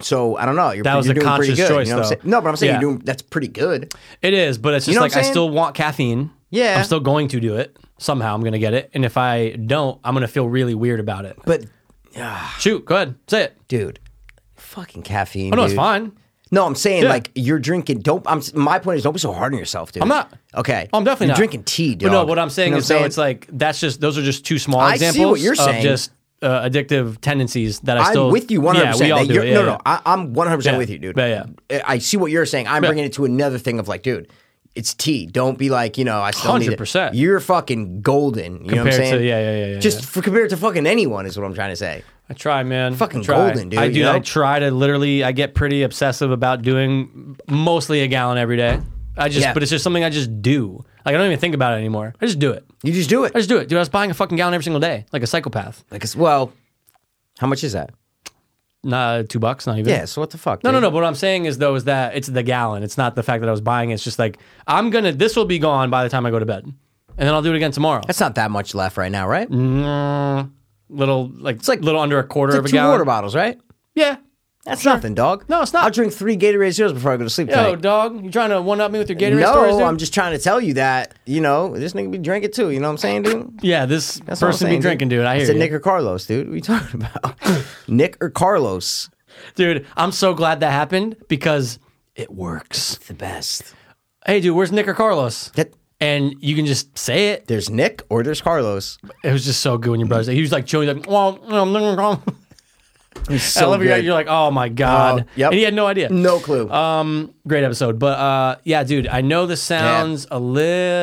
Speaker 1: so I don't know. You're,
Speaker 3: That was
Speaker 1: you're
Speaker 3: a
Speaker 1: doing pretty
Speaker 3: conscious
Speaker 1: good.
Speaker 3: choice,
Speaker 1: you know what I'm
Speaker 3: though.
Speaker 1: saying? No, but I'm saying
Speaker 3: Yeah.
Speaker 1: you're doing that's pretty good.
Speaker 3: It is, but it's just
Speaker 1: know what
Speaker 3: like
Speaker 1: I'm
Speaker 3: I
Speaker 1: saying?
Speaker 3: still want caffeine.
Speaker 1: Yeah.
Speaker 3: I'm still going to do it. Somehow I'm going to get it. And if I don't, I'm going to feel really weird about it.
Speaker 1: But
Speaker 3: Shoot, go ahead. Say it.
Speaker 1: dude, fucking caffeine.
Speaker 3: Oh, no,
Speaker 1: dude.
Speaker 3: it's fine.
Speaker 1: No, I'm saying
Speaker 3: Yeah.
Speaker 1: like you're drinking. Don't. I'm. My point is, don't be so hard on yourself, dude.
Speaker 3: I'm not.
Speaker 1: Okay.
Speaker 3: Oh, I'm definitely
Speaker 1: you're
Speaker 3: not.
Speaker 1: drinking tea, dude.
Speaker 3: But no, what I'm saying is, though, it's like that's just those are just two small
Speaker 1: I see
Speaker 3: examples
Speaker 1: what you're
Speaker 3: of
Speaker 1: saying.
Speaker 3: just uh, addictive tendencies that I
Speaker 1: I'm
Speaker 3: still
Speaker 1: with you 100.
Speaker 3: Yeah, we all do.
Speaker 1: you're,
Speaker 3: it. Yeah,
Speaker 1: no,
Speaker 3: yeah.
Speaker 1: no, I, I'm 100 percent
Speaker 3: Yeah.
Speaker 1: with you, dude.
Speaker 3: Yeah,
Speaker 1: yeah. I see what you're saying. I'm
Speaker 3: Yeah.
Speaker 1: bringing it to another thing of like, dude. It's tea. Don't be like, you know, I still need it.
Speaker 3: 100%.
Speaker 1: You're fucking golden. You know what I'm
Speaker 3: Compared to-
Speaker 1: saying?
Speaker 3: yeah, yeah, yeah, yeah,
Speaker 1: Just for, compared to fucking anyone is what I'm trying to say.
Speaker 3: I try, man.
Speaker 1: Fucking
Speaker 3: I try.
Speaker 1: golden, dude,
Speaker 3: I do.
Speaker 1: you know?
Speaker 3: I try to literally. I get pretty obsessive about doing mostly a gallon every day. I just,
Speaker 1: Yeah.
Speaker 3: but it's just something I just do. Like I don't even think about it anymore. I just do it.
Speaker 1: You just do it.
Speaker 3: I just do it, dude. I was buying a fucking gallon every single day, like a psychopath.
Speaker 1: Like, it's- well, how much is that?
Speaker 3: Nah, two bucks, not even.
Speaker 1: Yeah. So what the fuck?
Speaker 3: No, no,
Speaker 1: dude?
Speaker 3: no. But what I'm saying is though is that it's the gallon. It's not the fact that I was buying. it. It's just like I'm gonna. This will be gone by the time I go to bed, and then I'll do it again tomorrow.
Speaker 1: That's not that much left right now, right?
Speaker 3: little like it's like little under a quarter
Speaker 1: Like
Speaker 3: of a
Speaker 1: two
Speaker 3: gallon.
Speaker 1: water bottles, right?
Speaker 3: Yeah.
Speaker 1: That's nothing, dog.
Speaker 3: No, it's not.
Speaker 1: I'll drink three Gatorade zeros before I go to sleep.
Speaker 3: Yo,
Speaker 1: tonight.
Speaker 3: dog, you trying to one up me with your Gatorade
Speaker 1: no,
Speaker 3: stories? dude?
Speaker 1: I'm just trying to tell you that you know this nigga be drinking too. You know what I'm saying, dude?
Speaker 3: Yeah, this
Speaker 1: That's what I'm
Speaker 3: person
Speaker 1: saying,
Speaker 3: be drinking, dude. I hear
Speaker 1: It's a
Speaker 3: you.
Speaker 1: Nick or Carlos, dude. What are you talking about? [LAUGHS] Nick or Carlos?
Speaker 3: dude, I'm so glad that happened because it works.
Speaker 1: The best.
Speaker 3: Hey, dude, where's Nick or Carlos?
Speaker 1: That-
Speaker 3: and you can just say it.
Speaker 1: There's Nick or there's
Speaker 3: [LAUGHS]
Speaker 1: Carlos.
Speaker 3: It was just so good when your brother. He was like chilling, like, well, um, I
Speaker 1: So
Speaker 3: love you.
Speaker 1: good.
Speaker 3: You're like, oh my god.
Speaker 1: yep.
Speaker 3: And he had no idea.
Speaker 1: no clue.
Speaker 3: Uh, Great episode, but uh, yeah, dude. I know this sounds a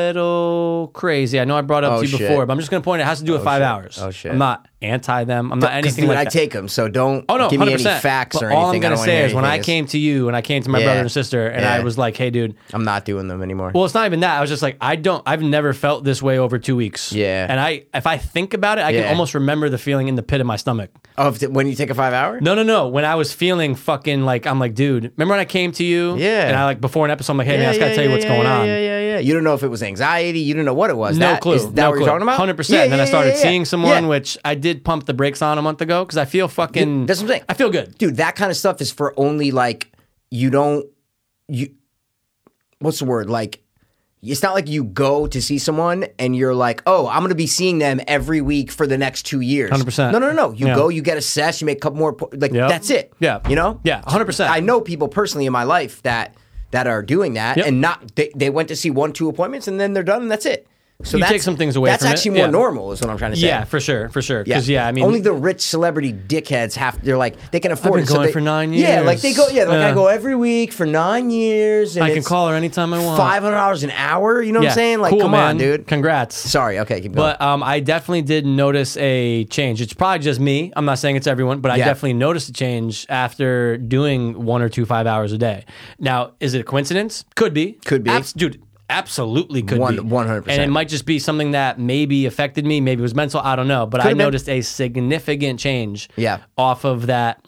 Speaker 3: little crazy. I know I brought it up
Speaker 1: Oh,
Speaker 3: to you
Speaker 1: shit.
Speaker 3: before, but I'm just gonna point it. It has to do with five
Speaker 1: shit.
Speaker 3: hours.
Speaker 1: Oh, shit.
Speaker 3: I'm not anti them. I'm not
Speaker 1: 'Cause,
Speaker 3: anything
Speaker 1: dude,
Speaker 3: like
Speaker 1: I
Speaker 3: that.
Speaker 1: take him, so don't
Speaker 3: Oh no,
Speaker 1: give
Speaker 3: 100%.
Speaker 1: me any facts
Speaker 3: But
Speaker 1: or
Speaker 3: all
Speaker 1: anything.
Speaker 3: I'm
Speaker 1: don't
Speaker 3: gonna
Speaker 1: wanna
Speaker 3: say
Speaker 1: hear
Speaker 3: is when I
Speaker 1: anything.
Speaker 3: came to you and I came to my
Speaker 1: Yeah.
Speaker 3: brother and sister, and I
Speaker 1: Yeah.
Speaker 3: was like, "Hey, dude."
Speaker 1: I'm not doing them anymore.
Speaker 3: Well, it's not even that. I was just like, I don't. I've never felt this way over two weeks.
Speaker 1: Yeah.
Speaker 3: And I, if I think about it, I
Speaker 1: Yeah.
Speaker 3: can almost remember the feeling in the pit of my stomach.
Speaker 1: oh, if- when you take a five hour?
Speaker 3: No, no, no. When I was feeling fucking like, I'm like, dude. Remember when I came to you?
Speaker 1: Yeah.
Speaker 3: And I like before an episode, I'm like, hey man, I just gotta tell you what's
Speaker 1: yeah,
Speaker 3: going
Speaker 1: yeah,
Speaker 3: on.
Speaker 1: Yeah, yeah, yeah. You don't know if it was anxiety. You don't know what it was.
Speaker 3: No
Speaker 1: That-
Speaker 3: clue.
Speaker 1: Is that
Speaker 3: no
Speaker 1: what
Speaker 3: clue.
Speaker 1: you're talking about?
Speaker 3: Hundred percent.
Speaker 1: Yeah,
Speaker 3: Then I
Speaker 1: yeah,
Speaker 3: started
Speaker 1: yeah, yeah.
Speaker 3: seeing someone,
Speaker 1: Yeah.
Speaker 3: which I did pump the brakes on a month ago because I feel fucking.
Speaker 1: That's what I'm saying.
Speaker 3: I feel good.
Speaker 1: dude. That kind of stuff is for only like you don't you. What's the word like? it's not like you go to see someone and you're like, oh, I'm going to be seeing them every week for the next two years.
Speaker 3: 100%.
Speaker 1: No, no, no, no. You
Speaker 3: Yeah.
Speaker 1: go, you get a sesh, you make a couple more, po- like
Speaker 3: Yep.
Speaker 1: that's it.
Speaker 3: Yeah.
Speaker 1: You know?
Speaker 3: Yeah, 100%.
Speaker 1: I know people personally in my life that that are doing that
Speaker 3: Yep.
Speaker 1: and not, they, they went to see one, two appointments and then they're done and that's it. So
Speaker 3: You
Speaker 1: that's,
Speaker 3: take some things away
Speaker 1: That's
Speaker 3: from it.
Speaker 1: actually more
Speaker 3: Yeah.
Speaker 1: normal, is what I'm trying to say.
Speaker 3: Yeah, for sure, for sure. Because yeah. I mean,
Speaker 1: only the rich celebrity dickheads have. They're like they can afford.
Speaker 3: been
Speaker 1: it, so
Speaker 3: going
Speaker 1: they-
Speaker 3: for nine
Speaker 1: Yeah, like
Speaker 3: years.
Speaker 1: they go. Yeah, like I
Speaker 3: Yeah.
Speaker 1: go every week for nine years. And
Speaker 3: I can call her anytime I want.
Speaker 1: Five hundred dollars an hour. You know what
Speaker 3: Yeah.
Speaker 1: I'm saying? Like,
Speaker 3: cool,
Speaker 1: come
Speaker 3: man.
Speaker 1: on, dude.
Speaker 3: Congrats.
Speaker 1: Sorry. Okay, keep going.
Speaker 3: But um, I definitely did notice a change. It's probably just me. I'm not saying it's everyone, but I
Speaker 1: Yeah.
Speaker 3: definitely noticed a change after doing one or two five hours a day. Now, is it a coincidence? Could be.
Speaker 1: Could be.
Speaker 3: Abs- dude. Absolutely could
Speaker 1: One-
Speaker 3: be
Speaker 1: 100%.
Speaker 3: and it might just be something that maybe affected me. Maybe it was mental. I don't know, but I
Speaker 1: have been.
Speaker 3: noticed a significant change.
Speaker 1: Yeah.
Speaker 3: off of that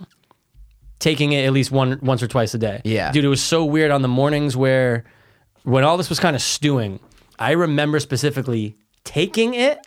Speaker 3: taking it at least one once or twice a day.
Speaker 1: Yeah.
Speaker 3: Dude, it was so weird on the mornings where when all this was kind of stewing, I remember specifically taking it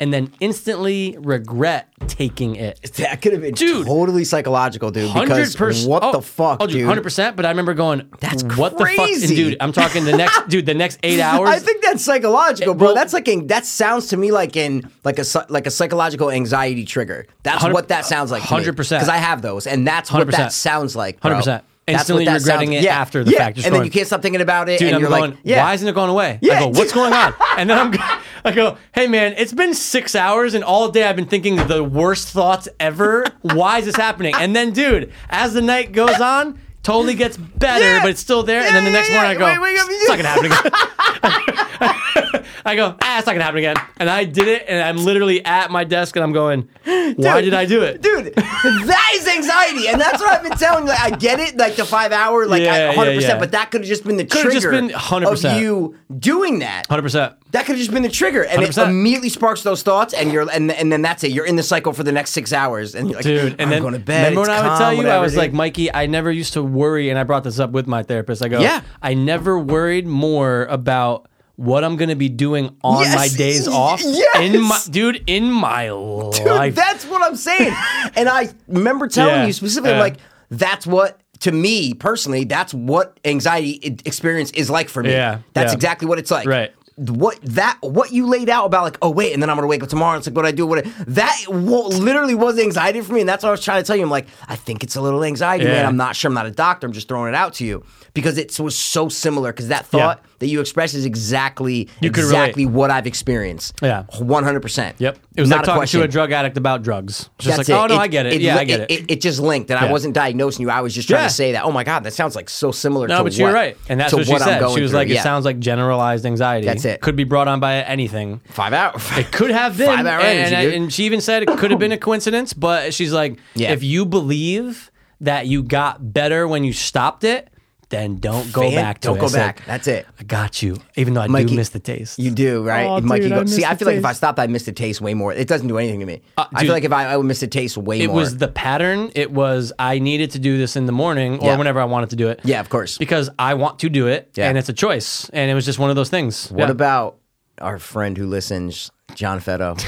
Speaker 3: and then instantly regret taking it.
Speaker 1: [LAUGHS] that could have been
Speaker 3: Dude.
Speaker 1: totally psychological, dude. Because
Speaker 3: 100%.
Speaker 1: what
Speaker 3: Oh,
Speaker 1: the fuck,
Speaker 3: oh,
Speaker 1: dude?
Speaker 3: 100%, but I remember going,
Speaker 1: That's
Speaker 3: what the fuck? And
Speaker 1: crazy.
Speaker 3: dude, I'm talking the next dude, the next 8
Speaker 1: [LAUGHS]
Speaker 3: hours.
Speaker 1: I think that's psychological, bro.
Speaker 3: well-
Speaker 1: that's like in, that sounds to me like in like a psy- like a psychological anxiety trigger. That's
Speaker 3: Hundred-
Speaker 1: what that sounds like. Hundred
Speaker 3: 100%.
Speaker 1: Because I have those, and that's what that
Speaker 3: 100%.
Speaker 1: sounds like. Hundred
Speaker 3: 100%. Instantly regretting it after the
Speaker 1: yeah.
Speaker 3: fact, just
Speaker 1: and then
Speaker 3: going,
Speaker 1: you can't stop thinking about it,
Speaker 3: Dude,
Speaker 1: and
Speaker 3: I'm
Speaker 1: you're
Speaker 3: going,
Speaker 1: like, yeah,
Speaker 3: why isn't it going away?
Speaker 1: Yeah.
Speaker 3: I go, what's
Speaker 1: [LAUGHS]
Speaker 3: going on? And then I'm, go- I go, hey man, it's been six hours and all day I've been thinking the worst thoughts ever. Why is this happening? And then, dude, as the night goes on, totally gets better,
Speaker 1: Yeah.
Speaker 3: but it's still there. and then the
Speaker 1: Yeah,
Speaker 3: next
Speaker 1: yeah,
Speaker 3: morning I
Speaker 1: yeah.
Speaker 3: go,
Speaker 1: Wait, wake up.
Speaker 3: it's not gonna happen again. I go, ah, it's not gonna happen again. And I did it, and I'm literally at my desk, and
Speaker 1: [GASPS]
Speaker 3: I'm going, why
Speaker 1: Dude,
Speaker 3: did I do it?
Speaker 1: [LAUGHS] Dude, that is anxiety, and that's what I've been telling. you. Like, I get it, like the five hour, like
Speaker 3: Yeah,
Speaker 1: I
Speaker 3: yeah,
Speaker 1: 100.
Speaker 3: yeah.
Speaker 1: percent But that could have just been the
Speaker 3: Could've
Speaker 1: trigger
Speaker 3: just been 100%.
Speaker 1: of you doing that.
Speaker 3: 100%.
Speaker 1: That could have just been the trigger, and it
Speaker 3: 100%.
Speaker 1: immediately sparks those thoughts, and you're and and then that's it. You're in the cycle for the next six hours, and you're like,
Speaker 3: dude. And
Speaker 1: I'm
Speaker 3: then
Speaker 1: going to bed.
Speaker 3: remember
Speaker 1: it's
Speaker 3: when I would
Speaker 1: calm,
Speaker 3: tell you, I
Speaker 1: whatever,
Speaker 3: was
Speaker 1: dude."
Speaker 3: like, Mikey, I never used to worry, and I brought this up with my therapist. I go,
Speaker 1: Yeah.
Speaker 3: I never worried more about what I'm gonna be doing on
Speaker 1: Yes.
Speaker 3: my days
Speaker 1: Y-
Speaker 3: off.
Speaker 1: yes.
Speaker 3: in my dude, in
Speaker 1: [LAUGHS]
Speaker 3: my
Speaker 1: Dude,
Speaker 3: life.
Speaker 1: that's what I'm saying. and I remember telling
Speaker 3: Yeah,
Speaker 1: you specifically,
Speaker 3: yeah.
Speaker 1: like, that's what, to me personally, that's what anxiety i- experience is like for me.
Speaker 3: Yeah,
Speaker 1: That's
Speaker 3: yeah.
Speaker 1: exactly what it's like.
Speaker 3: Right.
Speaker 1: What that what you laid out about like oh wait and then I'm gonna wake up tomorrow it's like what do I do what I, that wa- literally was anxiety for me and that's what I was trying to tell you I'm like I think it's a little anxiety man
Speaker 3: Yeah.
Speaker 1: I'm not sure I'm not a doctor I'm just throwing it out to you because it was so similar because that thought that you expressed is exactly
Speaker 3: You could relate.
Speaker 1: exactly what I've experienced
Speaker 3: Yeah.
Speaker 1: 100 percent
Speaker 3: Yep. It was
Speaker 1: not
Speaker 3: like
Speaker 1: a
Speaker 3: talking
Speaker 1: question
Speaker 3: to a drug addict about drugs. Just like, oh no, I get it. yeah,
Speaker 1: li-
Speaker 3: I get it.
Speaker 1: It, it just linked, and I
Speaker 3: Yeah.
Speaker 1: wasn't diagnosing you. I was just trying
Speaker 3: Yeah.
Speaker 1: to say that. Oh my god, that sounds like so similar.
Speaker 3: no,
Speaker 1: to
Speaker 3: but you're
Speaker 1: what-
Speaker 3: right. And that's
Speaker 1: to
Speaker 3: what she
Speaker 1: what I'm
Speaker 3: said.
Speaker 1: going
Speaker 3: She was
Speaker 1: through.
Speaker 3: like,
Speaker 1: yeah.
Speaker 3: it sounds like generalized anxiety.
Speaker 1: That's it.
Speaker 3: Could be brought on by anything.
Speaker 1: five hours.
Speaker 3: [LAUGHS] It could have been.
Speaker 1: Five hour
Speaker 3: and,
Speaker 1: energy,
Speaker 3: and,
Speaker 1: dude.
Speaker 3: and she even said it could have been a coincidence, but she's like,
Speaker 1: Yeah.
Speaker 3: if you believe that you got better when you stopped it, then don't go
Speaker 1: Fan,
Speaker 3: back to
Speaker 1: don't
Speaker 3: it.
Speaker 1: go
Speaker 3: It's like,
Speaker 1: back. That's it.
Speaker 3: I got you, even though I do
Speaker 1: Mikey,
Speaker 3: miss the taste.
Speaker 1: You do right,
Speaker 3: Oh,
Speaker 1: Mikey.
Speaker 3: dude,
Speaker 1: go-
Speaker 3: I
Speaker 1: see,
Speaker 3: miss
Speaker 1: I
Speaker 3: the
Speaker 1: feel like if I
Speaker 3: taste. Uh,
Speaker 1: stopped, I missed the taste way more. It doesn't do anything to me. I
Speaker 3: dude,
Speaker 1: feel like if I, I would miss the taste way
Speaker 3: it
Speaker 1: more.
Speaker 3: was the pattern. It was I needed to do this in the morning or
Speaker 1: Yeah.
Speaker 3: whenever I wanted to do it.
Speaker 1: Yeah, of course.
Speaker 3: Because I want to do it,
Speaker 1: Yeah.
Speaker 3: and it's a choice, and it was just one of those things.
Speaker 1: What
Speaker 3: Yeah.
Speaker 1: about our friend who listens, John
Speaker 3: [LAUGHS]
Speaker 1: Fetto?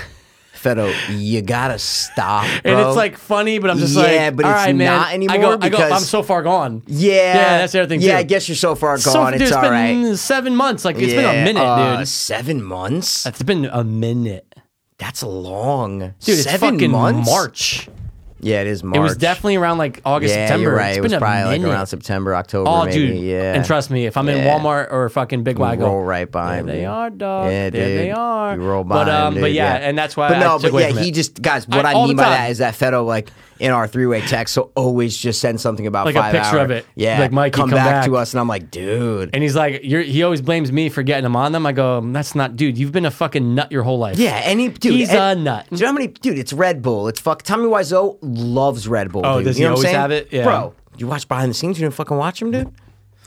Speaker 1: Fetto, you gotta stop,
Speaker 3: And
Speaker 1: bro.
Speaker 3: it's like funny, but I'm just
Speaker 1: Yeah,
Speaker 3: like,
Speaker 1: but
Speaker 3: all
Speaker 1: it's
Speaker 3: right, man.
Speaker 1: not
Speaker 3: I
Speaker 1: anymore
Speaker 3: go, I go,
Speaker 1: because-
Speaker 3: I'm so far gone.
Speaker 1: yeah,
Speaker 3: yeah, that's the other thing.
Speaker 1: Yeah,
Speaker 3: too.
Speaker 1: I guess you're so far gone.
Speaker 3: dude,
Speaker 1: it's all right.
Speaker 3: been seven months. Like it's been a minute,
Speaker 1: uh,
Speaker 3: dude.
Speaker 1: Seven months?
Speaker 3: It's been a minute,
Speaker 1: That's long.
Speaker 3: dude. It's
Speaker 1: seven
Speaker 3: fucking
Speaker 1: months?
Speaker 3: March.
Speaker 1: Yeah, it is March.
Speaker 3: It was definitely around like August,
Speaker 1: yeah,
Speaker 3: September.
Speaker 1: You're right.
Speaker 3: It's
Speaker 1: it was
Speaker 3: been a
Speaker 1: probably
Speaker 3: minute.
Speaker 1: like around September, October,
Speaker 3: Oh,
Speaker 1: maybe.
Speaker 3: dude.
Speaker 1: Yeah.
Speaker 3: And trust me, if I'm in
Speaker 1: Yeah.
Speaker 3: Walmart or fucking Big Y, I
Speaker 1: you
Speaker 3: go
Speaker 1: roll right by
Speaker 3: there
Speaker 1: him.
Speaker 3: they
Speaker 1: dude.
Speaker 3: are, dog.
Speaker 1: Yeah,
Speaker 3: there
Speaker 1: dude.
Speaker 3: they are.
Speaker 1: You roll by
Speaker 3: But um,
Speaker 1: him,
Speaker 3: but
Speaker 1: dude,
Speaker 3: yeah, and that's why.
Speaker 1: But
Speaker 3: I
Speaker 1: no,
Speaker 3: took
Speaker 1: but
Speaker 3: away
Speaker 1: yeah,
Speaker 3: from
Speaker 1: he
Speaker 3: it.
Speaker 1: just guys. What
Speaker 3: I-
Speaker 1: I,
Speaker 3: all the
Speaker 1: mean by
Speaker 3: time.
Speaker 1: that is that Fetto like in our three way text. So always just send something about
Speaker 3: Like a
Speaker 1: five
Speaker 3: picture
Speaker 1: hour.
Speaker 3: of it.
Speaker 1: Yeah,
Speaker 3: Like, Mikey,
Speaker 1: come,
Speaker 3: come
Speaker 1: back,
Speaker 3: back.
Speaker 1: to us, and I'm like, dude.
Speaker 3: And he's like, You're, he always blames me for getting him on them. I go, that's not, dude. You've been a fucking nut your whole life.
Speaker 1: yeah, any dude.
Speaker 3: He's
Speaker 1: and-
Speaker 3: a nut.
Speaker 1: Do you know how many dude? It's Red Bull. It's fuck. Tommy Wiseau loves Red Bull.
Speaker 3: Oh,
Speaker 1: dude.
Speaker 3: does
Speaker 1: you
Speaker 3: he
Speaker 1: know what I'm
Speaker 3: always
Speaker 1: saying?
Speaker 3: have it? Yeah.
Speaker 1: Bro, you watch behind the scenes. You didn't fucking watch him, dude.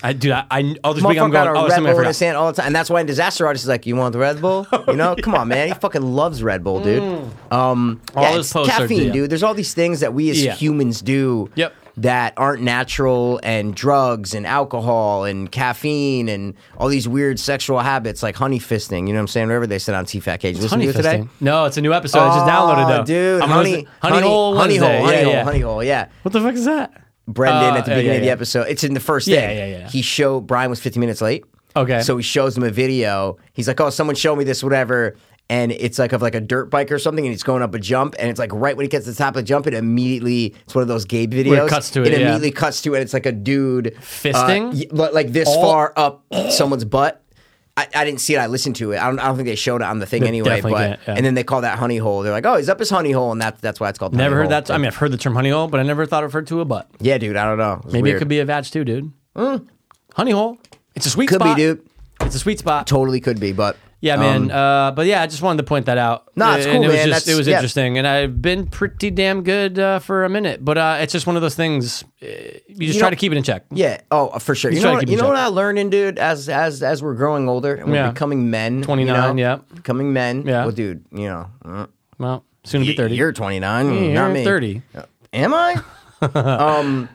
Speaker 3: I, dude. I, I oh, this week
Speaker 1: Motherfucker
Speaker 3: I'm going.
Speaker 1: got a
Speaker 3: Oh,
Speaker 1: Red
Speaker 3: something I
Speaker 1: Bull in
Speaker 3: forgot.
Speaker 1: his hand all the time, and that's why Disaster Artist is like, "You want the Red
Speaker 3: [LAUGHS]
Speaker 1: Bull?
Speaker 3: Oh,
Speaker 1: You know, come on, man. He fucking loves Red Bull, dude. Um,
Speaker 3: Mm. All
Speaker 1: yeah,
Speaker 3: his
Speaker 1: it's
Speaker 3: posts are-
Speaker 1: caffeine,
Speaker 3: yeah.
Speaker 1: dude. There's all these things that we as
Speaker 3: Yeah.
Speaker 1: humans do
Speaker 3: Yep.
Speaker 1: that aren't natural, and drugs and alcohol and caffeine and all these weird sexual habits like honey fisting. You know what I'm saying? Whatever they said on TFAT Cage. Listen
Speaker 3: Honey
Speaker 1: to it today.
Speaker 3: fisting. No, it's a new episode. I just downloaded
Speaker 1: Oh,
Speaker 3: though.
Speaker 1: dude.
Speaker 3: I'm
Speaker 1: honey,
Speaker 3: listening- honey, hole,
Speaker 1: honey hole,
Speaker 3: Wednesday.
Speaker 1: honey
Speaker 3: yeah,
Speaker 1: hole,
Speaker 3: yeah.
Speaker 1: honey hole. Yeah.
Speaker 3: What the fuck is that?
Speaker 1: Brendan
Speaker 3: Uh,
Speaker 1: at the
Speaker 3: yeah,
Speaker 1: beginning
Speaker 3: yeah,
Speaker 1: of the
Speaker 3: yeah.
Speaker 1: episode. It's in the first
Speaker 3: Yeah,
Speaker 1: thing.
Speaker 3: yeah, yeah.
Speaker 1: He showed Brian was 15 minutes late.
Speaker 3: Okay.
Speaker 1: So he shows him a video. He's like, "Oh, someone show me this, whatever." And it's like of like a dirt bike or something, and it's going up a jump, and it's like right when he gets to the top of the jump, it immediately it's one of those gay videos.
Speaker 3: cuts to it, yeah.
Speaker 1: immediately cuts to it. It's like a dude uh,
Speaker 3: Fisting?
Speaker 1: y- li- like this far up someone's butt. I, I didn't see it. I listened to it. I don't, I don't think they showed it on the thing anyway.
Speaker 3: definitely
Speaker 1: But
Speaker 3: can't, yeah.
Speaker 1: and then they call that honey hole. They're like, "Oh, he's up his honey hole," and that, that's why it's called.
Speaker 3: Never
Speaker 1: honey
Speaker 3: heard
Speaker 1: hole.
Speaker 3: that. I mean, I've heard the term honey hole, but I never thought it referred to a butt.
Speaker 1: Yeah, dude. I don't know. It's
Speaker 3: Maybe
Speaker 1: weird. Mm.
Speaker 3: it could be a vatch too, dude. Honey hole. It's a sweet
Speaker 1: Could be,
Speaker 3: spot.
Speaker 1: dude.
Speaker 3: It's a sweet spot.
Speaker 1: Totally could be, but
Speaker 3: Yeah, man.
Speaker 1: um,
Speaker 3: uh, but yeah, I just wanted to point that out.
Speaker 1: Nah, it's
Speaker 3: And
Speaker 1: cool,
Speaker 3: it was
Speaker 1: man.
Speaker 3: Just, it
Speaker 1: That's-
Speaker 3: was
Speaker 1: yeah.
Speaker 3: interesting, and I've been pretty damn good uh, for a minute. But uh, it's just one of those things. uh, You just try
Speaker 1: know-
Speaker 3: to keep it in check.
Speaker 1: Yeah. Oh, for sure. You,
Speaker 3: Just
Speaker 1: know,
Speaker 3: try to
Speaker 1: what,
Speaker 3: keep
Speaker 1: you
Speaker 3: in
Speaker 1: know
Speaker 3: check.
Speaker 1: what I learning, dude, as as as we're growing older and we're
Speaker 3: Yeah.
Speaker 1: becoming men.
Speaker 3: 29,
Speaker 1: You know?
Speaker 3: yeah.
Speaker 1: Becoming men.
Speaker 3: Yeah.
Speaker 1: Well, dude, you know, mm,
Speaker 3: Well, soon to be
Speaker 1: y-
Speaker 3: thirty.
Speaker 1: You're 29.
Speaker 3: Yeah,
Speaker 1: not
Speaker 3: you're
Speaker 1: me.
Speaker 3: 30.
Speaker 1: Uh, Am I? [LAUGHS] um,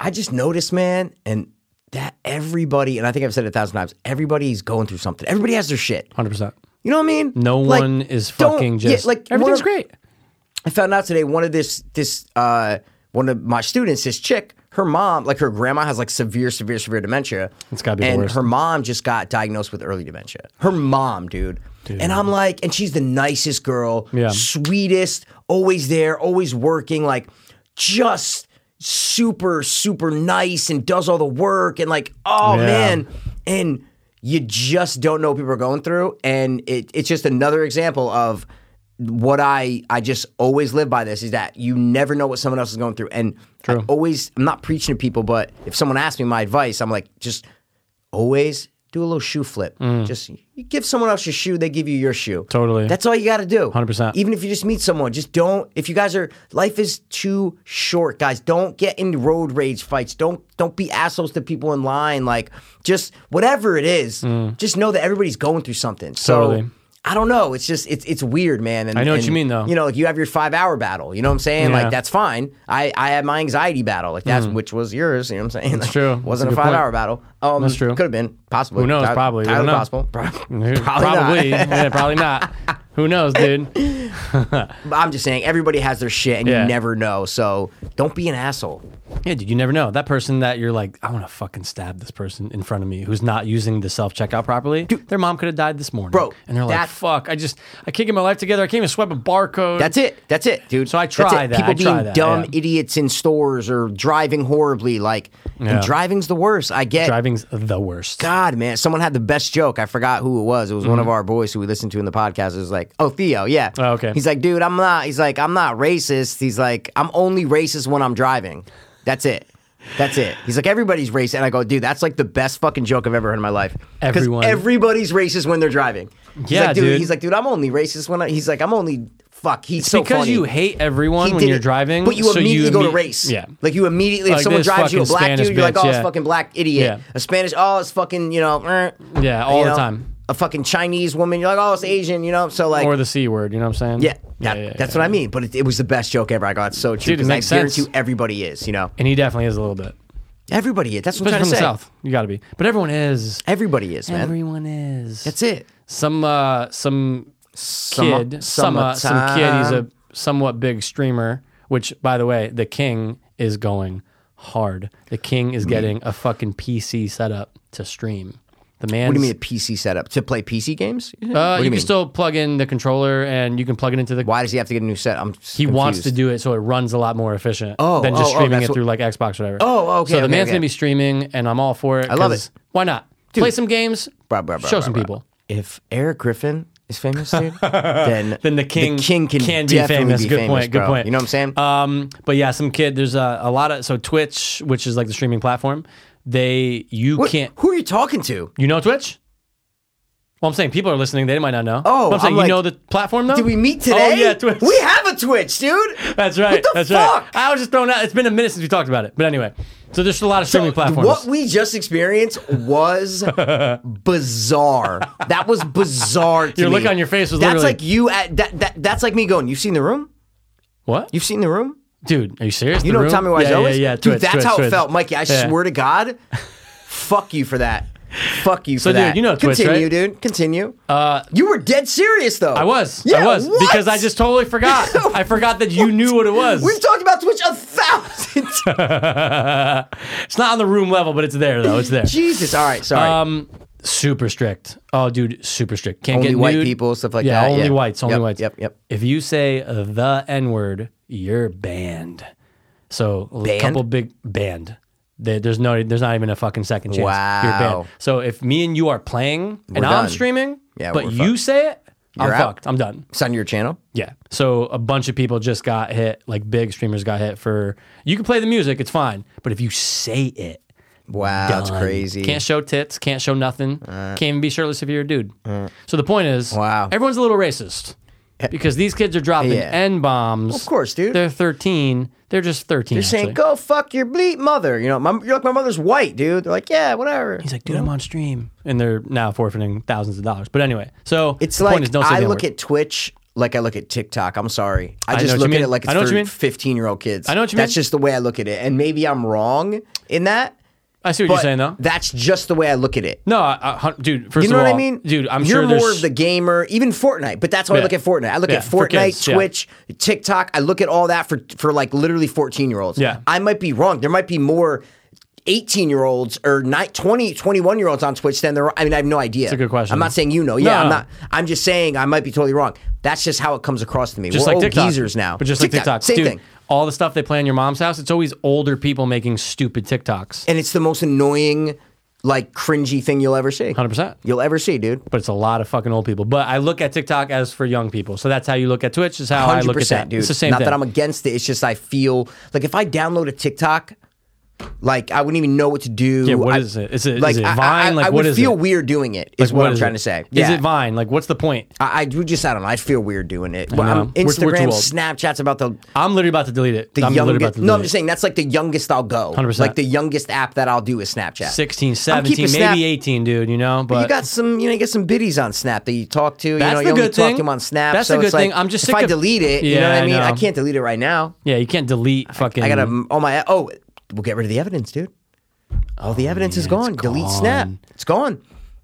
Speaker 1: I just noticed, man, and that everybody, and I think I've said it a thousand times, everybody's going through something. Everybody has their shit.
Speaker 3: Hundred percent.
Speaker 1: You know what I mean?
Speaker 3: No
Speaker 1: Like,
Speaker 3: one is
Speaker 1: don't-
Speaker 3: fucking
Speaker 1: yeah,
Speaker 3: just
Speaker 1: like
Speaker 3: like everything's
Speaker 1: one of-
Speaker 3: great.
Speaker 1: I found out today one of this this uh one of my students, this chick, her mom, like her grandma has like severe, severe, severe dementia.
Speaker 3: It's gotta be the
Speaker 1: And
Speaker 3: worst.
Speaker 1: her mom just got diagnosed with early dementia. Her mom, dude. And I'm like, and she's the nicest girl,
Speaker 3: Yeah.
Speaker 1: sweetest, always there, always working, like just super, super nice and does all the work and like, oh
Speaker 3: Yeah.
Speaker 1: man. And you just don't know what people are going through. And it, it's just another example of what I I just always live by this is that you never know what someone else is going through. And I always I'm not preaching to people, but if someone asks me my advice, I'm like, just always do a little shoe flip. Just you give someone else your shoe, they give you your shoe.
Speaker 3: Mm. Totally.
Speaker 1: That's all you got to do.
Speaker 3: 100%.
Speaker 1: Even if you just meet someone, just don't. If you guys are life is too short, guys. Don't get in road rage fights. Don't don't be assholes to people in line. Like just whatever it is, just know that everybody's going through something. So
Speaker 3: Mm. Totally.
Speaker 1: I don't know. It's just it's it's weird, man. And,
Speaker 3: I know what
Speaker 1: and,
Speaker 3: you mean, though.
Speaker 1: You know, like you have your five hour battle. You know what I'm saying?
Speaker 3: Yeah.
Speaker 1: Like that's fine. I I had my anxiety battle. Like that's which was yours. You know what I'm saying? That's
Speaker 3: true.
Speaker 1: Wasn't
Speaker 3: That's
Speaker 1: a
Speaker 3: a good
Speaker 1: five
Speaker 3: point.
Speaker 1: hour battle. Um,
Speaker 3: That's true.
Speaker 1: Could have been possibly.
Speaker 3: Who knows?
Speaker 1: Ti-
Speaker 3: Probably. We don't
Speaker 1: Entirely
Speaker 3: know.
Speaker 1: possible. [LAUGHS] Pro- Probably.
Speaker 3: Probably,
Speaker 1: Probably. Not.
Speaker 3: yeah, probably not.
Speaker 1: [LAUGHS]
Speaker 3: Who knows, dude?
Speaker 1: But I'm just saying, everybody has their shit, and
Speaker 3: Yeah.
Speaker 1: you never know. So don't be an asshole.
Speaker 3: Yeah, dude, you never know. That person that you're like, I want to fucking stab this person in front of me who's not using the self checkout properly. Their mom could have died this morning.
Speaker 1: Bro,
Speaker 3: And they're like,
Speaker 1: that-
Speaker 3: fuck, I just, I can't get my life together. I can't even swipe a barcode.
Speaker 1: That's it. That's it, dude.
Speaker 3: So I
Speaker 1: That's
Speaker 3: try
Speaker 1: it.
Speaker 3: that.
Speaker 1: People
Speaker 3: I try
Speaker 1: being
Speaker 3: that,
Speaker 1: dumb
Speaker 3: yeah.
Speaker 1: idiots in stores or driving horribly. Like,
Speaker 3: Yeah.
Speaker 1: and driving's the worst. I get.
Speaker 3: Driving's the worst. Mm-hmm.
Speaker 1: God, man, someone had the best joke. I forgot who it was. It was one of our boys who we listened to in the podcast. It was like, oh, Theo, yeah.
Speaker 3: Oh, okay.
Speaker 1: He's like, dude, I'm not. He's like, I'm not racist. He's like, I'm only racist when I'm driving. That's it. That's it. He's like, everybody's racist. And I go, dude, that's like the best fucking joke I've ever heard in my life. 'Cause
Speaker 3: Everyone-
Speaker 1: Everybody's racist when they're driving. He's
Speaker 3: Yeah,
Speaker 1: like, dude,
Speaker 3: dude.
Speaker 1: He's like, dude, I'm only racist when I. He's like, I'm only. Fuck, he's so
Speaker 3: because
Speaker 1: funny.
Speaker 3: you hate everyone
Speaker 1: He
Speaker 3: when
Speaker 1: did
Speaker 3: you're
Speaker 1: it,
Speaker 3: driving.
Speaker 1: But you
Speaker 3: so
Speaker 1: immediately go to
Speaker 3: imme-
Speaker 1: race.
Speaker 3: Yeah.
Speaker 1: Like you immediately, if
Speaker 3: Like
Speaker 1: someone
Speaker 3: this
Speaker 1: drives you a
Speaker 3: fucking
Speaker 1: black
Speaker 3: Spanish
Speaker 1: dude, you're like,
Speaker 3: bitch,
Speaker 1: oh, it's
Speaker 3: yeah.
Speaker 1: fucking black idiot.
Speaker 3: Yeah.
Speaker 1: A Spanish, oh, it's fucking, you know, eh,
Speaker 3: Yeah, all
Speaker 1: you
Speaker 3: the
Speaker 1: know?
Speaker 3: time.
Speaker 1: A fucking Chinese woman, you're like, oh, it's Asian, you know? So, like,
Speaker 3: Or the C word, you know what I'm saying?
Speaker 1: yeah, that, that's what I mean. But it, it was the best joke ever. I got so true
Speaker 3: Dude, it
Speaker 1: because I
Speaker 3: makes sense.
Speaker 1: guarantee you everybody is, you know?
Speaker 3: And he definitely is a little bit.
Speaker 1: Everybody is. That's what I'm
Speaker 3: Especially
Speaker 1: trying
Speaker 3: from
Speaker 1: to
Speaker 3: the
Speaker 1: say.
Speaker 3: South. You got to be. But everyone is.
Speaker 1: Everybody is, man.
Speaker 3: Everyone is.
Speaker 1: that's it.
Speaker 3: some uh some
Speaker 1: Summa-
Speaker 3: kid some uh, some kid he's a
Speaker 1: summertime.
Speaker 3: somewhat big streamer which by the way the king is going hard the king
Speaker 1: Mm.
Speaker 3: is getting a fucking pc setup to stream the man
Speaker 1: What do you mean a PC setup? To play PC games?
Speaker 3: uh,
Speaker 1: what do
Speaker 3: you,
Speaker 1: you
Speaker 3: can
Speaker 1: mean?
Speaker 3: still plug in the controller and you can plug it into the
Speaker 1: Why does he have to get a new set? I'm
Speaker 3: he wants to do it so it runs a lot more efficient
Speaker 1: Oh,
Speaker 3: than just
Speaker 1: oh, oh,
Speaker 3: streaming
Speaker 1: that's
Speaker 3: it
Speaker 1: what-
Speaker 3: through like Xbox or whatever.
Speaker 1: Oh, okay,
Speaker 3: So the
Speaker 1: okay,
Speaker 3: man's
Speaker 1: okay.
Speaker 3: gonna be streaming, and I'm all for it. I
Speaker 1: love it.
Speaker 3: Why not? Play some games,
Speaker 1: Bruh, bruh, bruh,
Speaker 3: show
Speaker 1: bruh,
Speaker 3: some
Speaker 1: bruh.
Speaker 3: people.
Speaker 1: if Eric Griffin is famous,
Speaker 3: [LAUGHS]
Speaker 1: dude, then
Speaker 3: then the king,
Speaker 1: can,
Speaker 3: be
Speaker 1: definitely
Speaker 3: famous.
Speaker 1: Be
Speaker 3: good
Speaker 1: famous,
Speaker 3: point. Good
Speaker 1: bro.
Speaker 3: point.
Speaker 1: You know what I'm saying?
Speaker 3: Um, but yeah, some kid. There's a, a lot of so Twitch, which is like the streaming platform. They you
Speaker 1: What-
Speaker 3: can't
Speaker 1: Who are you talking to?
Speaker 3: you know Twitch. Well, I'm saying people are listening. They might not know.
Speaker 1: Oh,
Speaker 3: But I'm saying
Speaker 1: I'm
Speaker 3: you
Speaker 1: like,
Speaker 3: know the platform though.
Speaker 1: Did we meet today?
Speaker 3: [LAUGHS] Oh yeah, Twitch.
Speaker 1: We have a Twitch, dude.
Speaker 3: [LAUGHS] That's
Speaker 1: What
Speaker 3: right.
Speaker 1: the
Speaker 3: that's
Speaker 1: fuck?
Speaker 3: right. I was just throwing out. It's been a minute since we talked about it. But anyway, so there's a lot of streaming platforms.
Speaker 1: What we just experienced
Speaker 3: [LAUGHS]
Speaker 1: was bizarre. That was bizarre. To
Speaker 3: Your
Speaker 1: me.
Speaker 3: look on your face was
Speaker 1: that's
Speaker 3: literally-
Speaker 1: like you at that, that. That's like me going. You've seen the room.
Speaker 3: What?
Speaker 1: You've seen the room.
Speaker 3: dude? Are you serious?
Speaker 1: You
Speaker 3: The
Speaker 1: know
Speaker 3: room?
Speaker 1: Tommy Wiseau
Speaker 3: Yeah, yeah,
Speaker 1: is?
Speaker 3: yeah.
Speaker 1: Dude,
Speaker 3: Twitch,
Speaker 1: that's
Speaker 3: Twitch,
Speaker 1: how
Speaker 3: Twitch.
Speaker 1: it felt, Mikey. I
Speaker 3: Yeah.
Speaker 1: swear to God, fuck you for that. Fuck you
Speaker 3: So,
Speaker 1: for
Speaker 3: dude,
Speaker 1: that.
Speaker 3: you know Twitch,
Speaker 1: continue,
Speaker 3: right?
Speaker 1: dude. Continue. Uh, you were dead serious though.
Speaker 3: I was.
Speaker 1: Yeah,
Speaker 3: I was
Speaker 1: what?
Speaker 3: because I just
Speaker 1: [LAUGHS]
Speaker 3: totally forgot. I forgot that you knew what it was.
Speaker 1: We've talked about Twitch a
Speaker 3: [LAUGHS]
Speaker 1: thousand. times.
Speaker 3: It's not on the room level, but it's there though. It's there.
Speaker 1: Jesus. All right. Sorry.
Speaker 3: Um, super strict. Oh, dude, super strict. Can't
Speaker 1: Only
Speaker 3: get
Speaker 1: white
Speaker 3: nude.
Speaker 1: people, stuff like
Speaker 3: yeah,
Speaker 1: that,
Speaker 3: Only
Speaker 1: yeah.
Speaker 3: whites. Only
Speaker 1: Yep,
Speaker 3: whites.
Speaker 1: yep, yep.
Speaker 3: If you say the N word, you're banned. So a
Speaker 1: Banned?
Speaker 3: couple big banned. There- There's no. There's not even a fucking second chance. You're
Speaker 1: Wow.
Speaker 3: banned. So if me and you are playing
Speaker 1: We're
Speaker 3: and I'm
Speaker 1: done.
Speaker 3: streaming,
Speaker 1: Yeah,
Speaker 3: but
Speaker 1: we're
Speaker 3: you
Speaker 1: fucked.
Speaker 3: say it, I'm
Speaker 1: You're out.
Speaker 3: fucked. I'm done.
Speaker 1: It's on your channel.
Speaker 3: Yeah. So a bunch of people just got hit, like big streamers got hit for you can play the music, it's fine. But if you say it,
Speaker 1: Wow, that's
Speaker 3: done.
Speaker 1: crazy.
Speaker 3: Um,
Speaker 1: Uh,
Speaker 3: Can't show tits, can't show nothing, can't even be shirtless if you're a dude. So the point is
Speaker 1: Wow.
Speaker 3: everyone's a little racist. Because these kids are dropping
Speaker 1: Yeah.
Speaker 3: N bombs.
Speaker 1: Of course, dude.
Speaker 3: They're thirteen. They're just thirteen.
Speaker 1: You're saying,
Speaker 3: actually.
Speaker 1: "Go fuck your bleep mother." You know, my, you're like, "My mother's white, dude." They're like, "Yeah, whatever."
Speaker 3: He's like, dude, I'm on stream. And they're now forfeiting thousands of dollars. But anyway, so
Speaker 1: It's
Speaker 3: the
Speaker 1: like
Speaker 3: point is don't say
Speaker 1: I
Speaker 3: the
Speaker 1: look
Speaker 3: N-word.
Speaker 1: at Twitch like I look at TikTok. I'm sorry. I
Speaker 3: know
Speaker 1: just
Speaker 3: what you
Speaker 1: look at
Speaker 3: mean.
Speaker 1: it like
Speaker 3: I know what you mean.
Speaker 1: it's 15 year old kids.
Speaker 3: I know what you
Speaker 1: That's
Speaker 3: mean.
Speaker 1: just the way I look at it. And maybe I'm wrong in that.
Speaker 3: I see what
Speaker 1: But
Speaker 3: you're saying though.
Speaker 1: that's just the way I look at it.
Speaker 3: No, I, I, hun- dude. First
Speaker 1: You know
Speaker 3: of
Speaker 1: what
Speaker 3: all,
Speaker 1: I mean?
Speaker 3: dude. I'm
Speaker 1: You're
Speaker 3: sure
Speaker 1: more
Speaker 3: there's-
Speaker 1: of the gamer, even Fortnite, but that's why I
Speaker 3: Yeah.
Speaker 1: look at Fortnite. I look
Speaker 3: Yeah,
Speaker 1: at
Speaker 3: for
Speaker 1: Fortnite,
Speaker 3: kids, yeah.
Speaker 1: Twitch, TikTok. I look at all that for for like literally 14 year olds.
Speaker 3: Yeah.
Speaker 1: I might be wrong. There might be more 18 year olds or ni- 20, 21 year olds on Twitch than there are. I mean, I have no idea. It's
Speaker 3: a good question.
Speaker 1: I'm not saying you know. Yeah,
Speaker 3: No,
Speaker 1: I'm
Speaker 3: no.
Speaker 1: not. I'm just saying I might be totally wrong. That's just how it comes across to me. We're
Speaker 3: just like
Speaker 1: old
Speaker 3: TikTok.
Speaker 1: geezers now.
Speaker 3: But just like TikTok,
Speaker 1: Same
Speaker 3: Dude,
Speaker 1: thing.
Speaker 3: All the stuff they play in your mom's house, it's always older people making stupid TikToks.
Speaker 1: And it's the most annoying, like cringy thing you'll ever see.
Speaker 3: 100%.
Speaker 1: You'll ever see, dude.
Speaker 3: But it's a lot of fucking old people. But I look at TikTok as for young people. So that's how you look at Twitch, is how Oh, I
Speaker 1: hundred
Speaker 3: look at
Speaker 1: percent,
Speaker 3: that.
Speaker 1: dude.
Speaker 3: It's the same
Speaker 1: Not
Speaker 3: thing.
Speaker 1: that I'm against it. It's just I feel like if I download a TikTok, like I wouldn't even know what to do.
Speaker 3: Yeah, what
Speaker 1: I,
Speaker 3: is it? Is it- is
Speaker 1: like
Speaker 3: it
Speaker 1: I- I-
Speaker 3: Vine?
Speaker 1: I,
Speaker 3: Like,
Speaker 1: I
Speaker 3: what
Speaker 1: would
Speaker 3: is
Speaker 1: feel
Speaker 3: it?
Speaker 1: weird doing it. Is what, I'm
Speaker 3: is
Speaker 1: trying
Speaker 3: it?
Speaker 1: to say.
Speaker 3: Is
Speaker 1: Yeah.
Speaker 3: it Vine? Like, what's the point?
Speaker 1: I, I would just I don't know. I feel weird doing it. But I'm,
Speaker 3: know. We're-
Speaker 1: Instagram,
Speaker 3: we're too old.
Speaker 1: Snapchat's about the.
Speaker 3: I'm literally about to delete it.
Speaker 1: The
Speaker 3: I'm literally about
Speaker 1: youngest,
Speaker 3: to
Speaker 1: no, I'm
Speaker 3: delete
Speaker 1: just
Speaker 3: it.
Speaker 1: saying that's like the youngest I'll go.
Speaker 3: 100%.
Speaker 1: Like the youngest app that I'll do is Snapchat.
Speaker 3: 16,
Speaker 1: I'm keeping
Speaker 3: 17,
Speaker 1: Snap-
Speaker 3: maybe 18, dude, you know? But
Speaker 1: you got some, you know, you get some biddies on Snap that you talk to.
Speaker 3: That's
Speaker 1: you know,
Speaker 3: the
Speaker 1: you only
Speaker 3: good
Speaker 1: talk
Speaker 3: thing.
Speaker 1: to them on Snap.
Speaker 3: That's
Speaker 1: so
Speaker 3: the good
Speaker 1: it's like,
Speaker 3: thing. I'm just
Speaker 1: if
Speaker 3: sick
Speaker 1: I
Speaker 3: of-
Speaker 1: delete it, you know
Speaker 3: Yeah,
Speaker 1: what
Speaker 3: I
Speaker 1: I mean. I
Speaker 3: know.
Speaker 1: can't delete it right now.
Speaker 3: yeah, you can't delete fucking.
Speaker 1: I gotta all my oh we'll get rid of the evidence, dude. All the evidence is gone. Delete Snap.
Speaker 3: Oh, gone.
Speaker 1: It's gone.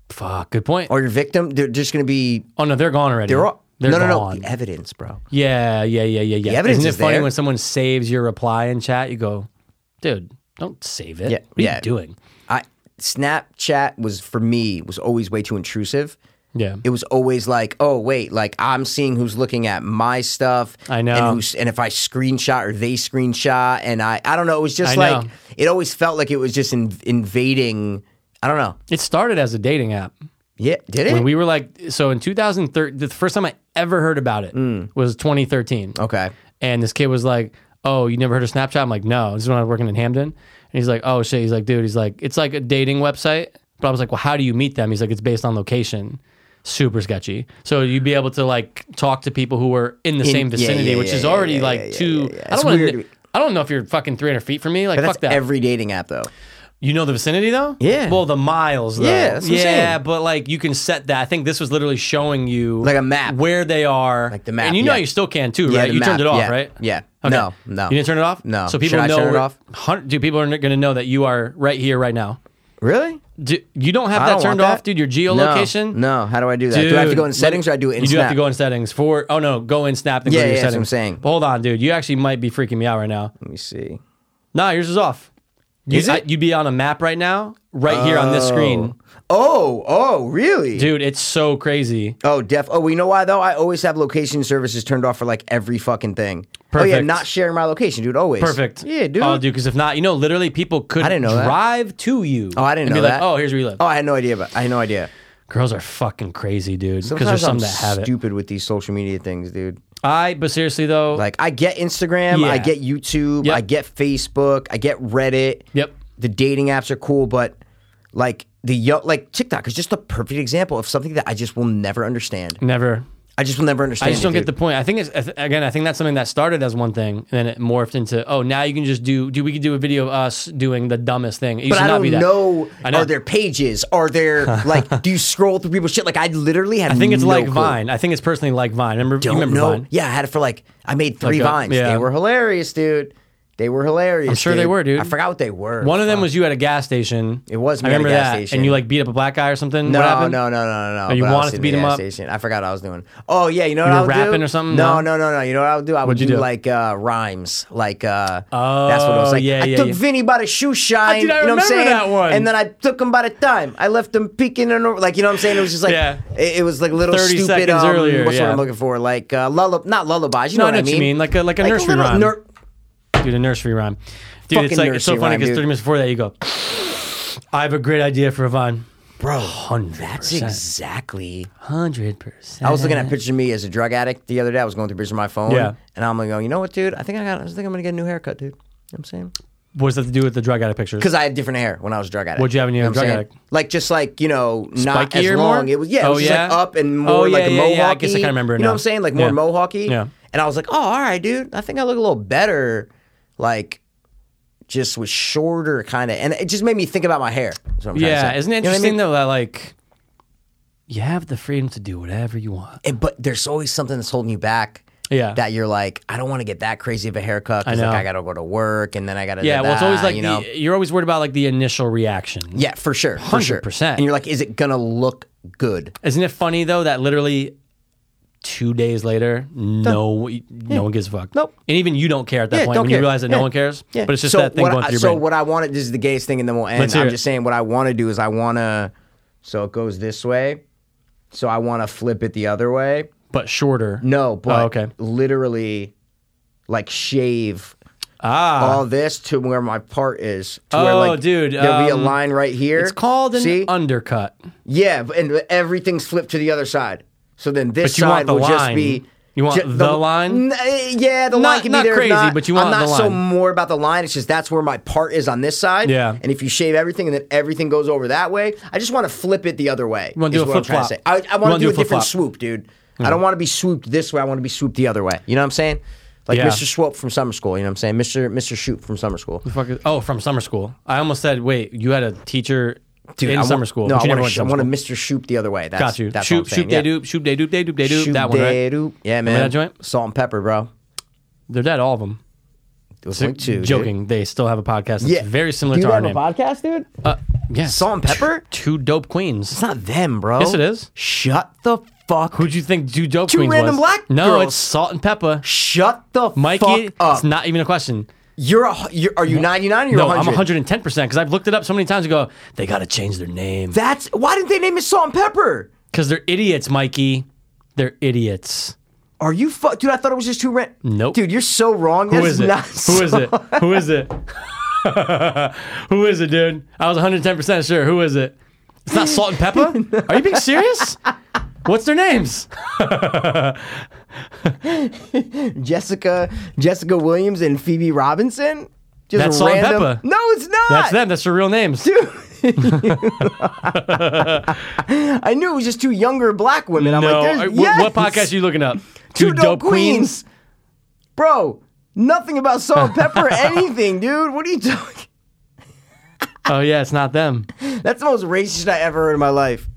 Speaker 3: Fuck, good point.
Speaker 1: Or your victim, they're just gonna be
Speaker 3: oh, no, they're gone already.
Speaker 1: they're all
Speaker 3: They're
Speaker 1: no no
Speaker 3: gone.
Speaker 1: no the evidence, bro.
Speaker 3: Yeah, yeah, yeah, yeah, yeah.
Speaker 1: evidence
Speaker 3: Isn't it
Speaker 1: is
Speaker 3: funny
Speaker 1: there.
Speaker 3: when someone saves your reply in chat? You go, dude, don't save it.
Speaker 1: Yeah,
Speaker 3: what are
Speaker 1: yeah.
Speaker 3: you doing?
Speaker 1: I Snapchat was for me was always way too intrusive.
Speaker 3: Yeah.
Speaker 1: It was always like, oh wait, like I'm seeing who's looking at my stuff.
Speaker 3: I know.
Speaker 1: and, who's, and if I screenshot or they screenshot, and I, I don't know. It was just
Speaker 3: I
Speaker 1: like
Speaker 3: know.
Speaker 1: it always felt like it was just in, invading. I don't know.
Speaker 3: it started as a dating app.
Speaker 1: Yeah, did it?
Speaker 3: When we were like, so in 2013, the first time I ever heard about it
Speaker 1: Mm.
Speaker 3: was 2013.
Speaker 1: okay,
Speaker 3: And this kid was like, oh, you never heard of Snapchat? I'm like, no. This is when I was working in Hamden. And he's like, oh, shit. He's like, dude, he's like, it's like a dating website. But I was like, well, how do you meet them? He's like, it's based on location. Super sketchy. So you'd be able to like talk to people who were in the
Speaker 1: In-
Speaker 3: same
Speaker 1: yeah,
Speaker 3: vicinity,
Speaker 1: yeah,
Speaker 3: which
Speaker 1: yeah,
Speaker 3: is
Speaker 1: yeah,
Speaker 3: already
Speaker 1: yeah,
Speaker 3: like
Speaker 1: yeah,
Speaker 3: too.
Speaker 1: yeah, yeah.
Speaker 3: I
Speaker 1: It's
Speaker 3: don't want
Speaker 1: weird.
Speaker 3: to. I don't know if you're fucking 300 feet from me. Like,
Speaker 1: but that's
Speaker 3: fuck that.
Speaker 1: every dating app though.
Speaker 3: You know the vicinity though?
Speaker 1: Yeah.
Speaker 3: Well, the miles though.
Speaker 1: Yeah, that's what I'm
Speaker 3: yeah,
Speaker 1: saying.
Speaker 3: but like you can set that. I think this was literally showing you
Speaker 1: Like a map.
Speaker 3: where they are, like
Speaker 1: the map,
Speaker 3: And you know
Speaker 1: yeah.
Speaker 3: you still can too,
Speaker 1: Yeah,
Speaker 3: right?
Speaker 1: the
Speaker 3: You turned
Speaker 1: map,
Speaker 3: it off,
Speaker 1: yeah,
Speaker 3: right?
Speaker 1: yeah. No, no.
Speaker 3: You didn't turn it off?
Speaker 1: No.
Speaker 3: So people
Speaker 1: Should I
Speaker 3: know
Speaker 1: turn it
Speaker 3: where-
Speaker 1: off?
Speaker 3: hun- dude, people are going to know that you are right here, right now.
Speaker 1: Really?
Speaker 3: Do, you don't have
Speaker 1: I
Speaker 3: that
Speaker 1: don't
Speaker 3: turned
Speaker 1: want
Speaker 3: off,
Speaker 1: that.
Speaker 3: dude. Your
Speaker 1: No,
Speaker 3: geolocation.
Speaker 1: No, how do I do that? do I have to go in
Speaker 3: Dude,
Speaker 1: settings or I do it in
Speaker 3: You do
Speaker 1: Snap?
Speaker 3: have to go in settings for. Oh no, go in Snap and
Speaker 1: Yeah,
Speaker 3: go to your
Speaker 1: yeah, that's
Speaker 3: settings.
Speaker 1: what I'm saying.
Speaker 3: But hold on, dude. You actually might be freaking me out right now.
Speaker 1: Let me see.
Speaker 3: Nah, yours is off. You,
Speaker 1: Is it?
Speaker 3: would be on a map right now, right here on this screen.
Speaker 1: Oh, oh, really?
Speaker 3: Dude, it's so crazy.
Speaker 1: Oh, def. Oh, you know why though? I always have location services turned off for like every fucking thing. Oh yeah,
Speaker 3: Perfect.
Speaker 1: not sharing my location, dude. Always.
Speaker 3: Perfect.
Speaker 1: Yeah, dude.
Speaker 3: Oh, dude, because if not, you know, literally people could
Speaker 1: I didn't know that.
Speaker 3: drive to you.
Speaker 1: Oh, I didn't
Speaker 3: and
Speaker 1: know
Speaker 3: be
Speaker 1: that.
Speaker 3: Like, oh, here's where you live.
Speaker 1: Oh, I had no idea, but I had no idea.
Speaker 3: Girls are fucking crazy, dude. Because
Speaker 1: Sometimes
Speaker 3: there's some
Speaker 1: I'm
Speaker 3: that have it.
Speaker 1: stupid with these social media things, dude.
Speaker 3: I, but seriously though,
Speaker 1: Like I get Instagram,
Speaker 3: Yeah.
Speaker 1: I get YouTube,
Speaker 3: Yep.
Speaker 1: I get Facebook, I get Reddit.
Speaker 3: Yep.
Speaker 1: The dating apps are cool, but like the yo- like TikTok is just a perfect example of something that I just will never understand.
Speaker 3: never.
Speaker 1: I just will never understand.
Speaker 3: I just don't
Speaker 1: it,
Speaker 3: get the
Speaker 1: dude.
Speaker 3: point. I think it's I th- again. I think that's something that started as one thing, and then it morphed into oh, now you can just do. Do we could do a video of us doing the dumbest thing? It used
Speaker 1: But
Speaker 3: to
Speaker 1: I
Speaker 3: not
Speaker 1: don't
Speaker 3: be that.
Speaker 1: know,
Speaker 3: I know.
Speaker 1: Are there pages? Are
Speaker 3: [LAUGHS]
Speaker 1: there like? do you scroll through people's shit? Like I literally have.
Speaker 3: I think it's
Speaker 1: no
Speaker 3: like
Speaker 1: clue.
Speaker 3: Vine. I think it's personally like Vine. Remember? you
Speaker 1: Don't
Speaker 3: remember
Speaker 1: know.
Speaker 3: Vine?
Speaker 1: Yeah, I had it for like I made three
Speaker 3: Like a-
Speaker 1: vines.
Speaker 3: yeah.
Speaker 1: They were hilarious, dude. They were hilarious.
Speaker 3: I'm sure they were, dude.
Speaker 1: I forgot what they were.
Speaker 3: One of them was you at a gas station.
Speaker 1: It was me
Speaker 3: I
Speaker 1: at a
Speaker 3: remember
Speaker 1: gas
Speaker 3: that.
Speaker 1: station.
Speaker 3: And you like beat up a black guy or something.
Speaker 1: No,
Speaker 3: what
Speaker 1: no,
Speaker 3: happened?
Speaker 1: no, no, no, no.
Speaker 3: Oh, you
Speaker 1: but I was
Speaker 3: wanted to
Speaker 1: sitting in
Speaker 3: beat
Speaker 1: the
Speaker 3: him
Speaker 1: gas
Speaker 3: up?
Speaker 1: Station. I forgot what I was doing. Oh yeah, you know what
Speaker 3: You
Speaker 1: I
Speaker 3: were
Speaker 1: would
Speaker 3: rapping
Speaker 1: do?
Speaker 3: or something?
Speaker 1: No,
Speaker 3: No?
Speaker 1: no, no, no. You know what I would do? I would
Speaker 3: What'd you do?
Speaker 1: like uh, rhymes, like uh, that's what it
Speaker 3: Oh,
Speaker 1: was like.
Speaker 3: yeah,
Speaker 1: I
Speaker 3: yeah,
Speaker 1: took
Speaker 3: yeah.
Speaker 1: Vinny by the shoe shine.
Speaker 3: dude,
Speaker 1: you know what
Speaker 3: I
Speaker 1: I'm
Speaker 3: remember
Speaker 1: saying?
Speaker 3: that one.
Speaker 1: And then I took him by the time. I left him peeking and like you know what I'm saying. It was just like
Speaker 3: Yeah.
Speaker 1: it, it was like little
Speaker 3: 30
Speaker 1: stupid.
Speaker 3: seconds
Speaker 1: um,
Speaker 3: earlier,
Speaker 1: what's what
Speaker 3: yeah.
Speaker 1: I'm looking for? Like uh, lullab, not lullabies. You
Speaker 3: No,
Speaker 1: know
Speaker 3: I
Speaker 1: what
Speaker 3: know
Speaker 1: I
Speaker 3: what you
Speaker 1: mean?
Speaker 3: mean, like a- like a nursery
Speaker 1: little
Speaker 3: rhyme.
Speaker 1: nur-
Speaker 3: Dude, a nursery rhyme. Dude,
Speaker 1: Fucking
Speaker 3: it's like it's so
Speaker 1: nursery
Speaker 3: funny
Speaker 1: rhyme,
Speaker 3: because
Speaker 1: dude.
Speaker 3: 30 minutes before that you go, I have a great idea for a vine.
Speaker 1: Bro,
Speaker 3: 100%.
Speaker 1: that's exactly.
Speaker 3: 100%.
Speaker 1: I was looking at pictures of me as a drug addict the other day. I was going through pictures of my phone.
Speaker 3: Uh-huh. Yeah.
Speaker 1: And I'm like, going, you know what, dude? I think I got. I think I'm gonna get a new haircut, dude. You know what I'm saying?
Speaker 3: What does that to do with the drug addict pictures?
Speaker 1: Because I had different hair when I was a drug addict.
Speaker 3: What'd you have when you
Speaker 1: know
Speaker 3: were
Speaker 1: what
Speaker 3: a
Speaker 1: I'm
Speaker 3: drug
Speaker 1: saying? Like just like you know, not
Speaker 3: Spikier
Speaker 1: as
Speaker 3: more?
Speaker 1: long. It was yeah, it
Speaker 3: Oh,
Speaker 1: was just like
Speaker 3: yeah?
Speaker 1: up and more
Speaker 3: Oh,
Speaker 1: like
Speaker 3: yeah,
Speaker 1: a
Speaker 3: yeah,
Speaker 1: mohawk.
Speaker 3: yeah. I guess I kinda remember
Speaker 1: You know
Speaker 3: now.
Speaker 1: what I'm saying? Like more
Speaker 3: Yeah.
Speaker 1: mohawky.
Speaker 3: Yeah.
Speaker 1: And I was like, oh, all right, dude. I think I look a little better, like just with shorter kind of, and it just made me think about my hair. is what I'm trying to
Speaker 3: yeah,
Speaker 1: say.
Speaker 3: isn't it
Speaker 1: You know what I
Speaker 3: interesting
Speaker 1: mean?
Speaker 3: though that like you have the freedom to do whatever you want.
Speaker 1: And, but there's always something that's holding you back.
Speaker 3: Yeah.
Speaker 1: That you're like, I don't want to get that crazy of a haircut
Speaker 3: I
Speaker 1: because like
Speaker 3: know.
Speaker 1: I gotta go to work and then I gotta
Speaker 3: Yeah, well, it's always like
Speaker 1: you know
Speaker 3: the, you're always worried about like the initial reaction.
Speaker 1: yeah for sure for sure
Speaker 3: 100%.
Speaker 1: and you're like, is it gonna look good?
Speaker 3: Isn't it funny though that literally two days later, no, no one gives a fuck.
Speaker 1: Nope.
Speaker 3: And even you don't care at that
Speaker 1: Yeah,
Speaker 3: point
Speaker 1: don't
Speaker 3: when you
Speaker 1: care.
Speaker 3: realize that no
Speaker 1: Yeah.
Speaker 3: one cares.
Speaker 1: Yeah.
Speaker 3: But it's just
Speaker 1: So
Speaker 3: that thing
Speaker 1: what
Speaker 3: going
Speaker 1: I-
Speaker 3: through your
Speaker 1: so
Speaker 3: brain.
Speaker 1: what I want to, this is the gayest thing, and then we'll end.
Speaker 3: Let's hear
Speaker 1: I'm
Speaker 3: it.
Speaker 1: just saying what I want to do is I want to. So it goes this way. So I want to flip it the other way.
Speaker 3: but shorter.
Speaker 1: No, but
Speaker 3: Oh, okay.
Speaker 1: literally, like shave
Speaker 3: Ah.
Speaker 1: all this to where my part is. To where,
Speaker 3: Oh,
Speaker 1: like,
Speaker 3: dude,
Speaker 1: there'll be a
Speaker 3: um,
Speaker 1: line right here.
Speaker 3: It's called an
Speaker 1: see.
Speaker 3: undercut.
Speaker 1: yeah, but- and everything's flipped to the other side. So then this
Speaker 3: But you want
Speaker 1: side
Speaker 3: the
Speaker 1: will just
Speaker 3: line.
Speaker 1: be.
Speaker 3: You want
Speaker 1: ju-
Speaker 3: the line?
Speaker 1: N- eh, yeah, the
Speaker 3: Not-
Speaker 1: line can
Speaker 3: not
Speaker 1: be there. if
Speaker 3: crazy,
Speaker 1: not,
Speaker 3: but you
Speaker 1: I'm
Speaker 3: want
Speaker 1: not
Speaker 3: the
Speaker 1: so
Speaker 3: line.
Speaker 1: more about the line. It's just that's where my part is on this side.
Speaker 3: Yeah.
Speaker 1: And if you shave everything and then everything goes over that way, I just want to flip it the other way.
Speaker 3: wanna do
Speaker 1: is
Speaker 3: a
Speaker 1: what I'm trying to
Speaker 3: flip-flop.
Speaker 1: say. I, I
Speaker 3: You
Speaker 1: want
Speaker 3: wanna
Speaker 1: to
Speaker 3: do
Speaker 1: do,
Speaker 3: a
Speaker 1: a different
Speaker 3: flip-flop. Hmm.
Speaker 1: swoop, dude. I don't want to be swooped this way. I want to be swooped the other way. You know what I'm saying? Like
Speaker 3: Yeah.
Speaker 1: Mr. Swope from summer school. You know what I'm saying? Mr. Mr. Shoot from summer school.
Speaker 3: Fuck is- Oh, from summer school. I almost said, wait, you had a teacher in
Speaker 1: I
Speaker 3: summer
Speaker 1: want,
Speaker 3: school.
Speaker 1: No,
Speaker 3: but
Speaker 1: I
Speaker 3: you never
Speaker 1: want
Speaker 3: went to
Speaker 1: to. I
Speaker 3: summer
Speaker 1: want to
Speaker 3: school.
Speaker 1: Mr. Shoop the other way. That's,
Speaker 3: Got you.
Speaker 1: That's what
Speaker 3: shoot,
Speaker 1: I'm saying.
Speaker 3: shoot,
Speaker 1: yeah.
Speaker 3: they do, shoot, they do, they do, they do.
Speaker 1: Shoop
Speaker 3: That one,
Speaker 1: de
Speaker 3: right?
Speaker 1: doop. Yeah, man.
Speaker 3: that joint?
Speaker 1: Salt and pepper, bro.
Speaker 3: They're dead, all of them.
Speaker 1: It was linked to dude.
Speaker 3: Joking. They still have a podcast. That's very similar
Speaker 1: Do
Speaker 3: to
Speaker 1: you have
Speaker 3: our name.
Speaker 1: a podcast, dude?
Speaker 3: uh, yeah.
Speaker 1: Salt and Pepper?
Speaker 3: Two dope queens.
Speaker 1: It's not them, bro.
Speaker 3: Yes, it is.
Speaker 1: Shut the fuck.
Speaker 3: Who'd you think two dope
Speaker 1: Two
Speaker 3: queens
Speaker 1: random
Speaker 3: was?
Speaker 1: black
Speaker 3: No,
Speaker 1: girls.
Speaker 3: it's Salt and Pepper.
Speaker 1: Shut the
Speaker 3: Mikey,
Speaker 1: fuck up.
Speaker 3: it's not even a question.
Speaker 1: You're, a, hu- you're are you 99 or you're
Speaker 3: No,
Speaker 1: 100?
Speaker 3: I'm 110% because I've looked it up so many times ago. They got to change their name.
Speaker 1: That's why didn't they name it Salt and Pepper?
Speaker 3: Because they're idiots, Mikey. They're idiots.
Speaker 1: Are you fuck, dude? I thought it was just two rent.
Speaker 3: Nope.
Speaker 1: dude, you're so wrong.
Speaker 3: Who
Speaker 1: That's
Speaker 3: is it?
Speaker 1: Not
Speaker 3: Who is it? Who is it? [LAUGHS] Who is it, dude? I was 110% sure. Who is it? It's not Salt and
Speaker 1: [LAUGHS]
Speaker 3: Pepper? Are you being serious? What's their names?
Speaker 1: [LAUGHS] Jessica, Jessica Williams and Phoebe Robinson. Just
Speaker 3: That's Salt and
Speaker 1: random.
Speaker 3: Pepper.
Speaker 1: No, it's not.
Speaker 3: That's them. That's their real names.
Speaker 1: I knew it was just two younger black women. I'm
Speaker 3: no.
Speaker 1: like,
Speaker 3: I-
Speaker 1: there's-
Speaker 3: wh-
Speaker 1: yes.
Speaker 3: What podcast are you looking up?
Speaker 1: Two dope queens. Bro, nothing about salt and pepper
Speaker 3: [LAUGHS]
Speaker 1: or anything, dude. What are you talking? [LAUGHS]
Speaker 3: Oh, yeah, it's not them.
Speaker 1: That's the most racist I ever heard in my life.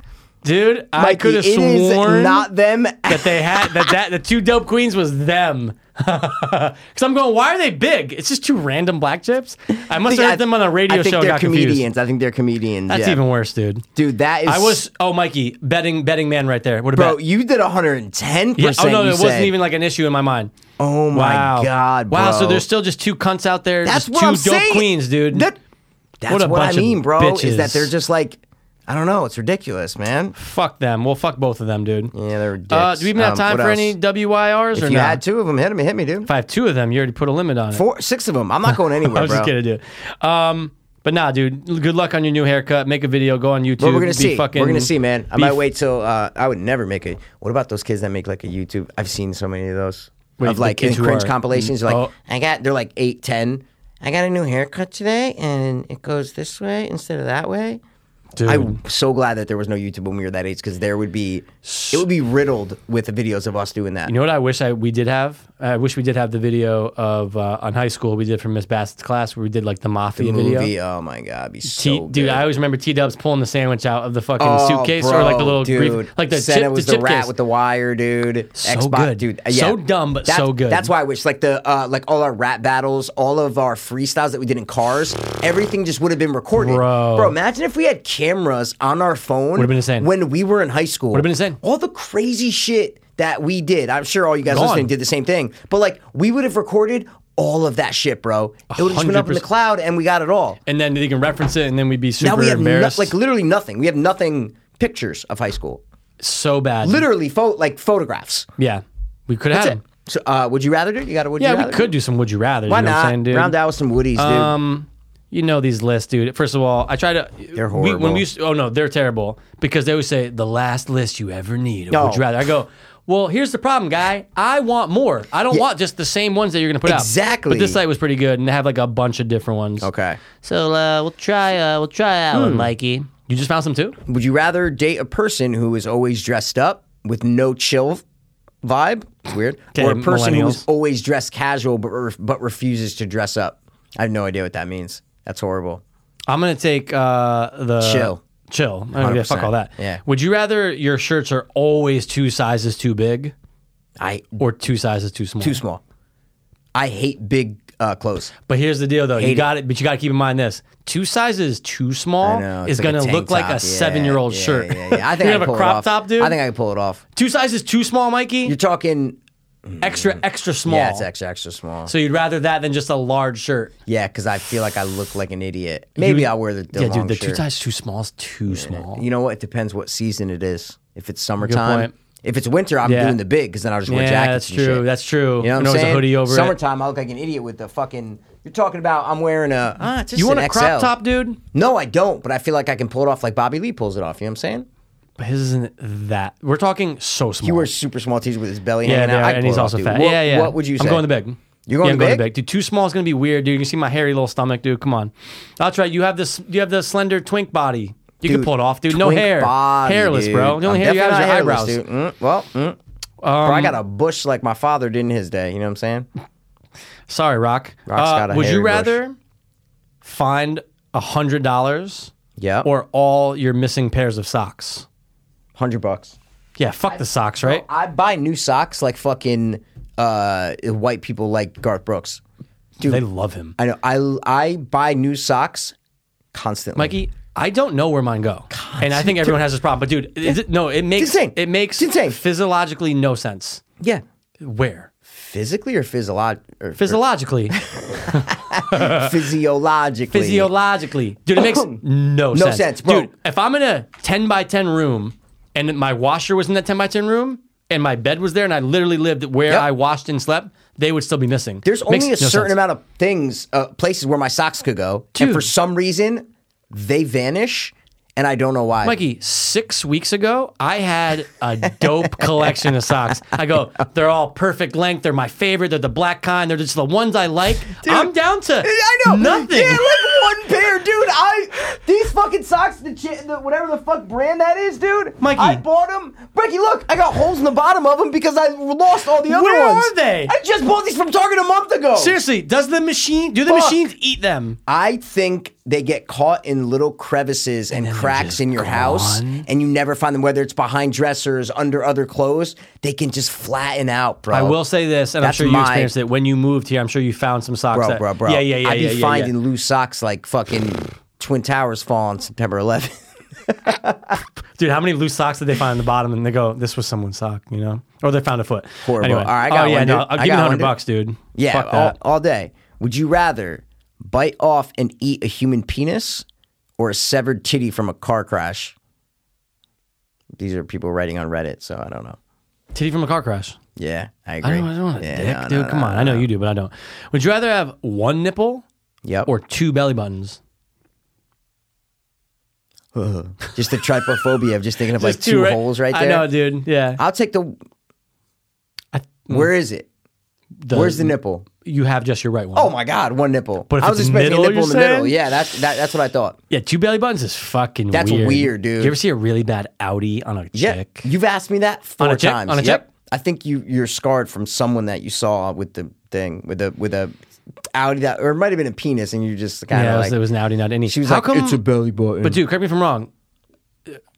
Speaker 3: Dude, I
Speaker 1: Mikey,
Speaker 3: could have
Speaker 1: it is
Speaker 3: sworn
Speaker 1: not them.
Speaker 3: that they had that, that the two dope queens was them. [LAUGHS] Because I'm going, why are they big? It's just two random black chips. I must have heard them on a radio
Speaker 1: I think
Speaker 3: show. and
Speaker 1: They're
Speaker 3: got
Speaker 1: comedians.
Speaker 3: confused.
Speaker 1: I think they're comedians.
Speaker 3: That's
Speaker 1: yeah.
Speaker 3: even worse, dude.
Speaker 1: Dude, that is.
Speaker 3: I was oh Mikey betting betting man right there.
Speaker 1: [LAUGHS]
Speaker 3: What
Speaker 1: Bro,
Speaker 3: about?
Speaker 1: you did 110.
Speaker 3: Yeah, oh
Speaker 1: percent
Speaker 3: no, it wasn't even like an issue in my mind.
Speaker 1: Oh my
Speaker 3: wow.
Speaker 1: god, bro.
Speaker 3: Wow, so there's still just two cunts out there.
Speaker 1: That's
Speaker 3: just
Speaker 1: what
Speaker 3: two
Speaker 1: I'm
Speaker 3: dope
Speaker 1: saying.
Speaker 3: queens, dude.
Speaker 1: That- that's
Speaker 3: What a
Speaker 1: what I
Speaker 3: bunch of
Speaker 1: mean, bro. Is that
Speaker 3: bitches.
Speaker 1: they're just like, I don't know. It's ridiculous, man.
Speaker 3: fuck them. Well, fuck both of them, dude.
Speaker 1: Yeah, they're dicks.
Speaker 3: Uh, do we even
Speaker 1: Um,
Speaker 3: have time
Speaker 1: what
Speaker 3: for
Speaker 1: else?
Speaker 3: any WYRs
Speaker 1: If
Speaker 3: or
Speaker 1: you
Speaker 3: not?
Speaker 1: had two of them, hit me, hit me, dude.
Speaker 3: if I have two of them, you already put a limit on it.
Speaker 1: Four, six of them. I'm not going anywhere,
Speaker 3: [LAUGHS] I was
Speaker 1: bro.
Speaker 3: just gonna do it. Um, but nah, dude. l- Good luck on your new haircut. Make a video. Go on YouTube.
Speaker 1: But we're gonna
Speaker 3: be
Speaker 1: see.
Speaker 3: Fucking,
Speaker 1: we're gonna see, man. I
Speaker 3: be
Speaker 1: might
Speaker 3: f-
Speaker 1: wait till uh, I would never make a. What about those kids that make like a YouTube? I've seen so many of those
Speaker 3: Wait,
Speaker 1: of
Speaker 3: the
Speaker 1: like in
Speaker 3: kids who
Speaker 1: cringe
Speaker 3: are-
Speaker 1: compilations. Like
Speaker 3: oh.
Speaker 1: I got, they're like eight, ten. I got a new haircut today, and it goes this way instead of that way.
Speaker 3: Dude.
Speaker 1: I'm so glad that there was no YouTube when we were that age because there would be it would be riddled with the videos of us doing that.
Speaker 3: You know what I wish I we did have? I wish we did have the video of uh, on high school we did from Miss Bassett's class where we did like the mafia video.
Speaker 1: movie. Oh my god, it'd be so
Speaker 3: T-
Speaker 1: good.
Speaker 3: dude, I always remember T Dubs pulling the sandwich out of the fucking
Speaker 1: Oh,
Speaker 3: suitcase or
Speaker 1: bro,
Speaker 3: like the little
Speaker 1: dude.
Speaker 3: brief, like the
Speaker 1: said
Speaker 3: chip,
Speaker 1: it was
Speaker 3: the
Speaker 1: the,
Speaker 3: chip
Speaker 1: rat
Speaker 3: case.
Speaker 1: with the wire, dude.
Speaker 3: So
Speaker 1: Xbox,
Speaker 3: good.
Speaker 1: dude.
Speaker 3: So dumb, but so good.
Speaker 1: That's why I wish like the uh, like all our rap battles, all of our freestyles that we did in cars, everything just would have been recorded,
Speaker 3: Bro.
Speaker 1: Imagine if we had cameras on our phone. Would
Speaker 3: have been insane.
Speaker 1: when we were in high school. Would
Speaker 3: have been insane.
Speaker 1: All the crazy shit that we did. I'm sure all you guys
Speaker 3: Gone.
Speaker 1: listening did the same thing, but like we would have recorded. All of that shit, bro. It would have just been up in the
Speaker 3: 100%.
Speaker 1: cloud, and we got it all.
Speaker 3: and then they can reference it, and then we'd be super
Speaker 1: Now we have no,
Speaker 3: embarrassed.
Speaker 1: like literally nothing. We have nothing. Pictures of high school
Speaker 3: so bad.
Speaker 1: literally pho- like photographs.
Speaker 3: yeah, we could have.
Speaker 1: That's it.
Speaker 3: them.
Speaker 1: So, uh, would you rather do? it? You got to would you
Speaker 3: Yeah,
Speaker 1: rather?
Speaker 3: we
Speaker 1: do?
Speaker 3: could do some would you rather.
Speaker 1: Why
Speaker 3: you know
Speaker 1: not?
Speaker 3: What I'm saying, dude?
Speaker 1: Round out with some Woodies, dude.
Speaker 3: Um, you know these lists, dude. First of all, I try to. They're We, when
Speaker 1: horrible.
Speaker 3: we used to- oh no, they're terrible because they always say the last list you ever need. Or
Speaker 1: No.
Speaker 3: Would you rather? I go. Well, here's the problem, guy. I want more. I don't want just the same ones that you're gonna put out.
Speaker 1: Exactly.
Speaker 3: But this site was pretty good, and they have like a bunch of different ones.
Speaker 1: okay.
Speaker 3: So uh, we'll try. Uh, we'll try that one, Mikey. You just found some too.
Speaker 1: Would you rather date a person who is always dressed up with no chill vibe? Weird. or a person who
Speaker 3: millennials.
Speaker 1: is always dressed casual but re- but refuses to dress up? I have no idea what that means. That's horrible.
Speaker 3: I'm gonna take uh, the
Speaker 1: Chill.
Speaker 3: Chill. I don't give a fuck all that.
Speaker 1: 100%. Yeah.
Speaker 3: Would you rather your shirts are always two sizes too big
Speaker 1: I
Speaker 3: or two sizes too small?
Speaker 1: too small. I hate big uh, clothes.
Speaker 3: But here's the deal, though.
Speaker 1: Hate
Speaker 3: You
Speaker 1: it.
Speaker 3: got it, but you got to keep in mind this: two sizes too small
Speaker 1: I know,
Speaker 3: is
Speaker 1: it's like a
Speaker 3: going to
Speaker 1: tank
Speaker 3: look like
Speaker 1: top.
Speaker 3: a
Speaker 1: Yeah,
Speaker 3: seven-year-old
Speaker 1: yeah,
Speaker 3: shirt.
Speaker 1: Yeah, yeah.
Speaker 3: [LAUGHS]
Speaker 1: I think
Speaker 3: you
Speaker 1: I
Speaker 3: have
Speaker 1: could
Speaker 3: a
Speaker 1: pull it
Speaker 3: crop
Speaker 1: off.
Speaker 3: top, dude.
Speaker 1: I think I can pull it off.
Speaker 3: two sizes too small, Mikey.
Speaker 1: You're talking.
Speaker 3: extra, extra small.
Speaker 1: Mm-hmm. Yeah, it's extra extra small.
Speaker 3: So you'd rather that than just a large shirt.
Speaker 1: Yeah, because I feel like I look like an idiot. Maybe
Speaker 3: You-
Speaker 1: I'll wear the, the
Speaker 3: yeah,
Speaker 1: long
Speaker 3: dude. The two
Speaker 1: shirt.
Speaker 3: sizes too small is too small.
Speaker 1: You know what? It depends what season it is. If it's summertime,
Speaker 3: point.
Speaker 1: if it's winter, I'm
Speaker 3: Yeah.
Speaker 1: doing the big because then I'll just wear
Speaker 3: yeah,
Speaker 1: jackets.
Speaker 3: that's
Speaker 1: and
Speaker 3: true.
Speaker 1: shit.
Speaker 3: That's true.
Speaker 1: you know what I'm
Speaker 3: always
Speaker 1: saying?
Speaker 3: a hoodie over it.
Speaker 1: summertime, I look like an idiot with the fucking. You're talking about I'm wearing a. Ah, it's just
Speaker 3: You want
Speaker 1: an
Speaker 3: a crop
Speaker 1: XL.
Speaker 3: top, dude?
Speaker 1: No, I don't. But I feel like I can pull it off like Bobby Lee pulls it off. You know what I'm saying?
Speaker 3: But his isn't that. We're talking so small.
Speaker 1: He wears super small tees with his belly
Speaker 3: yeah,
Speaker 1: hanging
Speaker 3: no,
Speaker 1: out. I can
Speaker 3: and
Speaker 1: pull
Speaker 3: he's
Speaker 1: it off,
Speaker 3: also
Speaker 1: dude.
Speaker 3: fat.
Speaker 1: What,
Speaker 3: yeah, yeah.
Speaker 1: What would you say?
Speaker 3: I'm going the big.
Speaker 1: You're going
Speaker 3: yeah, I'm
Speaker 1: the
Speaker 3: going the
Speaker 1: big?
Speaker 3: big, dude. Too small is gonna be weird, dude. You can see my hairy little stomach, dude. Come on, that's right. You have this. You have the slender twink body. You can
Speaker 1: Dude,
Speaker 3: pull it off, dude. No
Speaker 1: twink
Speaker 3: hair,
Speaker 1: body,
Speaker 3: hairless,
Speaker 1: dude.
Speaker 3: bro. The only
Speaker 1: I'm
Speaker 3: hair you have is
Speaker 1: definitely
Speaker 3: your
Speaker 1: not
Speaker 3: eyebrows. Um,
Speaker 1: hairless, dude. Mm, well, mm. Bro, I got a bush like my father did in his day. You know what I'm saying?
Speaker 3: Sorry, Rock.
Speaker 1: Rock's
Speaker 3: Uh,
Speaker 1: got a
Speaker 3: would you
Speaker 1: hairy bush.
Speaker 3: rather find a hundred dollars
Speaker 1: Yeah.
Speaker 3: or all your missing pairs of socks?
Speaker 1: hundred bucks.
Speaker 3: Yeah, fuck the socks, right?
Speaker 1: I buy new socks like fucking uh, white people like Garth Brooks. Dude,
Speaker 3: They love him,
Speaker 1: I know. I I buy new socks constantly.
Speaker 3: Mikey. I don't know where mine go, and I think everyone has this problem. But dude, is it, no, it makes
Speaker 1: insane.
Speaker 3: it makes
Speaker 1: It's insane.
Speaker 3: physiologically no sense.
Speaker 1: yeah,
Speaker 3: Where?
Speaker 1: physically or physiolog or, [LAUGHS]
Speaker 3: Physiologically. uh,
Speaker 1: or physiologically.
Speaker 3: physiologically. Dude,
Speaker 1: [CLEARS THROAT]
Speaker 3: it makes no, sense.
Speaker 1: sense, bro.
Speaker 3: Dude, if I'm in a 10 by 10 room and my washer was in that 10 by 10 room and my bed was there and I literally lived where
Speaker 1: Yep.
Speaker 3: I washed and slept, they would still be missing.
Speaker 1: There's
Speaker 3: Makes
Speaker 1: only a
Speaker 3: no
Speaker 1: certain
Speaker 3: sense.
Speaker 1: amount of things, uh, places where my socks could go, and for
Speaker 3: Dude.
Speaker 1: some reason they vanish, and I don't know why.
Speaker 3: Mikey, six weeks ago, I had a
Speaker 1: [LAUGHS]
Speaker 3: dope collection of socks. I go, they're all perfect length. They're my favorite. They're the black kind. They're just the ones I like. I'm down to
Speaker 1: I know
Speaker 3: nothing.
Speaker 1: Yeah, like one pair, dude. I these fucking socks, the, chi- the whatever the fuck brand that is, dude.
Speaker 3: Mikey.
Speaker 1: I bought them. Mikey, look, I got holes in the bottom of them because I lost all the other
Speaker 3: Where
Speaker 1: ones.
Speaker 3: are they?
Speaker 1: I just bought these from Target a month ago.
Speaker 3: Seriously, does the machine, do the
Speaker 1: Fuck.
Speaker 3: machines eat them?
Speaker 1: I think they get caught in little crevices and,
Speaker 3: then they're
Speaker 1: cracks
Speaker 3: just
Speaker 1: in your house,
Speaker 3: gone.
Speaker 1: and you never find them. Whether it's behind dressers, under other clothes, they can just flatten out, bro.
Speaker 3: I will say this, and I'm
Speaker 1: That's
Speaker 3: sure you
Speaker 1: my-
Speaker 3: experienced it when you moved here. I'm sure you found some socks.
Speaker 1: bro,
Speaker 3: that,
Speaker 1: bro, bro.
Speaker 3: Yeah, yeah, yeah.
Speaker 1: I'd be
Speaker 3: yeah, yeah,
Speaker 1: finding
Speaker 3: yeah.
Speaker 1: loose socks like fucking Twin Towers fall on September 11th.
Speaker 3: Dude, how many loose socks did they find in the bottom? And they go, "This was someone's sock," you know, or they found a foot.
Speaker 1: Horrible.
Speaker 3: Anyway.
Speaker 1: All right, I got
Speaker 3: oh yeah,
Speaker 1: one,
Speaker 3: no,
Speaker 1: dude.
Speaker 3: I'll
Speaker 1: I
Speaker 3: give you
Speaker 1: got one,
Speaker 3: hundred
Speaker 1: dude.
Speaker 3: bucks, dude.
Speaker 1: Yeah,
Speaker 3: Fuck
Speaker 1: all,
Speaker 3: that.
Speaker 1: all day. Would you rather bite off and eat a human penis or a severed titty from a car crash? These are people writing on Reddit, so I don't know.
Speaker 3: Titty from a car crash.
Speaker 1: Yeah, I agree.
Speaker 3: I don't, I don't want a
Speaker 1: Yeah,
Speaker 3: dick,
Speaker 1: no, no,
Speaker 3: dude.
Speaker 1: no,
Speaker 3: Come on,
Speaker 1: no.
Speaker 3: I know you do, but I don't. Would you rather have one nipple
Speaker 1: Yep.
Speaker 3: or two belly buttons?
Speaker 1: [LAUGHS] just the trypophobia of just thinking of like
Speaker 3: Just
Speaker 1: two, holes right Uh, there.
Speaker 3: I know, dude. Yeah.
Speaker 1: I'll take the.
Speaker 3: I-
Speaker 1: Where is it? Where's the nipple?
Speaker 3: You have just your right one.
Speaker 1: Oh my God, one nipple.
Speaker 3: But if
Speaker 1: I was
Speaker 3: it's
Speaker 1: expecting
Speaker 3: middle,
Speaker 1: a nipple in the
Speaker 3: you're
Speaker 1: middle.
Speaker 3: saying?
Speaker 1: Yeah, that's that, that's what I thought.
Speaker 3: yeah. Two belly buttons is fucking.
Speaker 1: That's
Speaker 3: weird.
Speaker 1: weird, dude.
Speaker 3: You ever see a really bad Audi on a
Speaker 1: Yeah,
Speaker 3: chick?
Speaker 1: you've asked me that four
Speaker 3: On a chick?
Speaker 1: times.
Speaker 3: On a
Speaker 1: yep.
Speaker 3: chick?
Speaker 1: I think you you're scarred from someone that you saw with the thing with a with a Audi that or it might have been a penis, and you just kind
Speaker 3: Yeah,
Speaker 1: of
Speaker 3: it was,
Speaker 1: like
Speaker 3: it was an Audi, not any.
Speaker 1: she was
Speaker 3: How
Speaker 1: like
Speaker 3: come,
Speaker 1: it's a belly button.
Speaker 3: But dude, correct me if I'm wrong.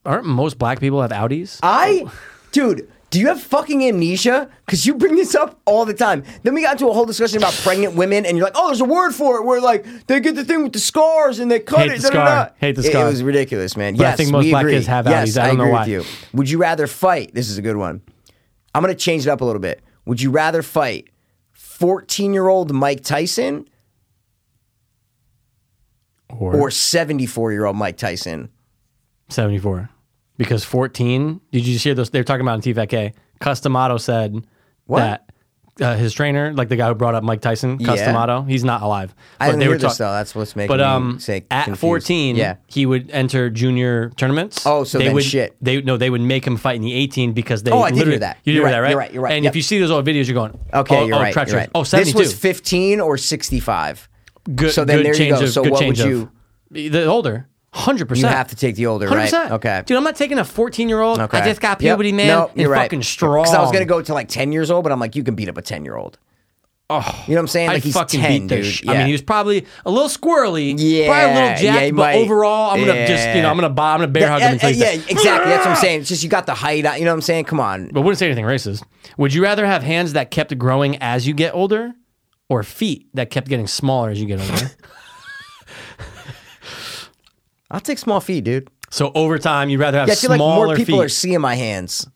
Speaker 3: Aren't most black people have Audis?
Speaker 1: I, dude, do you have fucking amnesia? Because you bring this up all the time. Then we got into a whole discussion about pregnant women, and you're like, oh, there's a word for it where like they get the thing with the scars and they cut
Speaker 3: Hate
Speaker 1: it.
Speaker 3: the
Speaker 1: da-da-da.
Speaker 3: scar. Hate the
Speaker 1: It-
Speaker 3: scar.
Speaker 1: It, was ridiculous, man.
Speaker 3: But I
Speaker 1: yes,
Speaker 3: think most
Speaker 1: we
Speaker 3: black
Speaker 1: agree.
Speaker 3: kids have
Speaker 1: yes,
Speaker 3: Audis. I don't know
Speaker 5: agree
Speaker 3: why.
Speaker 1: With you. Would you rather fight? This is a good one. I'm gonna change it up a little bit. Would you rather fight 14 year old Mike Tyson or 74 year old Mike Tyson?
Speaker 3: 74. Because 14, did you just hear those? They were talking about in TFK. Customato said that uh, his trainer, like the guy who brought up Mike Tyson,
Speaker 1: Yeah.
Speaker 3: Customato, he's not alive.
Speaker 1: I didn't
Speaker 3: they
Speaker 1: hear this
Speaker 3: talk-
Speaker 1: though. That's what's making
Speaker 3: But um,
Speaker 1: me say
Speaker 3: at
Speaker 1: confused.
Speaker 3: 14,
Speaker 1: yeah.
Speaker 3: he would enter junior tournaments.
Speaker 1: Oh, so
Speaker 3: they
Speaker 1: then
Speaker 3: would,
Speaker 1: shit.
Speaker 3: They no, they would make him fight in the 18 because they.
Speaker 1: Oh, I did hear
Speaker 3: literally-
Speaker 1: that.
Speaker 3: You did
Speaker 1: You're
Speaker 3: hear that,
Speaker 1: right,
Speaker 3: right?
Speaker 1: you're right, you're right.
Speaker 3: And if
Speaker 1: Yep.
Speaker 3: you see those old videos, you're going,
Speaker 1: Okay,
Speaker 3: oh,
Speaker 1: you're,
Speaker 3: oh,
Speaker 1: right,
Speaker 3: treacherous.
Speaker 1: you're right.
Speaker 3: Oh, 72.
Speaker 1: This was 15 or 65.
Speaker 3: good.
Speaker 1: so then
Speaker 3: good
Speaker 1: there you
Speaker 3: change
Speaker 1: go.
Speaker 3: Of,
Speaker 1: So
Speaker 3: good
Speaker 1: what
Speaker 3: change
Speaker 1: would
Speaker 3: of-
Speaker 1: you-
Speaker 3: The older, hundred
Speaker 1: You
Speaker 3: percent.
Speaker 1: have to take the older,
Speaker 3: Hundred
Speaker 1: right?
Speaker 3: percent.
Speaker 1: Okay.
Speaker 3: dude. I'm not taking a 14 year old.
Speaker 1: okay.
Speaker 3: I just got
Speaker 1: Yep.
Speaker 3: puberty, man.
Speaker 1: No,
Speaker 3: and
Speaker 1: you're right.
Speaker 3: fucking strong.
Speaker 1: Because I was gonna go to like 10 years old, but I'm like, you can beat up a 10 year old. Oh, you know what I'm saying? Like
Speaker 3: I
Speaker 1: he's
Speaker 3: fucking
Speaker 1: 10,
Speaker 3: beat the
Speaker 1: dude.
Speaker 3: sh-
Speaker 1: yeah.
Speaker 3: I mean, he was probably a little squirrely,
Speaker 1: Yeah,
Speaker 3: probably a little
Speaker 1: yeah,
Speaker 3: jacked,
Speaker 1: he
Speaker 3: but
Speaker 1: might-
Speaker 3: overall, I'm gonna just
Speaker 1: yeah.
Speaker 3: you know I'm gonna bo- I'm gonna bear hug him
Speaker 1: yeah,
Speaker 3: and say
Speaker 1: yeah, exactly. That's what I'm saying. It's just you got the height. out- You know what I'm saying? Come on.
Speaker 3: But wouldn't say anything racist. Would you rather have hands that kept growing as you get older, or feet that kept getting smaller as you get
Speaker 1: [LAUGHS]
Speaker 3: older?
Speaker 1: I'll take small feet, dude.
Speaker 3: so over time, you'd rather have
Speaker 1: Yeah, I feel like
Speaker 3: smaller
Speaker 1: more people
Speaker 3: feet.
Speaker 1: are seeing my hands.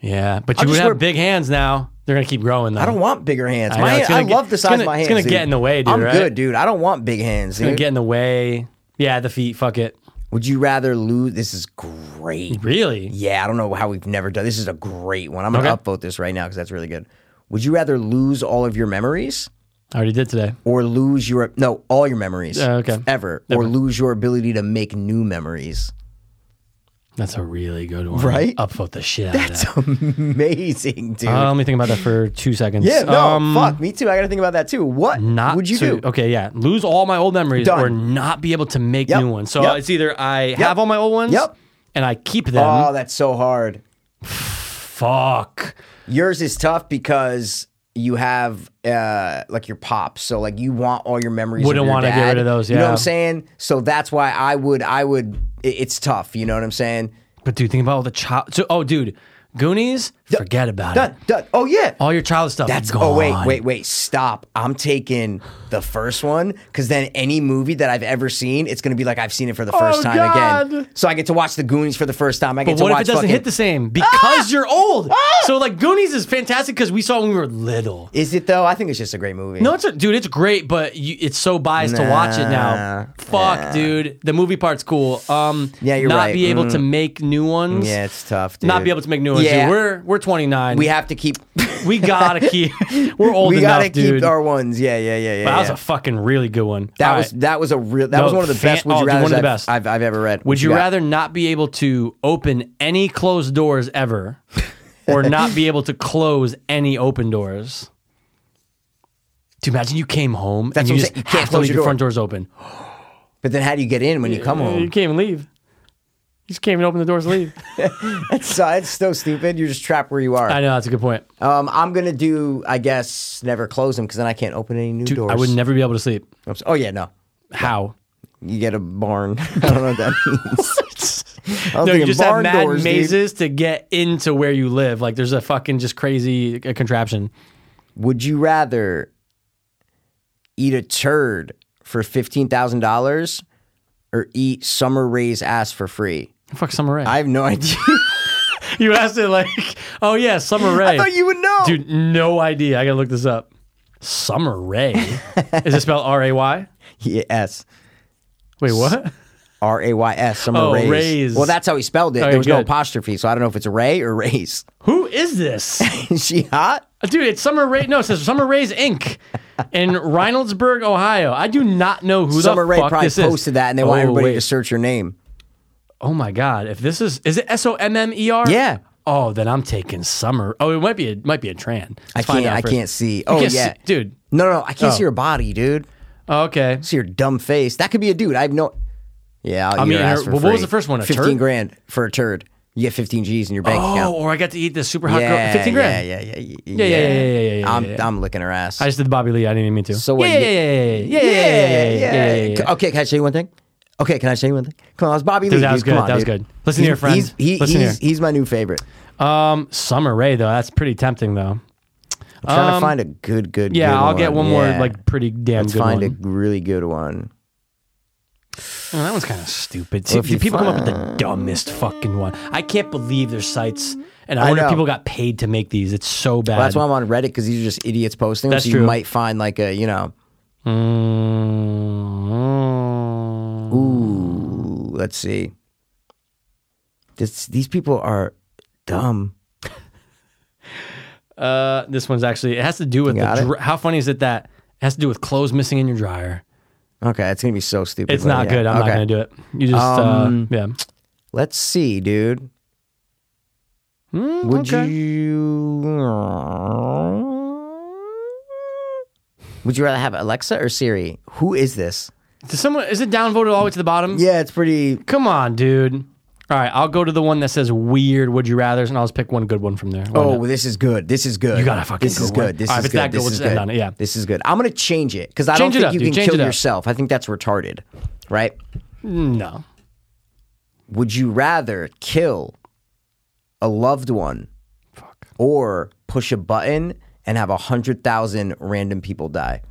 Speaker 3: yeah, but you
Speaker 1: just
Speaker 3: would have
Speaker 1: wear-
Speaker 3: big hands now. They're gonna keep growing though.
Speaker 1: I don't want bigger hands.
Speaker 3: I
Speaker 1: My
Speaker 3: know,
Speaker 1: hand,
Speaker 3: it's gonna
Speaker 1: I
Speaker 3: get-
Speaker 1: love the
Speaker 3: it's
Speaker 1: size
Speaker 3: gonna-
Speaker 1: of my hands.
Speaker 3: it's gonna get dude.
Speaker 1: dude.
Speaker 3: in the way, dude,
Speaker 1: I'm
Speaker 3: right?
Speaker 1: good, dude. I don't want big hands,
Speaker 3: Gonna
Speaker 1: dude.
Speaker 3: get in the way. Yeah, the feet. Fuck it.
Speaker 1: Would you rather lose? This is great.
Speaker 3: Really?
Speaker 1: Yeah, I don't know how we've never done. This is a great one. I'm gonna
Speaker 3: Okay.
Speaker 1: upvote this right now because that's really good. Would you rather lose all of your memories
Speaker 3: I already did today.
Speaker 1: or lose your no all your memories?
Speaker 3: Yeah, Oh, okay.
Speaker 1: Ever or lose your ability to make new memories? [LAUGHS]
Speaker 3: That's a really good one.
Speaker 1: Right?
Speaker 3: Upvote the shit out
Speaker 1: That's
Speaker 3: of that.
Speaker 1: amazing, dude.
Speaker 3: Uh, let me think about that for two seconds.
Speaker 1: yeah, no,
Speaker 3: Um,
Speaker 1: fuck, me too. I gotta think about that too. What
Speaker 3: Not
Speaker 1: would you
Speaker 3: to-
Speaker 1: do?
Speaker 3: Okay, yeah. Lose all my old memories
Speaker 1: Done.
Speaker 3: or not be able to make
Speaker 1: Yep.
Speaker 3: new ones. So
Speaker 1: Yep.
Speaker 3: it's either I have all my old ones
Speaker 1: Yep.
Speaker 3: and I keep them.
Speaker 1: Oh, that's so hard.
Speaker 3: fuck.
Speaker 1: Yours is tough because you have uh like your pops, so like you want all your memories.
Speaker 3: Wouldn't
Speaker 1: want
Speaker 3: wanna
Speaker 1: to
Speaker 3: get rid of those,
Speaker 1: You know what
Speaker 3: yeah.
Speaker 1: I'm saying? So that's why I would. I would. i- It's tough. You know what I'm saying?
Speaker 3: But dude, think about all the child. So, oh, dude, Goonies, forget about
Speaker 1: Done.
Speaker 3: it.
Speaker 1: Done. Oh yeah.
Speaker 3: All your child stuff.
Speaker 1: That's
Speaker 3: gone.
Speaker 1: oh wait wait wait stop! I'm taking the first one because then any movie that I've ever seen, it's gonna be like I've seen it for the first time
Speaker 3: Oh, God.
Speaker 1: again. So I get to watch the Goonies for the first time. I get
Speaker 3: But
Speaker 1: to
Speaker 3: what if
Speaker 1: watch
Speaker 3: it doesn't
Speaker 1: fucking, Ah!
Speaker 3: hit the same because you're old? So like Goonies is fantastic because we saw it when we were little.
Speaker 1: [LAUGHS] Is it though? I think it's just a great movie.
Speaker 3: No, it's a, dude, it's great, but you, it's so biased to watch it
Speaker 1: Nah,
Speaker 3: now. Fuck, dude, the movie part's cool. Um,
Speaker 1: Yeah, you're
Speaker 3: not
Speaker 1: right. Mm.
Speaker 3: be able to make new ones.
Speaker 1: yeah, it's tough. Dude.
Speaker 3: not be able to make new ones.
Speaker 1: Yeah.
Speaker 3: Dude. We're we're 29.
Speaker 1: We have to keep.
Speaker 3: we gotta
Speaker 1: [LAUGHS]
Speaker 3: keep. [LAUGHS] We're [LAUGHS] old
Speaker 1: we
Speaker 3: enough,
Speaker 1: gotta
Speaker 3: dude.
Speaker 1: keep our ones. Yeah yeah yeah yeah.
Speaker 3: But that was
Speaker 1: yeah.
Speaker 3: a fucking really good one.
Speaker 1: That
Speaker 3: All
Speaker 1: was
Speaker 3: right.
Speaker 1: that was a real that
Speaker 3: No,
Speaker 1: was one of the
Speaker 3: fan-
Speaker 1: best would
Speaker 3: oh,
Speaker 1: you
Speaker 3: dude,
Speaker 1: rather
Speaker 3: one of the
Speaker 1: I've,
Speaker 3: best.
Speaker 1: I've, I've ever read.
Speaker 3: Would you
Speaker 1: got?
Speaker 3: rather not be able to open any closed doors
Speaker 1: [LAUGHS]
Speaker 3: ever, or not be able to close any open doors? Dude, imagine you came home
Speaker 1: That's
Speaker 3: and you
Speaker 1: what I'm
Speaker 3: just
Speaker 1: saying. You can't
Speaker 3: have to
Speaker 1: close
Speaker 3: leave
Speaker 1: your
Speaker 3: your
Speaker 1: door.
Speaker 3: front doors open.
Speaker 1: But then how do you get in when you come
Speaker 3: You
Speaker 1: home?
Speaker 3: [LAUGHS] can't even leave. You just can't even open the doors. and Leave.
Speaker 1: so it's so stupid. You're just trapped where you
Speaker 3: [LAUGHS] I
Speaker 1: are.
Speaker 3: know that's a good point.
Speaker 1: Um, I'm gonna do I guess never close them because then I can't open any new
Speaker 3: Dude,
Speaker 1: doors.
Speaker 3: I would never be able to sleep.
Speaker 1: I'm so- oh yeah, no.
Speaker 3: How?
Speaker 1: You get a barn. [LAUGHS] I don't know what that
Speaker 3: [LAUGHS]
Speaker 1: means. I was
Speaker 3: No, you
Speaker 1: thinking
Speaker 3: just have
Speaker 1: barn
Speaker 3: mad
Speaker 1: doors, dude.
Speaker 3: mazes to get into where you live. Like there's a fucking just crazy uh, contraption.
Speaker 1: Would you rather eat a turd for fifteen thousand dollars or eat Summer Rae's ass for free?
Speaker 3: Fuck Summer Rae.
Speaker 1: I have no [LAUGHS] idea.
Speaker 3: [LAUGHS] you asked it like, [LAUGHS] oh yeah, Summer Rae.
Speaker 1: I thought you would know.
Speaker 3: Dude, no idea. I gotta look this up.
Speaker 1: [LAUGHS]
Speaker 3: Summer Ray. Is it spelled R A Y?
Speaker 1: Yes.
Speaker 3: Wait, what?
Speaker 1: R A Y S. Summer
Speaker 3: Oh,
Speaker 1: Rays.
Speaker 3: Rays.
Speaker 1: Well, that's how he spelled it.
Speaker 3: Okay,
Speaker 1: there was no
Speaker 3: good.
Speaker 1: apostrophe, so I don't know if it's Ray or Rays. [LAUGHS]
Speaker 3: Who is this?
Speaker 1: Is she hot?
Speaker 3: Uh, Dude, it's Summer Ray. No, it says Summer Ray's Inc.
Speaker 1: [LAUGHS]
Speaker 3: in Reynoldsburg, Ohio. I do not know who
Speaker 1: Summer
Speaker 3: the
Speaker 1: Ray
Speaker 3: fuck
Speaker 1: probably
Speaker 3: this is.
Speaker 1: posted that, and they
Speaker 3: oh,
Speaker 1: want everybody
Speaker 3: wait.
Speaker 1: to search her name.
Speaker 3: Oh my god! If this is is it S O M M E R?
Speaker 1: Yeah.
Speaker 3: Oh, then I'm taking Summer. Oh, it might be a, might be a tran. Let's
Speaker 1: I
Speaker 3: find
Speaker 1: can't.
Speaker 3: out
Speaker 1: I
Speaker 3: first.
Speaker 1: can't see.
Speaker 3: You
Speaker 1: Oh
Speaker 3: can't
Speaker 1: yeah,
Speaker 3: see- dude.
Speaker 1: No, no, I can't
Speaker 3: Oh.
Speaker 1: see her body, dude.
Speaker 3: Oh, okay.
Speaker 1: See her dumb face. That could be a dude. I have no. Yeah, I'll I
Speaker 3: mean,
Speaker 1: mean,
Speaker 3: her-
Speaker 1: ass for
Speaker 3: well, what was
Speaker 1: free.
Speaker 3: the first one, a
Speaker 1: Fifteen
Speaker 3: turd?
Speaker 1: grand for a turd. You get 15 G's in your bank
Speaker 3: Oh,
Speaker 1: account.
Speaker 3: or I got to eat the super Oh, hot girl.
Speaker 1: yeah,
Speaker 3: 15 grand.
Speaker 1: Yeah, yeah, yeah,
Speaker 3: Yeah, yeah, yeah, yeah, yeah, yeah,
Speaker 1: I'm,
Speaker 3: yeah.
Speaker 1: I'm licking her ass.
Speaker 3: I just did the Bobby Lee. I didn't even mean to.
Speaker 1: So what,
Speaker 3: Yeah,
Speaker 1: you-
Speaker 3: yeah, yeah, yeah, yeah, yeah, yeah, yeah, yeah, yeah, yeah.
Speaker 1: Okay, can I show you one thing? Okay, can I show you one thing? Come on, it's Bobby Lee.
Speaker 3: Dude, that was
Speaker 1: dude. Come
Speaker 3: good.
Speaker 1: on,
Speaker 3: That was
Speaker 1: dude.
Speaker 3: good. Listen here, friends.
Speaker 1: He's, he,
Speaker 3: Listen
Speaker 1: he's,
Speaker 3: here.
Speaker 1: he's my new favorite.
Speaker 3: Um, Summer Ray though, that's pretty tempting though.
Speaker 1: I'm trying to
Speaker 3: Um,
Speaker 1: find a good, good,
Speaker 3: Yeah,
Speaker 1: good
Speaker 3: I'll get one more
Speaker 1: Yeah.
Speaker 3: like pretty damn
Speaker 1: Let's
Speaker 3: good
Speaker 1: find
Speaker 3: one.
Speaker 1: a really good one.
Speaker 3: Oh, that one's kind of stupid. See,
Speaker 1: if you
Speaker 3: people come up with the dumbest fucking one. I can't believe there's sites, and I,
Speaker 1: I
Speaker 3: wonder if
Speaker 1: know.
Speaker 3: people got paid to make these. It's so bad.
Speaker 1: Well, that's why I'm on Reddit because these are just idiots posting. them,
Speaker 3: That's
Speaker 1: so
Speaker 3: true.
Speaker 1: You might find like a you know,
Speaker 3: Mm.
Speaker 1: ooh, let's see. This, these people are dumb.
Speaker 3: Uh, this one's actually. It has to do with
Speaker 1: got
Speaker 3: the
Speaker 1: it?
Speaker 3: dr- how funny is it that it has to do with clothes missing in your dryer.
Speaker 1: Okay, it's gonna be so stupid.
Speaker 3: It's
Speaker 1: but
Speaker 3: not
Speaker 1: yeah.
Speaker 3: good. I'm not
Speaker 1: Okay.
Speaker 3: gonna do it. You just
Speaker 1: Um,
Speaker 3: uh, yeah.
Speaker 1: Let's see, dude.
Speaker 3: Mm,
Speaker 1: Would
Speaker 3: okay.
Speaker 1: you? Would you rather have Alexa or Siri? Who is this?
Speaker 3: Does someone is it downvoted all the way to the bottom?
Speaker 1: Yeah, it's pretty.
Speaker 3: Come on, dude. All right, I'll go to the one that says weird would you rather's and I'll just pick one good one from there. Why
Speaker 1: Oh,
Speaker 3: not?
Speaker 1: this is good. This is good.
Speaker 3: You got a fucking
Speaker 1: This is
Speaker 3: good one.
Speaker 1: good. This
Speaker 3: All right,
Speaker 1: is
Speaker 3: if it's
Speaker 1: good.
Speaker 3: that good,
Speaker 1: This
Speaker 3: we'll
Speaker 1: is
Speaker 3: just end
Speaker 1: good.
Speaker 3: on it, yeah.
Speaker 1: This is good. I'm gonna change it because I
Speaker 3: Change it
Speaker 1: don't think you
Speaker 3: up, dude.
Speaker 1: can
Speaker 3: Change
Speaker 1: kill
Speaker 3: it up.
Speaker 1: yourself. I think that's retarded, right?
Speaker 3: no.
Speaker 1: Would you rather kill a loved one or push a button and have a hundred thousand random people die?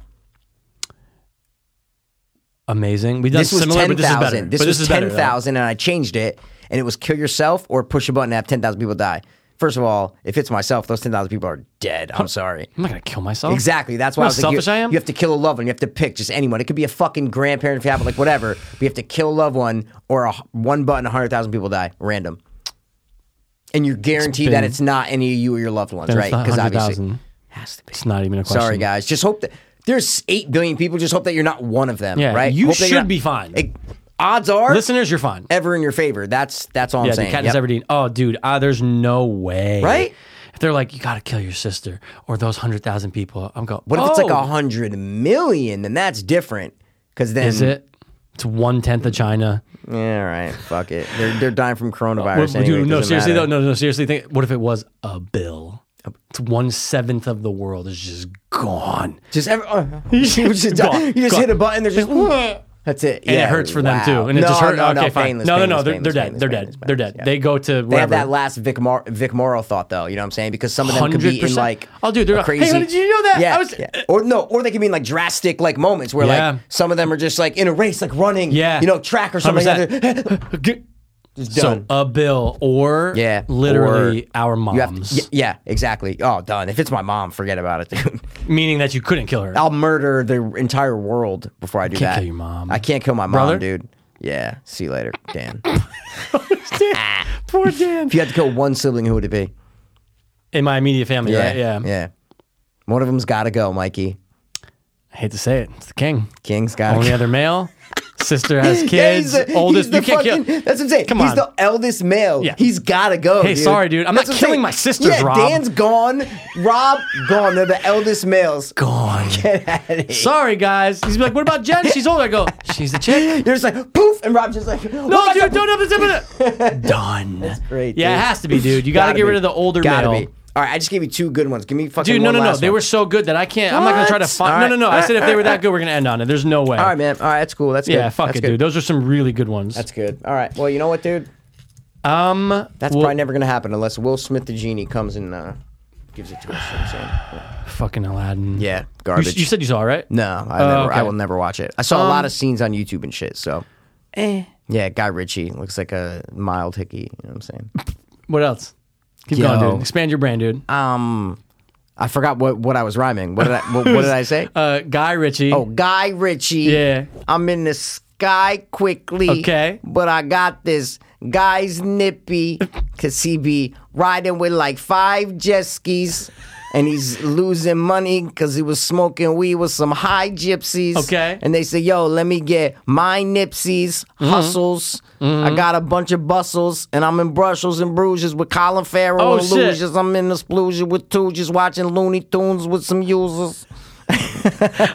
Speaker 3: Amazing. We've done
Speaker 1: this was
Speaker 3: similar,
Speaker 1: ten
Speaker 3: but this is better.
Speaker 1: thousand. This
Speaker 3: but
Speaker 1: was
Speaker 3: is better,
Speaker 1: ten
Speaker 3: though.
Speaker 1: thousand, and I changed it, and it was kill yourself or push a button and have ten thousand people die. First of all, if it's myself, those ten thousand people are dead. I'm sorry.
Speaker 3: I'm not gonna kill myself.
Speaker 1: Exactly. That's why
Speaker 3: You know
Speaker 1: I was
Speaker 3: how
Speaker 1: like, you-
Speaker 3: selfish I am?
Speaker 1: You have to kill a loved one. You have to pick just anyone. It could be a fucking grandparent if you have it, like whatever. But you have to kill a loved one or a, one button, hundred thousand people die, random. And you're guaranteed that
Speaker 3: been-
Speaker 1: it's not any of you or your loved ones,
Speaker 3: Then
Speaker 1: right?
Speaker 3: it's not
Speaker 1: Because obviously,
Speaker 3: 100,000.
Speaker 1: has to be.
Speaker 3: It's not even a question.
Speaker 1: Sorry, guys. Just hope that there's eight billion people. Just hope that you're not one of them.
Speaker 3: Yeah,
Speaker 1: right.
Speaker 3: you
Speaker 1: Hope that you're
Speaker 3: should
Speaker 1: not-
Speaker 3: be fine.
Speaker 1: It- odds are,
Speaker 3: Listeners, you're fine.
Speaker 1: ever in your favor. That's that's all
Speaker 3: yeah,
Speaker 1: I'm
Speaker 3: dude,
Speaker 1: saying.
Speaker 3: Katniss
Speaker 1: Yep.
Speaker 3: Everdeen. Oh, dude, uh, there's no way.
Speaker 1: Right?
Speaker 3: If they're like, you gotta kill your sister or those hundred thousand people, I'm going.
Speaker 1: What if it's like
Speaker 3: "Oh,
Speaker 1: a hundred million? Then that's different. Because then,
Speaker 3: Is it? It's one tenth of China.
Speaker 1: Yeah, all right. Fuck it. They're they're dying from
Speaker 3: What-
Speaker 1: coronavirus.
Speaker 3: dude,
Speaker 1: anyway, it
Speaker 3: no,
Speaker 1: doesn't
Speaker 3: seriously
Speaker 1: matter.
Speaker 3: though, no, no, seriously. Think, what if it was a bill? It's one seventh of the world is just gone.
Speaker 1: Just ever, oh,
Speaker 3: [LAUGHS]
Speaker 1: you just,
Speaker 3: Gone,
Speaker 1: you just
Speaker 3: gone.
Speaker 1: hit a button. They're just that's it.
Speaker 3: And
Speaker 1: yeah,
Speaker 3: it hurts for them
Speaker 1: wow.
Speaker 3: too. And it
Speaker 1: no,
Speaker 3: just hurts.
Speaker 1: No,
Speaker 3: okay,
Speaker 1: no,
Speaker 3: fine.
Speaker 1: painless,
Speaker 3: no, no, no.
Speaker 1: painless,
Speaker 3: They're,
Speaker 1: painless,
Speaker 3: they're dead.
Speaker 1: painless, painless,
Speaker 3: They're dead. They're
Speaker 1: painless,
Speaker 3: dead.
Speaker 1: yeah.
Speaker 3: They go to
Speaker 1: They have
Speaker 3: wherever.
Speaker 1: that last Vic, Mar- Vic Morrow thought though. You know what I'm saying? Because some of them could be in
Speaker 3: 100%.
Speaker 1: like
Speaker 3: Oh, dude, they're
Speaker 1: a
Speaker 3: like, "Hey,
Speaker 1: crazy.
Speaker 3: how did you know that? I
Speaker 1: Yeah,
Speaker 3: was- uh,
Speaker 1: yeah. Or no, or they could be in like drastic like moments where
Speaker 3: Yeah.
Speaker 1: like some of them are just like in a race, like running.
Speaker 3: Yeah.
Speaker 1: you know, track or something. Like
Speaker 3: 100%.
Speaker 1: that.
Speaker 3: [LAUGHS] G-
Speaker 1: Just
Speaker 3: So
Speaker 1: done.
Speaker 3: a bill or
Speaker 1: Yeah,
Speaker 3: literally
Speaker 1: or
Speaker 3: our
Speaker 1: you have to,
Speaker 3: moms,
Speaker 1: yeah, yeah, exactly. Oh, done. If it's my mom, forget about it, dude. [LAUGHS]
Speaker 3: meaning that you couldn't kill her.
Speaker 1: I'll murder the entire world before I do
Speaker 3: Can't
Speaker 1: that.
Speaker 3: kill your mom.
Speaker 1: I can't kill my mom,
Speaker 3: Brother?
Speaker 1: dude. Yeah. See you later, Dan.
Speaker 3: Poor Dan.
Speaker 1: if you had to kill one sibling, who would it be?
Speaker 3: In my immediate family, right? Yeah.
Speaker 1: Yeah. One of them's got to go, Mikey.
Speaker 3: I hate to say it. It's the king.
Speaker 1: King's got to
Speaker 3: Only
Speaker 1: go. [LAUGHS]
Speaker 3: other male. Sister has
Speaker 1: Yeah, he's
Speaker 3: kids.
Speaker 1: the- he's
Speaker 3: oldest.
Speaker 1: the
Speaker 3: You can't
Speaker 1: fucking,
Speaker 3: kill.
Speaker 1: That's what I'm saying.
Speaker 3: Come
Speaker 1: he's
Speaker 3: on.
Speaker 1: the eldest male.
Speaker 3: Yeah.
Speaker 1: He's got to go.
Speaker 3: Hey,
Speaker 1: dude.
Speaker 3: sorry, dude. I'm
Speaker 1: That's
Speaker 3: not
Speaker 1: what
Speaker 3: killing
Speaker 1: saying.
Speaker 3: my sisters,
Speaker 1: yeah,
Speaker 3: Rob.
Speaker 1: Dan's gone. Rob gone. They're the eldest males.
Speaker 3: Gone.
Speaker 1: Get out of here.
Speaker 3: Sorry, guys. He's like, what about Jen? She's older. I go, she's
Speaker 1: [LAUGHS]
Speaker 3: the chick.
Speaker 1: You're just like poof, and Rob's just like
Speaker 3: No, dude, don't have this. [LAUGHS] Done.
Speaker 1: [LAUGHS] Great,
Speaker 3: yeah, it
Speaker 1: dude.
Speaker 3: has to be, dude. You got to
Speaker 1: Gotta
Speaker 3: get rid
Speaker 1: be.
Speaker 3: of the older
Speaker 1: Gotta
Speaker 3: male.
Speaker 1: be. All right, I just gave you two good ones. Give me fucking.
Speaker 3: Dude, no,
Speaker 1: one
Speaker 3: no, no.
Speaker 1: last
Speaker 3: They
Speaker 1: one.
Speaker 3: were so good that I can't. I'm not going to try to
Speaker 1: What?
Speaker 3: find.
Speaker 1: All
Speaker 3: No, no, no.
Speaker 1: right.
Speaker 3: I said if they were that good, we're going to end on it. There's no way.
Speaker 1: All right, man. All right, that's cool. That's good.
Speaker 3: Yeah, fuck
Speaker 1: that's
Speaker 3: it,
Speaker 1: good.
Speaker 3: dude. Those are some really good ones.
Speaker 1: That's good. All right. Well, you know what, dude?
Speaker 3: um,
Speaker 1: That's
Speaker 3: well,
Speaker 1: probably never gonna happen unless Will Smith the genie comes and uh, gives it to us. you know what I'm saying?
Speaker 3: fucking Aladdin.
Speaker 1: Yeah,
Speaker 3: You,
Speaker 1: garbage.
Speaker 3: s- you said you saw it, right?
Speaker 1: no, I,
Speaker 3: Oh,
Speaker 1: never,
Speaker 3: okay. Um,
Speaker 1: I will never watch it. I saw a lot of scenes on YouTube and shit. So,
Speaker 3: eh.
Speaker 1: yeah, Guy Ritchie looks like a mild hickey. You know what I'm saying?
Speaker 3: What else? Keep
Speaker 1: Yo.
Speaker 3: going, dude. Expand your brain, dude.
Speaker 1: Um, I forgot what what I was rhyming. What did I what, what did I
Speaker 3: [LAUGHS]
Speaker 1: say?
Speaker 3: Uh, Guy Ritchie.
Speaker 1: Oh, Guy Ritchie. [LAUGHS]
Speaker 3: Yeah.
Speaker 1: I'm in the sky quickly.
Speaker 3: Okay.
Speaker 1: But I got this guy's nippy because he be riding with like five jet skis and he's losing money because he was smoking weed with some high gypsies.
Speaker 3: Okay. Mm-hmm.
Speaker 1: And they say, yo, let me get my nipsies, hustles. I got a bunch of bustles and I'm in Brussels and Bruges with Colin Farrell
Speaker 3: Oh,
Speaker 1: and
Speaker 3: shit.
Speaker 1: Luges. I'm in the spluges with two just watching Looney Tunes with some users.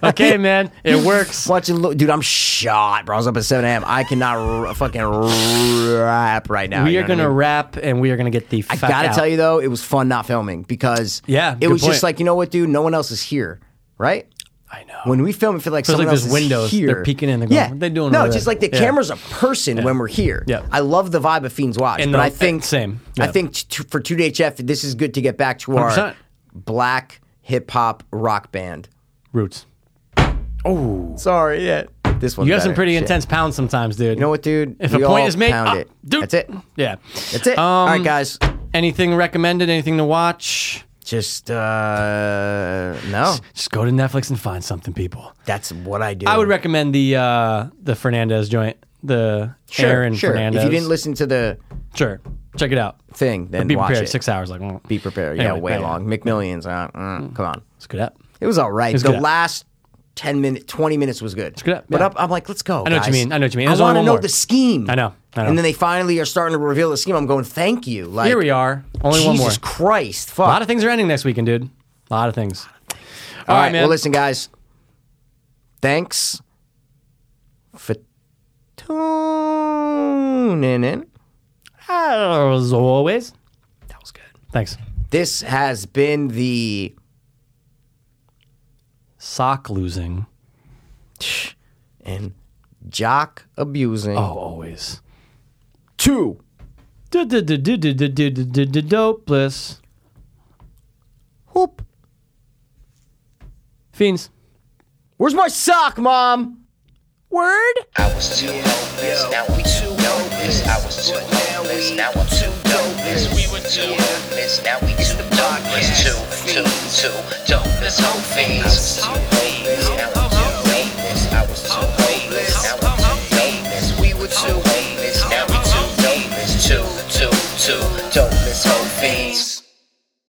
Speaker 3: okay, man,
Speaker 1: [LAUGHS]
Speaker 3: it works.
Speaker 1: Watching, Lu- dude, I'm shot, bro. I was up at 7 a.m. I cannot r- fucking rap right now.
Speaker 3: We
Speaker 1: you
Speaker 3: are
Speaker 1: know what I
Speaker 3: gonna
Speaker 1: mean?
Speaker 3: wrap and we are gonna get the.
Speaker 1: I gotta tell you though, it was fun not filming because
Speaker 3: Yeah,
Speaker 1: it
Speaker 3: good
Speaker 1: was
Speaker 3: point.
Speaker 1: just like you know what, dude, no one else is here, right?
Speaker 3: I know.
Speaker 1: When we film, it feel like
Speaker 3: Feels
Speaker 1: someone
Speaker 3: like
Speaker 1: else
Speaker 3: there's
Speaker 1: is
Speaker 3: windows.
Speaker 1: here.
Speaker 3: They're peeking in, they're going,
Speaker 1: yeah.
Speaker 3: "What they doing
Speaker 1: No,
Speaker 3: over
Speaker 1: it's just
Speaker 3: there?"
Speaker 1: like the
Speaker 3: Yeah.
Speaker 1: camera's a person when we're here.
Speaker 3: Yeah.
Speaker 1: I love the vibe of Fiends Watch,
Speaker 3: And
Speaker 1: but
Speaker 3: the-
Speaker 1: I think
Speaker 3: same.
Speaker 1: I
Speaker 3: Yeah.
Speaker 1: think t- for 2DHF, this is good to get back to our
Speaker 3: 100%.
Speaker 1: black hip hop rock band.
Speaker 3: Roots.
Speaker 1: Sorry, yeah, this one.
Speaker 3: You have some pretty intense pounds sometimes, dude.
Speaker 1: You know what, dude?
Speaker 3: If
Speaker 1: We
Speaker 3: a point
Speaker 1: all
Speaker 3: is made,
Speaker 1: pound
Speaker 3: ah,
Speaker 1: it.
Speaker 3: dude.
Speaker 1: That's it.
Speaker 3: Yeah. Um,
Speaker 1: That's it. all right, guys.
Speaker 3: Anything recommended? Anything to watch?
Speaker 1: Just uh, no.
Speaker 3: Just go to Netflix and find something, people.
Speaker 1: That's what I do.
Speaker 3: I would recommend the uh, the Fernandez joint, the Aaron Fernandez.
Speaker 1: If you didn't listen to the
Speaker 3: sure, check it out.
Speaker 1: thing, then
Speaker 3: Be
Speaker 1: watch
Speaker 3: prepared.
Speaker 1: it.
Speaker 3: Six hours, like mm.
Speaker 1: Be prepared. yeah,
Speaker 3: Anyway,
Speaker 1: way
Speaker 3: yeah, yeah.
Speaker 1: long. McMillions. Uh, mm, Come on.
Speaker 3: It's a good app.
Speaker 1: It was all right.
Speaker 3: was
Speaker 1: the
Speaker 3: good.
Speaker 1: last ten minute, twenty minutes was good.
Speaker 3: good,
Speaker 1: But
Speaker 3: yeah.
Speaker 1: up, I'm like, let's go.
Speaker 3: I know what you
Speaker 1: guys.
Speaker 3: mean, I know what you mean.
Speaker 1: I
Speaker 3: There's only
Speaker 1: want to
Speaker 3: one
Speaker 1: know
Speaker 3: more.
Speaker 1: the scheme.
Speaker 3: I know, I know.
Speaker 1: And then they finally are starting to reveal the scheme. I'm going, thank you. Like
Speaker 3: Here we are. Only
Speaker 1: Jesus
Speaker 3: one more.
Speaker 1: Christ. Fuck.
Speaker 3: A lot of things are ending next weekend, dude. A lot of things.
Speaker 1: all right.
Speaker 3: man.
Speaker 1: Well, listen, guys. Thanks for tuning in.
Speaker 3: As always, that was good. Thanks.
Speaker 1: This has been the
Speaker 3: Sock losing.
Speaker 1: and jock abusing.
Speaker 3: Oh, always.
Speaker 1: two.
Speaker 3: Dopeless.
Speaker 1: Whoop.
Speaker 3: Fiends.
Speaker 1: Where's my sock, mom? Word.
Speaker 4: I was too hopeless, now I'm too hopeless. I was too hopeless, now I'm too dopeless. We were too hopeless, now we too darkness. Two, two, two, dopeless, hope fiends.